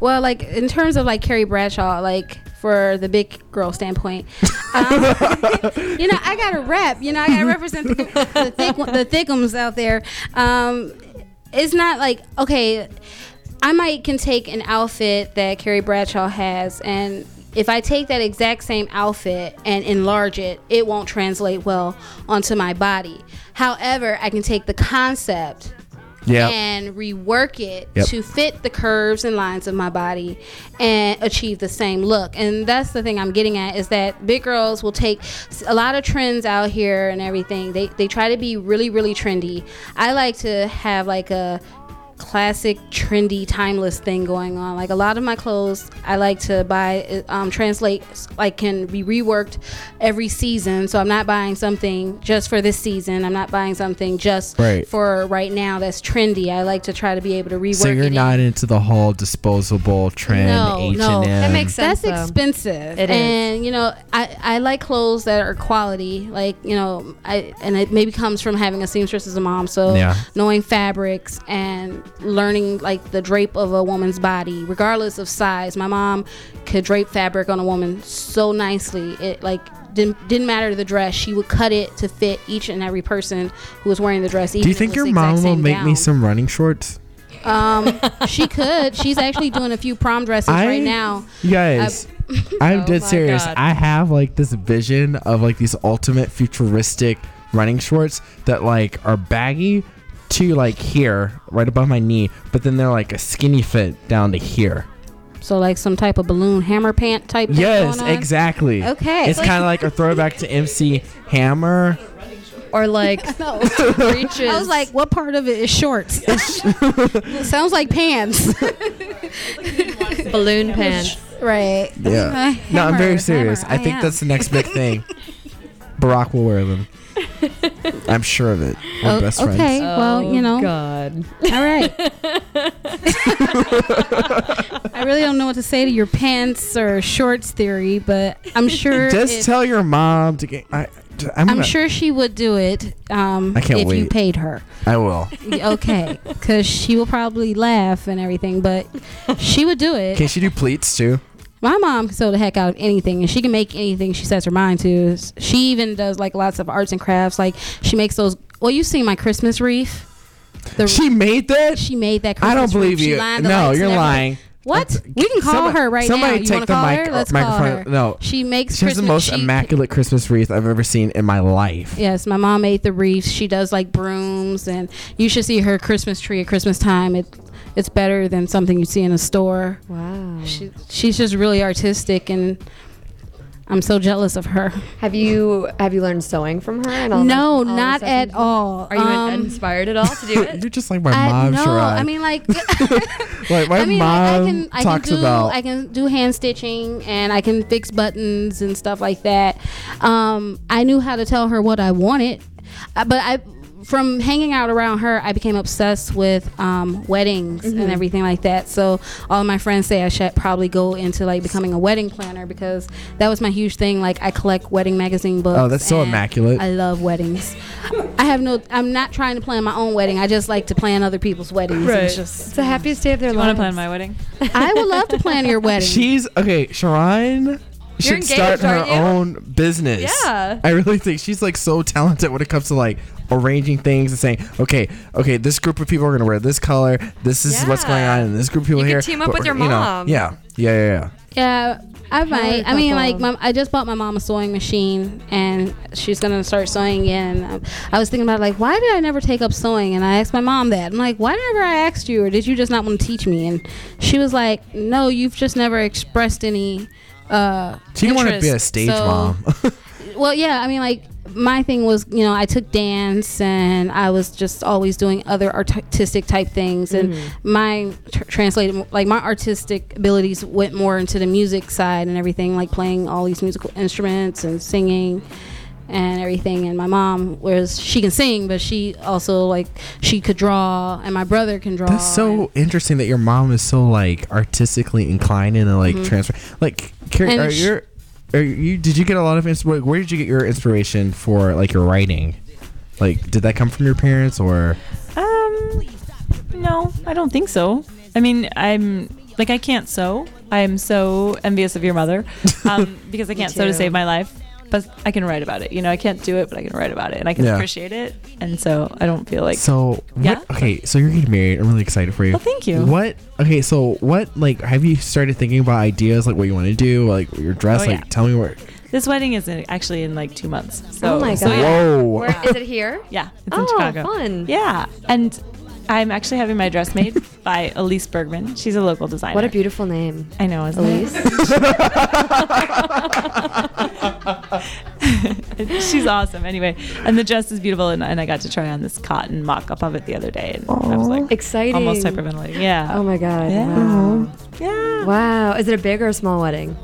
Speaker 3: Well, like in terms of like Carrie Bradshaw, like for the big girl standpoint, um, <laughs> you know, I gotta rep. You know, I gotta represent the, the thick the thickums out there. Um, it's not like okay, I might can take an outfit that Carrie Bradshaw has and. If I take that exact same outfit and enlarge it, it won't translate well onto my body. However, I can take the concept and rework it
Speaker 14: Yep.
Speaker 3: to fit the curves and lines of my body and achieve the same look. And that's the thing I'm getting at is that big girls will take s- a lot of trends out here and everything. They they try to be really really trendy. I like to have like a classic trendy timeless thing going on like a lot of my clothes i like to buy um, translate like can be reworked every season so i'm not buying something just for this season i'm not buying something just
Speaker 1: Right.
Speaker 3: for right now that's trendy i like to try to be able to rework
Speaker 1: So
Speaker 3: it
Speaker 1: you're
Speaker 3: in.
Speaker 1: not into the whole disposable trend, H&M.
Speaker 3: That's expensive.
Speaker 2: It is.
Speaker 3: And you know, I, I like clothes that are quality. Like you know, I and it maybe comes from having a seamstress as a mom, so
Speaker 14: Yeah.
Speaker 3: knowing fabrics and learning like the drape of a woman's body, regardless of size. My mom could drape fabric on a woman so nicely. It like. Didn't, didn't matter the dress she would cut it to fit each and every person who was wearing the dress even
Speaker 1: Do you
Speaker 3: if it
Speaker 1: think
Speaker 3: was
Speaker 1: your
Speaker 3: the exact
Speaker 1: mom will
Speaker 3: same
Speaker 1: make me
Speaker 3: gown.
Speaker 1: some running shorts?
Speaker 3: Um, she could. She's actually doing a few prom dresses
Speaker 1: I-
Speaker 3: right now. Uh, Oh
Speaker 1: You guys, <laughs>
Speaker 3: <laughs>
Speaker 1: I'm dead serious.
Speaker 3: God.
Speaker 1: I have like this vision of like these ultimate futuristic running shorts that like are baggy to like here, right above my knee, but then they're like a skinny fit down to here.
Speaker 3: So like some type of balloon hammer pant type. thing
Speaker 1: Yes,
Speaker 3: going on?
Speaker 1: exactly.
Speaker 3: Okay.
Speaker 1: It's kind of like a throwback to MC
Speaker 3: <laughs>
Speaker 1: Hammer.
Speaker 2: or like
Speaker 3: no. I was like, what part of it is shorts?
Speaker 1: <laughs>
Speaker 3: <laughs> It sounds like pants. <laughs>
Speaker 2: balloon pants.
Speaker 3: right.
Speaker 1: Yeah. No, I'm very serious. I think
Speaker 3: am.
Speaker 1: that's the next
Speaker 3: <laughs>
Speaker 1: big thing. Barack will wear them. I'm sure of it. We're
Speaker 3: Oh,
Speaker 1: best friends.
Speaker 3: okay. Well, you know.
Speaker 14: God.
Speaker 3: All right. I really don't know what to say to
Speaker 1: <laughs>
Speaker 3: your pants or shorts theory, but I'm sure.
Speaker 1: Just
Speaker 3: if-
Speaker 1: tell your mom to get. I, I'm
Speaker 3: I'm,
Speaker 1: gonna-
Speaker 3: sure she would do it um,
Speaker 1: I can't
Speaker 3: if you
Speaker 1: wait.
Speaker 3: paid
Speaker 1: <laughs>
Speaker 3: her. <laughs>
Speaker 1: I will.
Speaker 3: okay, because she will probably laugh and everything, but she would do it.
Speaker 1: Can she do pleats too?
Speaker 3: My mom can sew the heck out of anything, and she can make anything she sets her mind to. She even does like lots of arts and crafts. Like she makes those. Well, you seen my Christmas wreath. The,
Speaker 1: she made that.
Speaker 3: She made that. Christmas
Speaker 1: I don't
Speaker 3: wreath.
Speaker 1: believe
Speaker 3: She
Speaker 1: you.
Speaker 3: lined the
Speaker 1: No,
Speaker 3: lights
Speaker 1: you're
Speaker 3: and everything.
Speaker 1: lying.
Speaker 3: What? we can call
Speaker 1: Somebody-
Speaker 3: her right
Speaker 1: somebody
Speaker 3: now. You
Speaker 1: take
Speaker 3: wanna
Speaker 1: the
Speaker 3: call
Speaker 1: mic-
Speaker 3: her? Let's call her.
Speaker 1: microphone. No,
Speaker 3: She makes
Speaker 1: She has the
Speaker 3: Christmas.
Speaker 1: most
Speaker 3: she-
Speaker 1: immaculate Christmas wreath I've ever seen in my life.
Speaker 3: Yes, my mom made the wreaths. She does like brooms, and you should see her Christmas tree at Christmas time. It, it's better than something you see in a store.
Speaker 2: Wow.
Speaker 3: She, she's just really artistic, and I'm so jealous of her.
Speaker 2: Have you have you learned sewing from her? And all
Speaker 3: No,
Speaker 2: that, all
Speaker 3: not
Speaker 2: that stuff?
Speaker 3: at all.
Speaker 2: Are you
Speaker 3: Um,
Speaker 2: inspired at all to
Speaker 1: <laughs>
Speaker 2: do it?
Speaker 1: You're just like my
Speaker 3: I,
Speaker 1: mom,
Speaker 3: no,
Speaker 1: Shirai.
Speaker 3: I mean like,
Speaker 1: like my
Speaker 3: I mean like,
Speaker 1: mom
Speaker 3: I can I
Speaker 1: talks
Speaker 3: can do
Speaker 1: about.
Speaker 3: I can do hand stitching and I can fix buttons and stuff like that. Um, I knew how to tell her what I wanted, uh, but I from hanging out around her, I became obsessed with um, weddings
Speaker 2: Mhm.
Speaker 3: and everything like that. So all of my friends say I should probably go into like becoming a wedding planner because that was my huge thing. Like I collect wedding magazine books.
Speaker 1: oh, that's so
Speaker 3: and-
Speaker 1: immaculate.
Speaker 3: I love weddings. I have no. I'm not trying to plan my own wedding. I just like to plan other people's weddings.
Speaker 15: Right.
Speaker 3: It's just
Speaker 2: It's the happiest day of their
Speaker 15: you
Speaker 2: lives.
Speaker 15: want to plan my wedding?
Speaker 3: <laughs> I would love to plan your
Speaker 15: <laughs>
Speaker 3: wedding.
Speaker 1: She's okay. Sharon should
Speaker 2: engaged,
Speaker 1: start her
Speaker 2: aren't you?
Speaker 1: own business.
Speaker 2: Yeah.
Speaker 1: I really think she's like so talented when it comes to like arranging things and saying, okay, okay, this group of people are gonna wear this color. This is what's going on, and this group of people
Speaker 2: You could
Speaker 1: here.
Speaker 2: team up
Speaker 1: but
Speaker 2: with your
Speaker 1: we're- you know,
Speaker 2: mom.
Speaker 1: yeah, yeah, yeah, yeah.
Speaker 3: yeah, I might. I mean,
Speaker 2: couple.
Speaker 3: like, my, I just bought my mom a sewing machine, and she's gonna start sewing in. Um, I was thinking about like, why did I never take up sewing? And I asked my mom that. I'm like, why never I asked you, or did you just not want to teach me? And she was like, No, you've just never expressed any. Uh,
Speaker 1: She didn't want to be a
Speaker 3: interest.
Speaker 1: stage
Speaker 3: So- <laughs>
Speaker 1: mom.
Speaker 3: well yeah i mean like my thing was you know i took dance and i was just always doing other artistic type things and
Speaker 2: Mhm.
Speaker 1: Mm-hmm.
Speaker 3: my tr- translated like my artistic abilities went more into the music side and everything like playing all these musical instruments and singing and everything and my mom whereas she can sing but she also like she could draw and my brother can draw
Speaker 1: That's so interesting that your mom is so like artistically inclined and uh, like
Speaker 2: Mm-hmm.
Speaker 3: Mhm.
Speaker 1: transfer. Like, Carrie,
Speaker 3: And
Speaker 1: are
Speaker 3: sh-
Speaker 1: your are you? Did you get a lot of inspiration? Where did you get your inspiration for like your writing? Like, did that come from your parents or?
Speaker 15: Um, no, I don't think so. I mean, I'm like I can't sew. I'm so envious of
Speaker 1: <laughs>
Speaker 15: your mother um, because I
Speaker 2: Me
Speaker 15: can't sew to
Speaker 2: too.
Speaker 15: save my life. But I can write about it. You know, I can't do it, but I can write about it, and I can
Speaker 1: Yeah.
Speaker 15: appreciate it. And so I don't feel like
Speaker 1: so what,
Speaker 15: Yeah?
Speaker 1: okay so you're getting married i'm really excited for you
Speaker 15: Well, thank you.
Speaker 1: what okay so what like have you started thinking about ideas like what you want to do like your dress
Speaker 15: Oh,
Speaker 1: like
Speaker 15: yeah.
Speaker 1: tell me
Speaker 15: <laughs>
Speaker 1: where
Speaker 15: this wedding is in, actually in like two months. So,
Speaker 2: Oh my
Speaker 15: so
Speaker 2: god.
Speaker 15: yeah.
Speaker 1: Whoa.
Speaker 2: Where is it here?
Speaker 15: <laughs> Yeah, it's
Speaker 2: Oh,
Speaker 15: in Chicago.
Speaker 2: fun.
Speaker 15: Yeah, and I'm actually having my dress made by Elise Bergman. She's a local designer.
Speaker 2: What a beautiful name.
Speaker 15: I know, isn't
Speaker 2: Elise.
Speaker 15: it? <laughs> She's awesome. Anyway, and the dress is beautiful, and, and I got to try on this cotton mock-up of it the other day, and I was like
Speaker 2: Exciting.
Speaker 15: almost hyperventilating. Yeah,
Speaker 2: Oh my god.
Speaker 15: Yeah.
Speaker 2: Wow.
Speaker 15: Yeah.
Speaker 2: Wow. Is it a big or a small wedding?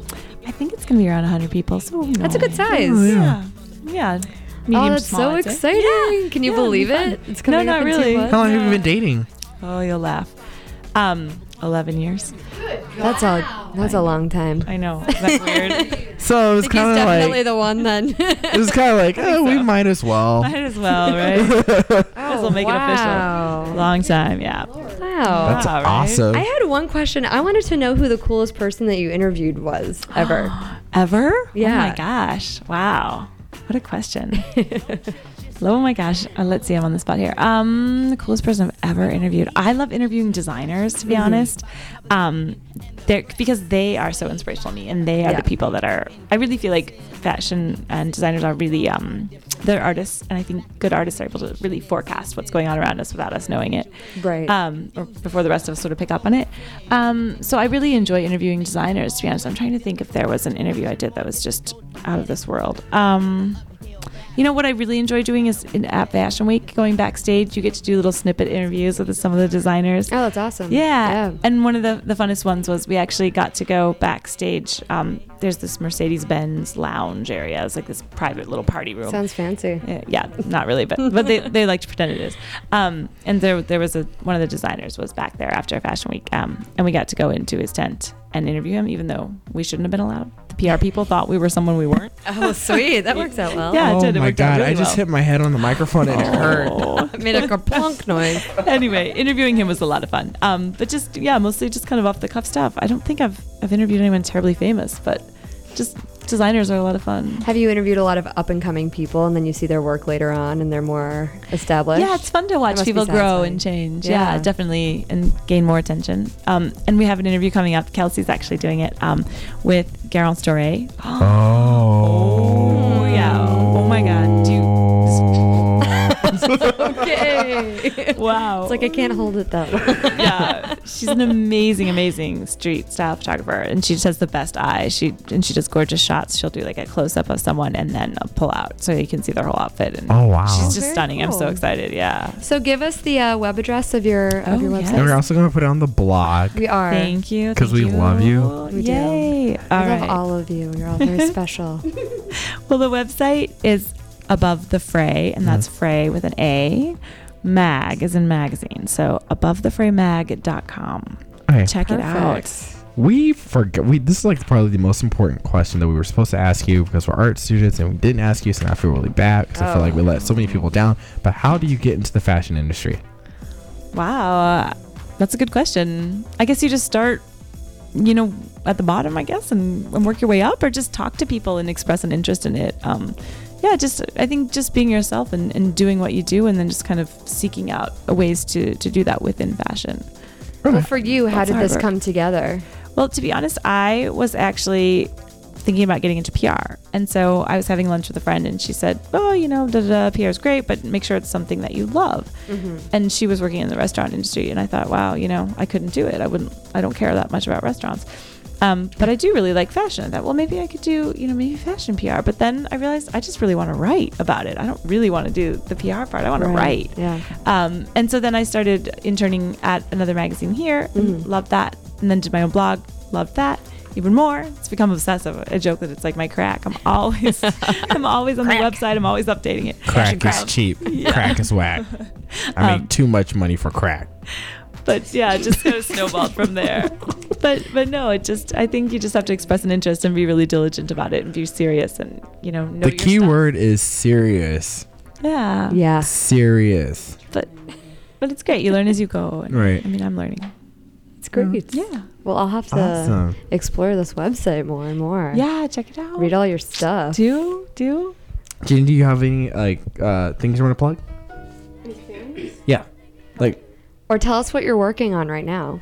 Speaker 15: I think it's gonna be around 100 people, so you
Speaker 2: That's a
Speaker 15: know.
Speaker 2: good size.
Speaker 1: Oh,
Speaker 15: Yeah, yeah. Medium,
Speaker 2: oh, that's
Speaker 15: small,
Speaker 2: so
Speaker 15: I'd say.
Speaker 2: exciting. Can you
Speaker 15: Yeah, it'll be
Speaker 2: believe
Speaker 15: fun.
Speaker 2: it? It's coming
Speaker 15: no,
Speaker 2: up
Speaker 15: not
Speaker 2: in two
Speaker 15: really.
Speaker 2: months?
Speaker 1: how long have you been dating
Speaker 15: Oh, you'll laugh. Um, 11 years.
Speaker 2: That's a that's a long time.
Speaker 15: I know. Is
Speaker 2: <laughs>
Speaker 15: that weird?
Speaker 1: so it
Speaker 2: I
Speaker 1: was
Speaker 2: think he's
Speaker 1: kind of
Speaker 2: definitely
Speaker 1: like
Speaker 2: the one then. <laughs>
Speaker 1: it was kind of like oh we might as well
Speaker 15: Might as well,
Speaker 1: <laughs>
Speaker 15: right? this will make it official. Long time, yeah.
Speaker 2: Oh, Wow.
Speaker 1: That's
Speaker 15: right?
Speaker 1: awesome.
Speaker 2: I had one question. I wanted to know who the coolest person that you interviewed was
Speaker 15: <gasps>
Speaker 2: ever.
Speaker 15: <gasps> Ever? Oh
Speaker 2: Yeah.
Speaker 15: my gosh. Wow. What a question. <laughs> oh my gosh. Uh, let's see. I'm on the spot here. Um, the coolest person I've ever interviewed. I love interviewing designers, to be
Speaker 2: Mhm.
Speaker 15: honest. Um, they're, because they are so inspirational to me and they are
Speaker 2: Yeah.
Speaker 15: the people that are, I really feel like fashion and designers are really, um, they're artists. And I think good artists are able to really forecast what's going on around us without us knowing it
Speaker 2: right.
Speaker 15: um, or before the rest of us sort of pick up on it. Um, so I really enjoy interviewing designers. To be honest, I'm trying to think if there was an interview I did that was just out of this world. Um, you know what I really enjoy doing is in, at Fashion Week, going backstage, you get to do little snippet interviews with some of the designers.
Speaker 2: oh, that's awesome.
Speaker 15: Yeah. And one of the, the funnest ones was we actually got to go backstage. Um, there's this Mercedes Benz lounge area. It's like this private little party room.
Speaker 2: Sounds fancy.
Speaker 15: Uh, yeah, not really, but but they, they like to pretend it is. Um, and there there was a one of the designers was back there after Fashion Week, um, and we got to go into his tent and interview him, even though we shouldn't have been allowed. The PR people thought we were someone we weren't.
Speaker 2: Oh, sweet. That works out well.
Speaker 15: <laughs> Yeah, it
Speaker 1: oh
Speaker 15: did. It
Speaker 1: my
Speaker 15: worked out
Speaker 1: god!
Speaker 15: really
Speaker 1: I just
Speaker 15: well.
Speaker 1: hit my head on the microphone and it
Speaker 15: Oh,
Speaker 1: hurt.
Speaker 2: <laughs> Made a
Speaker 15: <laughs>
Speaker 2: kerplunk noise.
Speaker 15: anyway, interviewing him was a lot of fun. Um, but just yeah, mostly just kind of off the cuff stuff. I don't think I've I've interviewed anyone terribly famous, but just designers are a lot of fun.
Speaker 2: Have you interviewed a lot of up and coming people and then you see their work later on and they're more established?
Speaker 15: Yeah, it's fun to watch
Speaker 2: That must be
Speaker 15: people grow
Speaker 2: satisfying.
Speaker 15: and change. Yeah. definitely, and gain more attention. Um, and we have an interview coming up. Kelsey's actually doing it um, with Garance <gasps> Doré.
Speaker 1: Oh.
Speaker 15: yeah. Oh my God. Do
Speaker 2: <laughs> okay.
Speaker 15: <laughs> Wow.
Speaker 2: It's like I can't hold it though.
Speaker 15: <laughs> yeah, she's an amazing, amazing street style photographer, and she just has the best eye. She and she does gorgeous shots. She'll do like a close up of someone and then a pull out, so you can see their whole outfit. And
Speaker 1: Oh, wow.
Speaker 15: she's just
Speaker 2: Very
Speaker 15: stunning. I'm so
Speaker 2: cool.
Speaker 15: excited. Yeah.
Speaker 2: So give us the uh, web address of your of your
Speaker 1: And we're
Speaker 2: website.
Speaker 1: also gonna put it on the blog
Speaker 2: We are.
Speaker 15: Oh, Thank you.
Speaker 1: because we love you.
Speaker 2: We do.
Speaker 15: Yay.
Speaker 2: We
Speaker 15: All
Speaker 2: love
Speaker 15: right.
Speaker 2: all of you. You're all
Speaker 10: <laughs>
Speaker 2: very special.
Speaker 15: Well, the website is above the fray, and that's fray with an A. Mag is in magazine, so above the fray mag.com.
Speaker 1: Okay.
Speaker 15: Check it out.
Speaker 2: Perfect.
Speaker 1: We forgot. We this is like probably the most important question that we were supposed to ask you because we're art students and we didn't ask you, so now I feel really bad because I feel
Speaker 2: Oh.
Speaker 1: like we let so many people down. But how do you get into the fashion industry?
Speaker 15: Wow, that's a good question. I guess you just start, you know, at the bottom, I guess, and, and work your way up, or just talk to people and express an interest in it. Um, yeah, just I think just being yourself and, and doing what you do, and then just kind of seeking out ways to to do that within fashion.
Speaker 2: Well, for you, how
Speaker 15: That's
Speaker 2: did
Speaker 15: hard
Speaker 2: this
Speaker 15: work.
Speaker 2: come together?
Speaker 15: Well, to be honest, I was actually thinking about getting into PR. And so I was having lunch with a friend and she said, Oh, you know, da da da, PR is great, but make sure it's something that you love.
Speaker 9: Mm-hmm.
Speaker 2: Mhm.
Speaker 15: And she was working in the restaurant industry. And I thought, wow, you know, I couldn't do it. I wouldn't, I don't care that much about restaurants. Um, but I do really like fashion. I thought, well, maybe I could do, you know, maybe fashion PR. But then I realized I just really want to write about it. I don't really want to do the PR part. I want to
Speaker 2: Right,
Speaker 15: write.
Speaker 2: yeah.
Speaker 15: Um, and so then I started interning at another magazine here, and loved that, and then did my own blog, loved that even more. It's become obsessive. I joke that it's like my crack. I'm always, I'm always on the website. I'm always updating it.
Speaker 1: Crack is
Speaker 15: <laughs>
Speaker 1: cheap.
Speaker 10: <laughs>
Speaker 1: Crack is whack. I
Speaker 10: Um,
Speaker 1: make too much money for crack.
Speaker 15: But yeah, it just kind of snowballed from there. But but no, it just I think you just have to express an interest and be really diligent about it and be serious and you know
Speaker 1: the
Speaker 15: know your
Speaker 1: key word is serious.
Speaker 15: yeah
Speaker 2: Yeah.
Speaker 1: Serious.
Speaker 15: But but it's great. You learn as you go. And,
Speaker 1: Right.
Speaker 15: I mean, I'm learning.
Speaker 2: It's great.
Speaker 15: Yeah.
Speaker 2: Mm. Well, I'll have to
Speaker 1: Awesome.
Speaker 2: explore this website more and more.
Speaker 15: Yeah. Check it out.
Speaker 2: Read all your stuff.
Speaker 15: Do do.
Speaker 1: Jen, do you have any like uh, things you want to plug? Yeah. Like
Speaker 2: Or tell us what you're working on right now.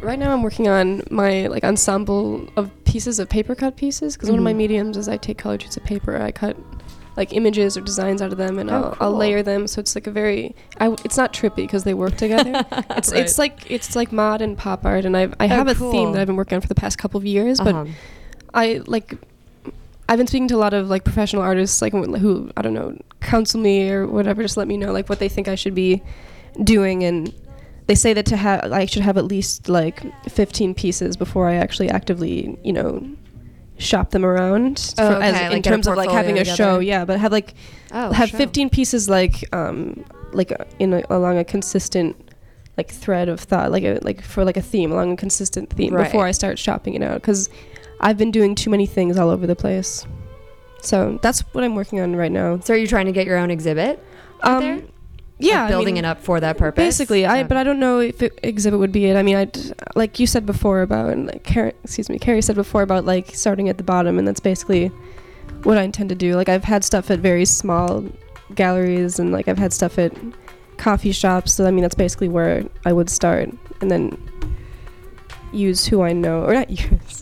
Speaker 10: Right now, I'm working on my like ensemble of pieces of paper cut pieces because one of my
Speaker 2: Mhm.
Speaker 10: mediums is I take colored sheets of paper, I cut like images or designs out of them, and
Speaker 2: Oh,
Speaker 10: I'll, I'll
Speaker 2: cool.
Speaker 10: layer them. So it's like a very, I w it's not trippy because they work
Speaker 2: <laughs>
Speaker 10: together. it's it's like it's like mod and pop art, and I've, I
Speaker 2: Oh,
Speaker 10: have a
Speaker 2: cool.
Speaker 10: theme that I've been working on for the past couple of years,
Speaker 2: Uh-huh.
Speaker 10: but I like. I've been speaking to a lot of like professional artists, like who- who I don't know, counsel me or whatever, just let me know like what they think I should be doing, and they say that to have I should have at least like 15 pieces before I actually actively, you know, shop them around
Speaker 2: Oh,
Speaker 10: for- as-
Speaker 2: okay,
Speaker 10: in
Speaker 2: like get a
Speaker 10: terms of like having a
Speaker 2: portfolio
Speaker 10: show.
Speaker 2: together.
Speaker 10: Yeah, but have like
Speaker 2: Oh,
Speaker 10: have
Speaker 2: show.
Speaker 10: 15 pieces like um like uh, in a, along a consistent like thread of thought, like a, like for like a theme along a consistent theme
Speaker 2: Right.
Speaker 10: before I start shopping it out because I've been doing too many things all over the place. So that's what I'm working on right now.
Speaker 2: So, are you trying to get your own exhibit? out there?
Speaker 10: Um, yeah,
Speaker 2: Like
Speaker 10: I
Speaker 2: building
Speaker 10: mean-
Speaker 2: it up for that purpose.
Speaker 10: Basically, I
Speaker 2: So-
Speaker 10: but I don't know if it, exhibit would be it. I mean, I like you said before about and like Carrie, excuse me, Carrie said before about like starting at the bottom, and that's basically what I intend to do. Like I've had stuff at very small galleries, and like I've had stuff at coffee shops. So I mean, that's basically where I would start, and then use who I know, or not <laughs>
Speaker 2: <laughs>
Speaker 10: use,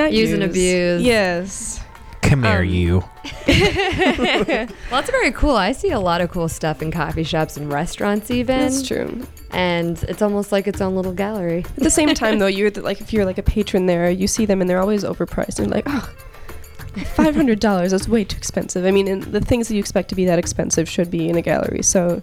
Speaker 10: not
Speaker 2: Use and abuse.
Speaker 10: Yes.
Speaker 1: come
Speaker 10: Um,
Speaker 1: here, you.
Speaker 2: <laughs> well, that's very cool. I see a lot of cool stuff in coffee shops and restaurants, even.
Speaker 10: That's true.
Speaker 2: And it's almost like its own little gallery.
Speaker 10: At the same time, though, you're the, like if you're like a patron there, you see them and they're always overpriced. And you're like, oh, five hundred dollars. That's way too expensive. I mean, and the things that you expect to be that expensive should be in a gallery. So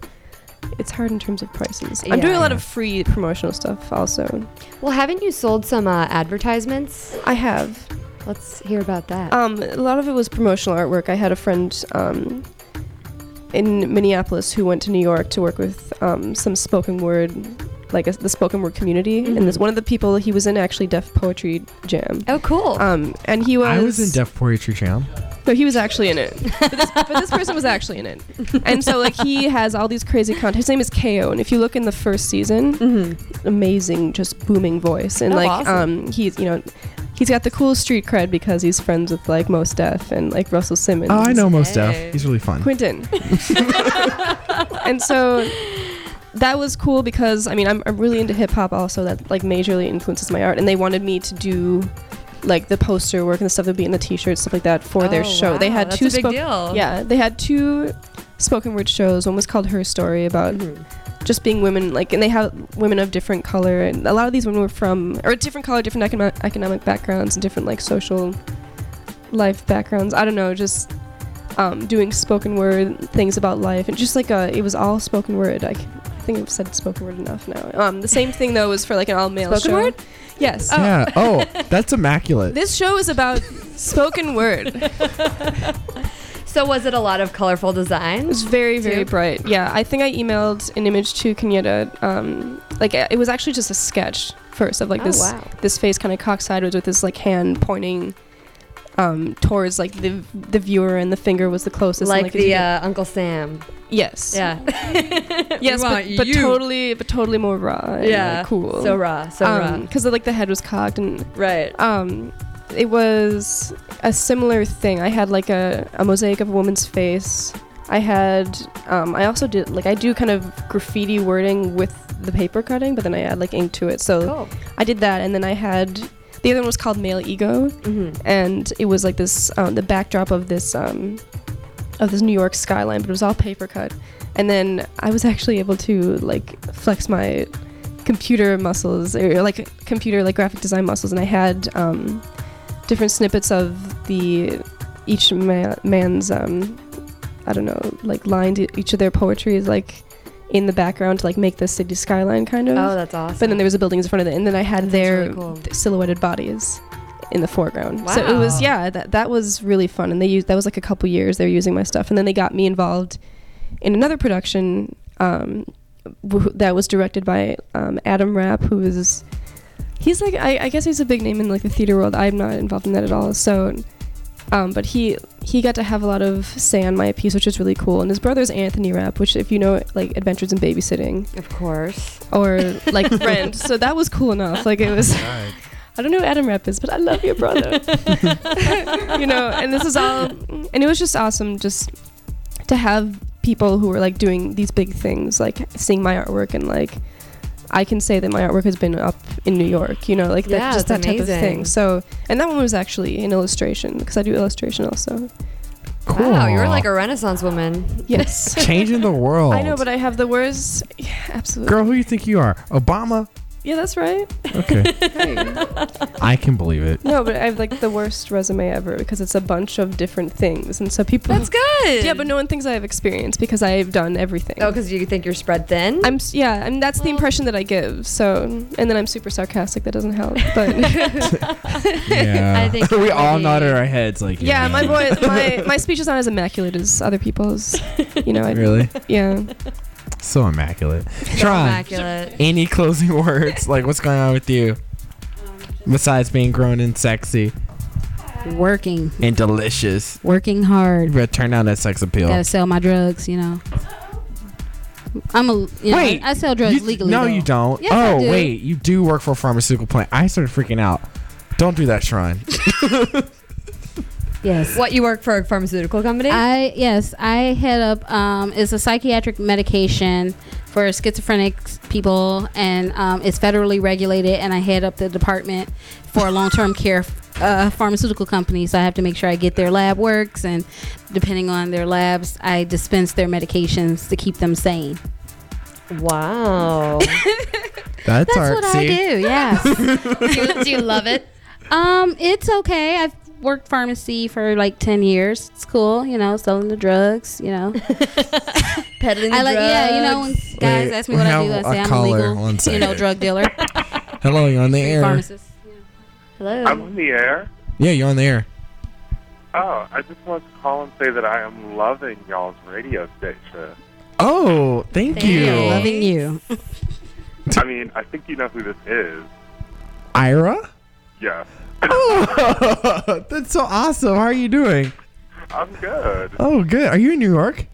Speaker 10: it's hard in terms of prices. I'm doing a lot
Speaker 2: Yeah.
Speaker 10: of free promotional stuff also.
Speaker 2: Well, haven't you sold some uh, advertisements?
Speaker 10: I have.
Speaker 2: Let's hear about that.
Speaker 10: Um, a lot of it was promotional artwork. I had a friend um, in Minneapolis who went to New York to work with um, some spoken word like a, the spoken word community, and there's one of the people he was in actually deaf poetry jam.
Speaker 2: Mm-hmm. Oh, cool.
Speaker 10: Um, and he was.
Speaker 1: I was in Deaf Poetry Jam.
Speaker 10: No, he was actually in it. But this, but this person was actually in it. And so, like, he <laughs> has all these crazy content. His name is KO. And if you look in the first season,
Speaker 2: Mm-hmm.
Speaker 10: amazing, just booming voice. And,
Speaker 14: Oh,
Speaker 10: like,
Speaker 14: awesome.
Speaker 10: um, he's, you know, he's got the coolest street cred because he's friends with, like, Mos Def and, like, Russell Simmons.
Speaker 1: Oh, I know Mos Def. Hey. He's really
Speaker 2: <laughs>
Speaker 1: fun.
Speaker 10: Quentin. and so. That was cool because I mean I'm, I'm really into hip hop also that like majorly influences my art and they wanted me to do like the poster work and the stuff that would be in the t-shirts stuff like that for their
Speaker 2: Oh,
Speaker 10: show. They
Speaker 2: wow,
Speaker 10: had
Speaker 2: that's
Speaker 10: two
Speaker 2: a big
Speaker 10: spoke-
Speaker 2: deal.
Speaker 10: Yeah, they had two spoken word shows. One was called Her Story about just being women like and they have women of different color and a lot of these women were from or different color, different econo- economic backgrounds and different like social life backgrounds. I don't know, just um, doing spoken word things about life and just like a, it was all spoken word. I, c- I think I've said spoken word enough now. Um, the same thing though was for like an all male
Speaker 2: Spoken
Speaker 10: show.
Speaker 2: word?
Speaker 10: Yes.
Speaker 1: Yeah. Oh,
Speaker 10: <laughs>
Speaker 1: that's immaculate.
Speaker 10: This show is about spoken word.
Speaker 2: <laughs> So was it a lot of colorful design? It
Speaker 10: was very, very bright. Yeah, I think I emailed an image to Kenyatta. Um, like uh, it was actually just a sketch first of like
Speaker 2: Oh,
Speaker 10: this
Speaker 2: wow.
Speaker 10: this face kind of cocksided with his like hand pointing um, towards like the the viewer and the finger was the closest. and,
Speaker 2: like,
Speaker 10: if
Speaker 2: the
Speaker 10: you-
Speaker 2: uh, Uncle Sam.
Speaker 10: Yes.
Speaker 2: Yeah.
Speaker 10: <laughs> yes,
Speaker 2: We
Speaker 10: but,
Speaker 2: want
Speaker 10: but
Speaker 2: you.
Speaker 10: totally, but totally more raw. And,
Speaker 2: Yeah,
Speaker 10: like, cool.
Speaker 2: so raw, so raw.
Speaker 10: Because like the head was cocked and
Speaker 2: right.
Speaker 10: Um, it was a similar thing. I had like a, a mosaic of a woman's face. I had. Um, I also did like I do kind of graffiti wording with the paper cutting, but then I add like ink to it. So
Speaker 2: Cool.
Speaker 10: Oh. I did that, and then I had. The other one was called Male Ego,
Speaker 2: Mm-hmm.
Speaker 10: and it was like this, um, the backdrop of this um, of this New York skyline, but it was all paper cut. And then I was actually able to like flex my computer muscles or like computer like graphic design muscles, and I had um, different snippets of the each ma- man's um, I don't know like lined e- each of their poetry is like in the background to like make the city skyline kind of.
Speaker 2: Oh, that's
Speaker 10: But then there was a building in front of it, and then I had their
Speaker 2: really cool.
Speaker 10: th- silhouetted bodies in the foreground. So it was
Speaker 2: Wow.
Speaker 10: yeah, that that was really fun and they used that was like a couple years they were using my stuff and then they got me involved in another production um wh- that was directed by um, Adam Rapp who is he's like I, I guess he's a big name in like the theater world. I'm not involved in that at all. So um, but he he got to have a lot of say on my piece, which is really cool. And his brother's Anthony Rapp, which if you know like Adventures in Babysitting,
Speaker 2: of course,
Speaker 10: or
Speaker 2: <laughs>
Speaker 10: like Rent. So that was cool enough. Like it was. <laughs>
Speaker 1: Right.
Speaker 10: I don't know who Adam Rapp is, but I love your brother. you know, and this is all, and it was just awesome just to have people who were like doing these big things, like seeing my artwork and like I can say that my artwork has been up in New York, you know, like
Speaker 2: Yeah,
Speaker 10: that, just that
Speaker 2: that's
Speaker 10: type of
Speaker 2: amazing.
Speaker 10: thing. So, and that one was actually an illustration because I do illustration also.
Speaker 1: Cool.
Speaker 2: Wow, you're like a Renaissance woman. <laughs>
Speaker 10: Yes.
Speaker 1: <laughs> Changing the world.
Speaker 10: I know, but I have the words. Yeah, absolutely.
Speaker 1: Girl, who you think you are? Obama?
Speaker 10: Yeah, that's right. <laughs>
Speaker 1: Okay. I can believe it.
Speaker 10: No, but I have like the worst resume ever because it's a bunch of different things, and so people.
Speaker 2: That's good.
Speaker 10: <laughs> Yeah, but no one thinks I have experience because I've done everything.
Speaker 2: Oh, because you think you're spread thin.
Speaker 10: I'm s- yeah, I mean that's the impression that I give. So, and then I'm super sarcastic. That doesn't help.
Speaker 2: <laughs>
Speaker 10: But
Speaker 1: Yeah.
Speaker 10: <laughs> <laughs> I
Speaker 1: <laughs>
Speaker 10: think
Speaker 1: we all
Speaker 10: maybe-
Speaker 1: nodded our heads like
Speaker 10: yeah, my voice, my
Speaker 1: <laughs>
Speaker 10: my speech is not as immaculate as other people's. You know. I,
Speaker 1: Really?
Speaker 10: Yeah.
Speaker 1: So immaculate.
Speaker 10: <laughs>
Speaker 1: Tron,
Speaker 2: immaculate.
Speaker 1: any closing words? Like, what's going on with you? Besides being grown and sexy
Speaker 3: Working.
Speaker 1: and delicious.
Speaker 3: Working hard.
Speaker 1: But turn down that sex appeal.
Speaker 3: Gotta sell my drugs, you know. I'm a. You know,
Speaker 1: Wait,
Speaker 3: I sell drugs legally.
Speaker 1: no,
Speaker 3: though.
Speaker 1: you don't.
Speaker 3: Yes, I
Speaker 1: oh,
Speaker 3: do.
Speaker 1: wait. You do work for a pharmaceutical plant. I started freaking out. Don't do
Speaker 3: <laughs>
Speaker 1: that, Tron.
Speaker 3: Yes.
Speaker 2: What you work for a pharmaceutical company?
Speaker 3: I yes, I head up. Um, it's a psychiatric medication for schizophrenic people, and um, it's federally regulated. And I head up the department for long-term care uh, pharmaceutical companies. So I have to make sure I get their lab works, and depending on their labs, I dispense their medications to keep them sane.
Speaker 2: <laughs> Wow.
Speaker 10: <laughs>
Speaker 1: That's,
Speaker 3: That's what I
Speaker 1: <laughs>
Speaker 3: do. Yes.
Speaker 17: <laughs> do, you, do you love it?
Speaker 3: Um, it's okay. I've worked pharmacy for like ten years. It's cool, you know, selling the drugs,
Speaker 17: <laughs>
Speaker 3: you know.
Speaker 2: Peddling
Speaker 3: I like yeah, you know, when
Speaker 2: drugs.
Speaker 3: guys
Speaker 1: Wait,
Speaker 3: ask me
Speaker 1: we
Speaker 3: what I
Speaker 1: have
Speaker 3: do, I
Speaker 1: a
Speaker 3: say I'm a
Speaker 1: caller. One
Speaker 3: legal, you know,
Speaker 1: second.
Speaker 3: drug dealer.
Speaker 1: Hello, you're on the air.
Speaker 3: Pharmacist.
Speaker 2: Hello.
Speaker 18: I'm on the air.
Speaker 1: Yeah, you're on the air.
Speaker 18: Oh, I just wanted to call and say that I am loving y'all's radio station.
Speaker 1: Oh, thank you.
Speaker 3: Loving you.
Speaker 18: I mean, I think you know who this is.
Speaker 1: Ira?
Speaker 18: Yeah.
Speaker 1: Oh, <laughs> that's so awesome. How are you doing?
Speaker 18: I'm good.
Speaker 1: Oh, good. Are you in New York?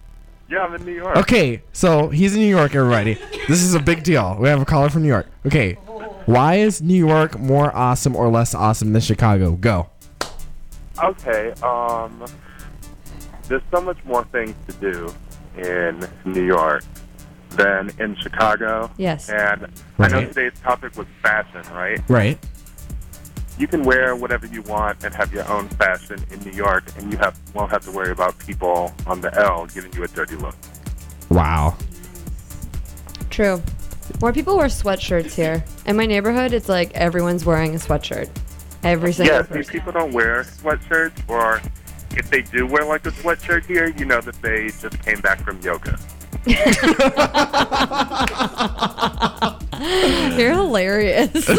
Speaker 18: Yeah, I'm in New York.
Speaker 1: Okay, so he's in New York, everybody. This is a big deal. We have a caller from New York. Okay, why is New York more awesome or less awesome than Chicago? Go.
Speaker 18: Okay. Um, there's so much more things to do in New York than in Chicago.
Speaker 2: Yes.
Speaker 18: And I know
Speaker 1: Right.
Speaker 18: today's topic was fashion, right?
Speaker 1: Right.
Speaker 18: You can wear whatever you want and have your own fashion in New York, and you have won't have to worry about people on the L giving you a dirty look.
Speaker 1: Wow.
Speaker 2: True. More people wear sweatshirts here. In my neighborhood, it's like everyone's wearing a sweatshirt. Every single
Speaker 18: yeah, see,
Speaker 2: person.
Speaker 18: people don't wear sweatshirts, or if they do wear like a sweatshirt here, you know that they just came back from
Speaker 2: <laughs>
Speaker 18: yoga.
Speaker 2: <laughs> You're hilarious. <laughs>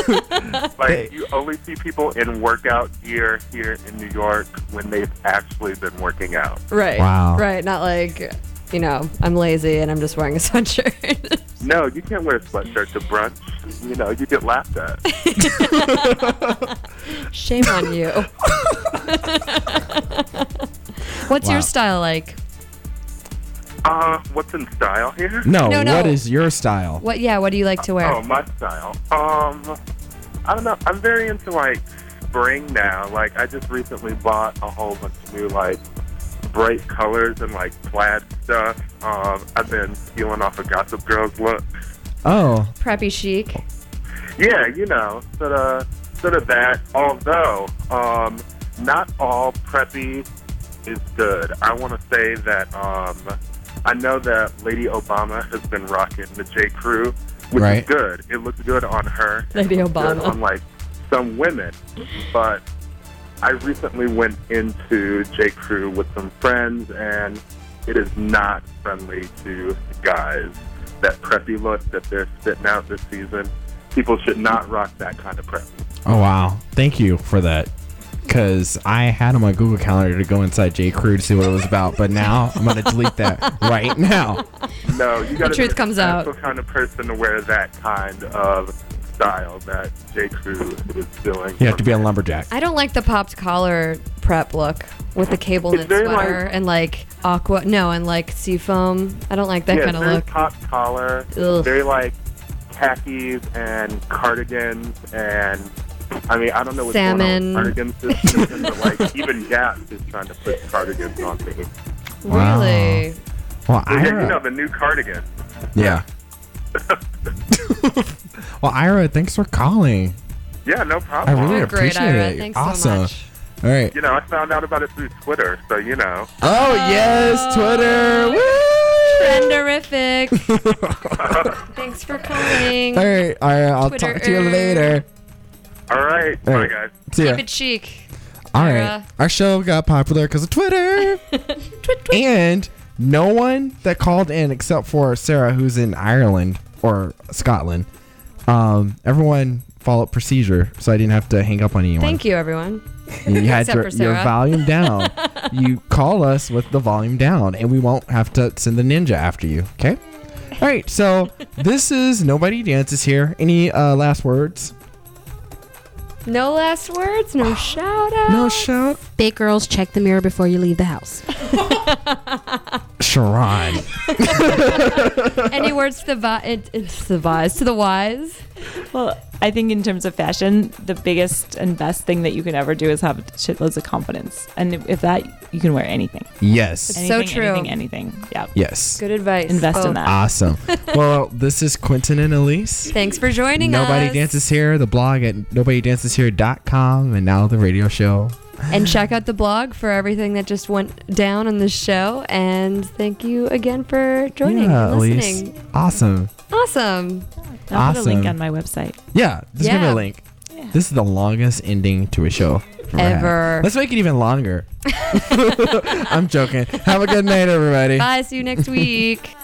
Speaker 18: Like you only see people in workout gear here in New York when they've actually been working out.
Speaker 2: right.
Speaker 18: Wow.
Speaker 2: Right. Not like, you know, I'm lazy and I'm just wearing a sweatshirt. <laughs>
Speaker 18: No, you can't wear a sweatshirt to brunch. You know, you get
Speaker 2: <laughs>
Speaker 18: laughed at.
Speaker 2: Shame on you. <laughs> What's
Speaker 1: Wow.
Speaker 2: your style like?
Speaker 18: Uh, what's in style here?
Speaker 1: No, what is your style?
Speaker 2: What? Yeah. What do you like to wear?
Speaker 18: Oh, my style. Um, I don't know. I'm very into like spring now. Like I just recently bought a whole bunch of new like bright colors and like plaid stuff. Um, I've been peeling off a Gossip Girls look.
Speaker 1: Oh,
Speaker 2: Preppy chic.
Speaker 18: Yeah, you know, sort of, sort of that. Although, um, not all preppy is good. I want to say that um, I know that Lady Obama has been rocking the J. Crew, which
Speaker 1: Right.
Speaker 18: is good. It looks good on her.
Speaker 2: Lady
Speaker 18: It looks good
Speaker 2: Obama.
Speaker 18: on like some women, but I recently went into J. Crew with some friends, and it is not friendly to guys. That preppy look that they're spitting out this season, people should not rock that kind of prep.
Speaker 1: Oh wow! Thank you for that, because I had on my Google Calendar to go inside J Crew to see what it was about, but now I'm gonna delete <laughs> that right now.
Speaker 18: No, you got to
Speaker 2: truth comes out.
Speaker 18: kind of person to wear that kind of style that J. Crew is doing.
Speaker 1: You have to be a lumberjack.
Speaker 2: I don't like the popped collar prep look with the cable knit
Speaker 18: It's very
Speaker 2: sweater
Speaker 18: like-
Speaker 2: and like aqua. No, and like seafoam. I don't like that
Speaker 18: yeah,
Speaker 2: kind of
Speaker 18: very
Speaker 2: look.
Speaker 18: Top collar,
Speaker 2: Ugh.
Speaker 18: very like khakis and cardigans and I mean I don't know what's
Speaker 2: Salmon.
Speaker 18: going on
Speaker 2: <laughs>
Speaker 18: with cardigans this season, but like even Gap is trying to put cardigans on things.
Speaker 1: Wow.
Speaker 2: Really?
Speaker 1: Well,
Speaker 18: Yeah, you know
Speaker 1: Ira.
Speaker 18: the new cardigan. <laughs>
Speaker 1: Yeah. well, Ira, thanks for calling.
Speaker 18: Yeah, no
Speaker 1: I
Speaker 18: problem.
Speaker 2: Oh,
Speaker 1: really appreciate it. awesome. All right.
Speaker 18: You know, I found out about it through Twitter, so you know.
Speaker 1: Oh yes, Twitter.
Speaker 2: Trenderific. <laughs> Thanks for calling.
Speaker 1: <laughs> All right, Ira. I'll talk to you
Speaker 2: Twitter. er.
Speaker 1: later.
Speaker 18: All right.
Speaker 1: All
Speaker 18: Bye
Speaker 1: right.
Speaker 18: guys.
Speaker 1: See ya.
Speaker 2: Keep it chic.
Speaker 1: All right.
Speaker 2: Ira.
Speaker 1: Our show got popular because
Speaker 2: <laughs>
Speaker 1: of Twitter. And no one that called in except for Sarah, who's in Ireland or Scotland. Um, everyone followed procedure, so I didn't have to hang up on anyone.
Speaker 2: Thank you, everyone.
Speaker 1: You
Speaker 2: <laughs>
Speaker 1: had
Speaker 2: Except
Speaker 1: your,
Speaker 2: for
Speaker 1: your
Speaker 2: Sarah. <laughs>
Speaker 1: volume down. you call us with the volume down, and we won't have to send the ninja after you.
Speaker 2: <laughs>
Speaker 1: Okay. All right. So this is nobody dances here. Any uh, last words?
Speaker 2: No last words. No shout
Speaker 1: <laughs>
Speaker 2: out.
Speaker 1: No shout.
Speaker 3: Big girls, check the mirror before you leave the house.
Speaker 1: Sharon.
Speaker 2: Any words to the vi- it, it's the wise to the wise?
Speaker 15: Well, I think in terms of fashion, the biggest and best thing that you can ever do is have shitloads of confidence, and if, if that, you can wear anything.
Speaker 1: Yes. It's
Speaker 2: so
Speaker 15: Anything,
Speaker 2: true.
Speaker 15: Anything, anything. Yeah.
Speaker 1: Yes.
Speaker 2: Good advice.
Speaker 15: Invest in
Speaker 2: Both.
Speaker 15: that. <laughs>
Speaker 1: Awesome. well, this is Quentin and Elise.
Speaker 2: Thanks for joining
Speaker 1: Nobody
Speaker 2: us.
Speaker 1: Dances Here, the blog at nobodydanceshere.com, and now the radio show.
Speaker 2: and check out the blog for everything that just went down on the show. And thank you again for joining
Speaker 1: yeah,
Speaker 2: and
Speaker 1: Elise.
Speaker 2: listening.
Speaker 1: Awesome.
Speaker 2: Awesome.
Speaker 1: I'll put a link Awesome. on
Speaker 15: my website.
Speaker 1: Yeah, just give me
Speaker 2: Yeah.
Speaker 1: a link. This is the longest ending to a show I've had.
Speaker 2: Ever.
Speaker 1: Let's make it even
Speaker 2: <laughs>
Speaker 1: <laughs> longer. I'm joking. Have a good night, everybody.
Speaker 2: Bye. See you next week.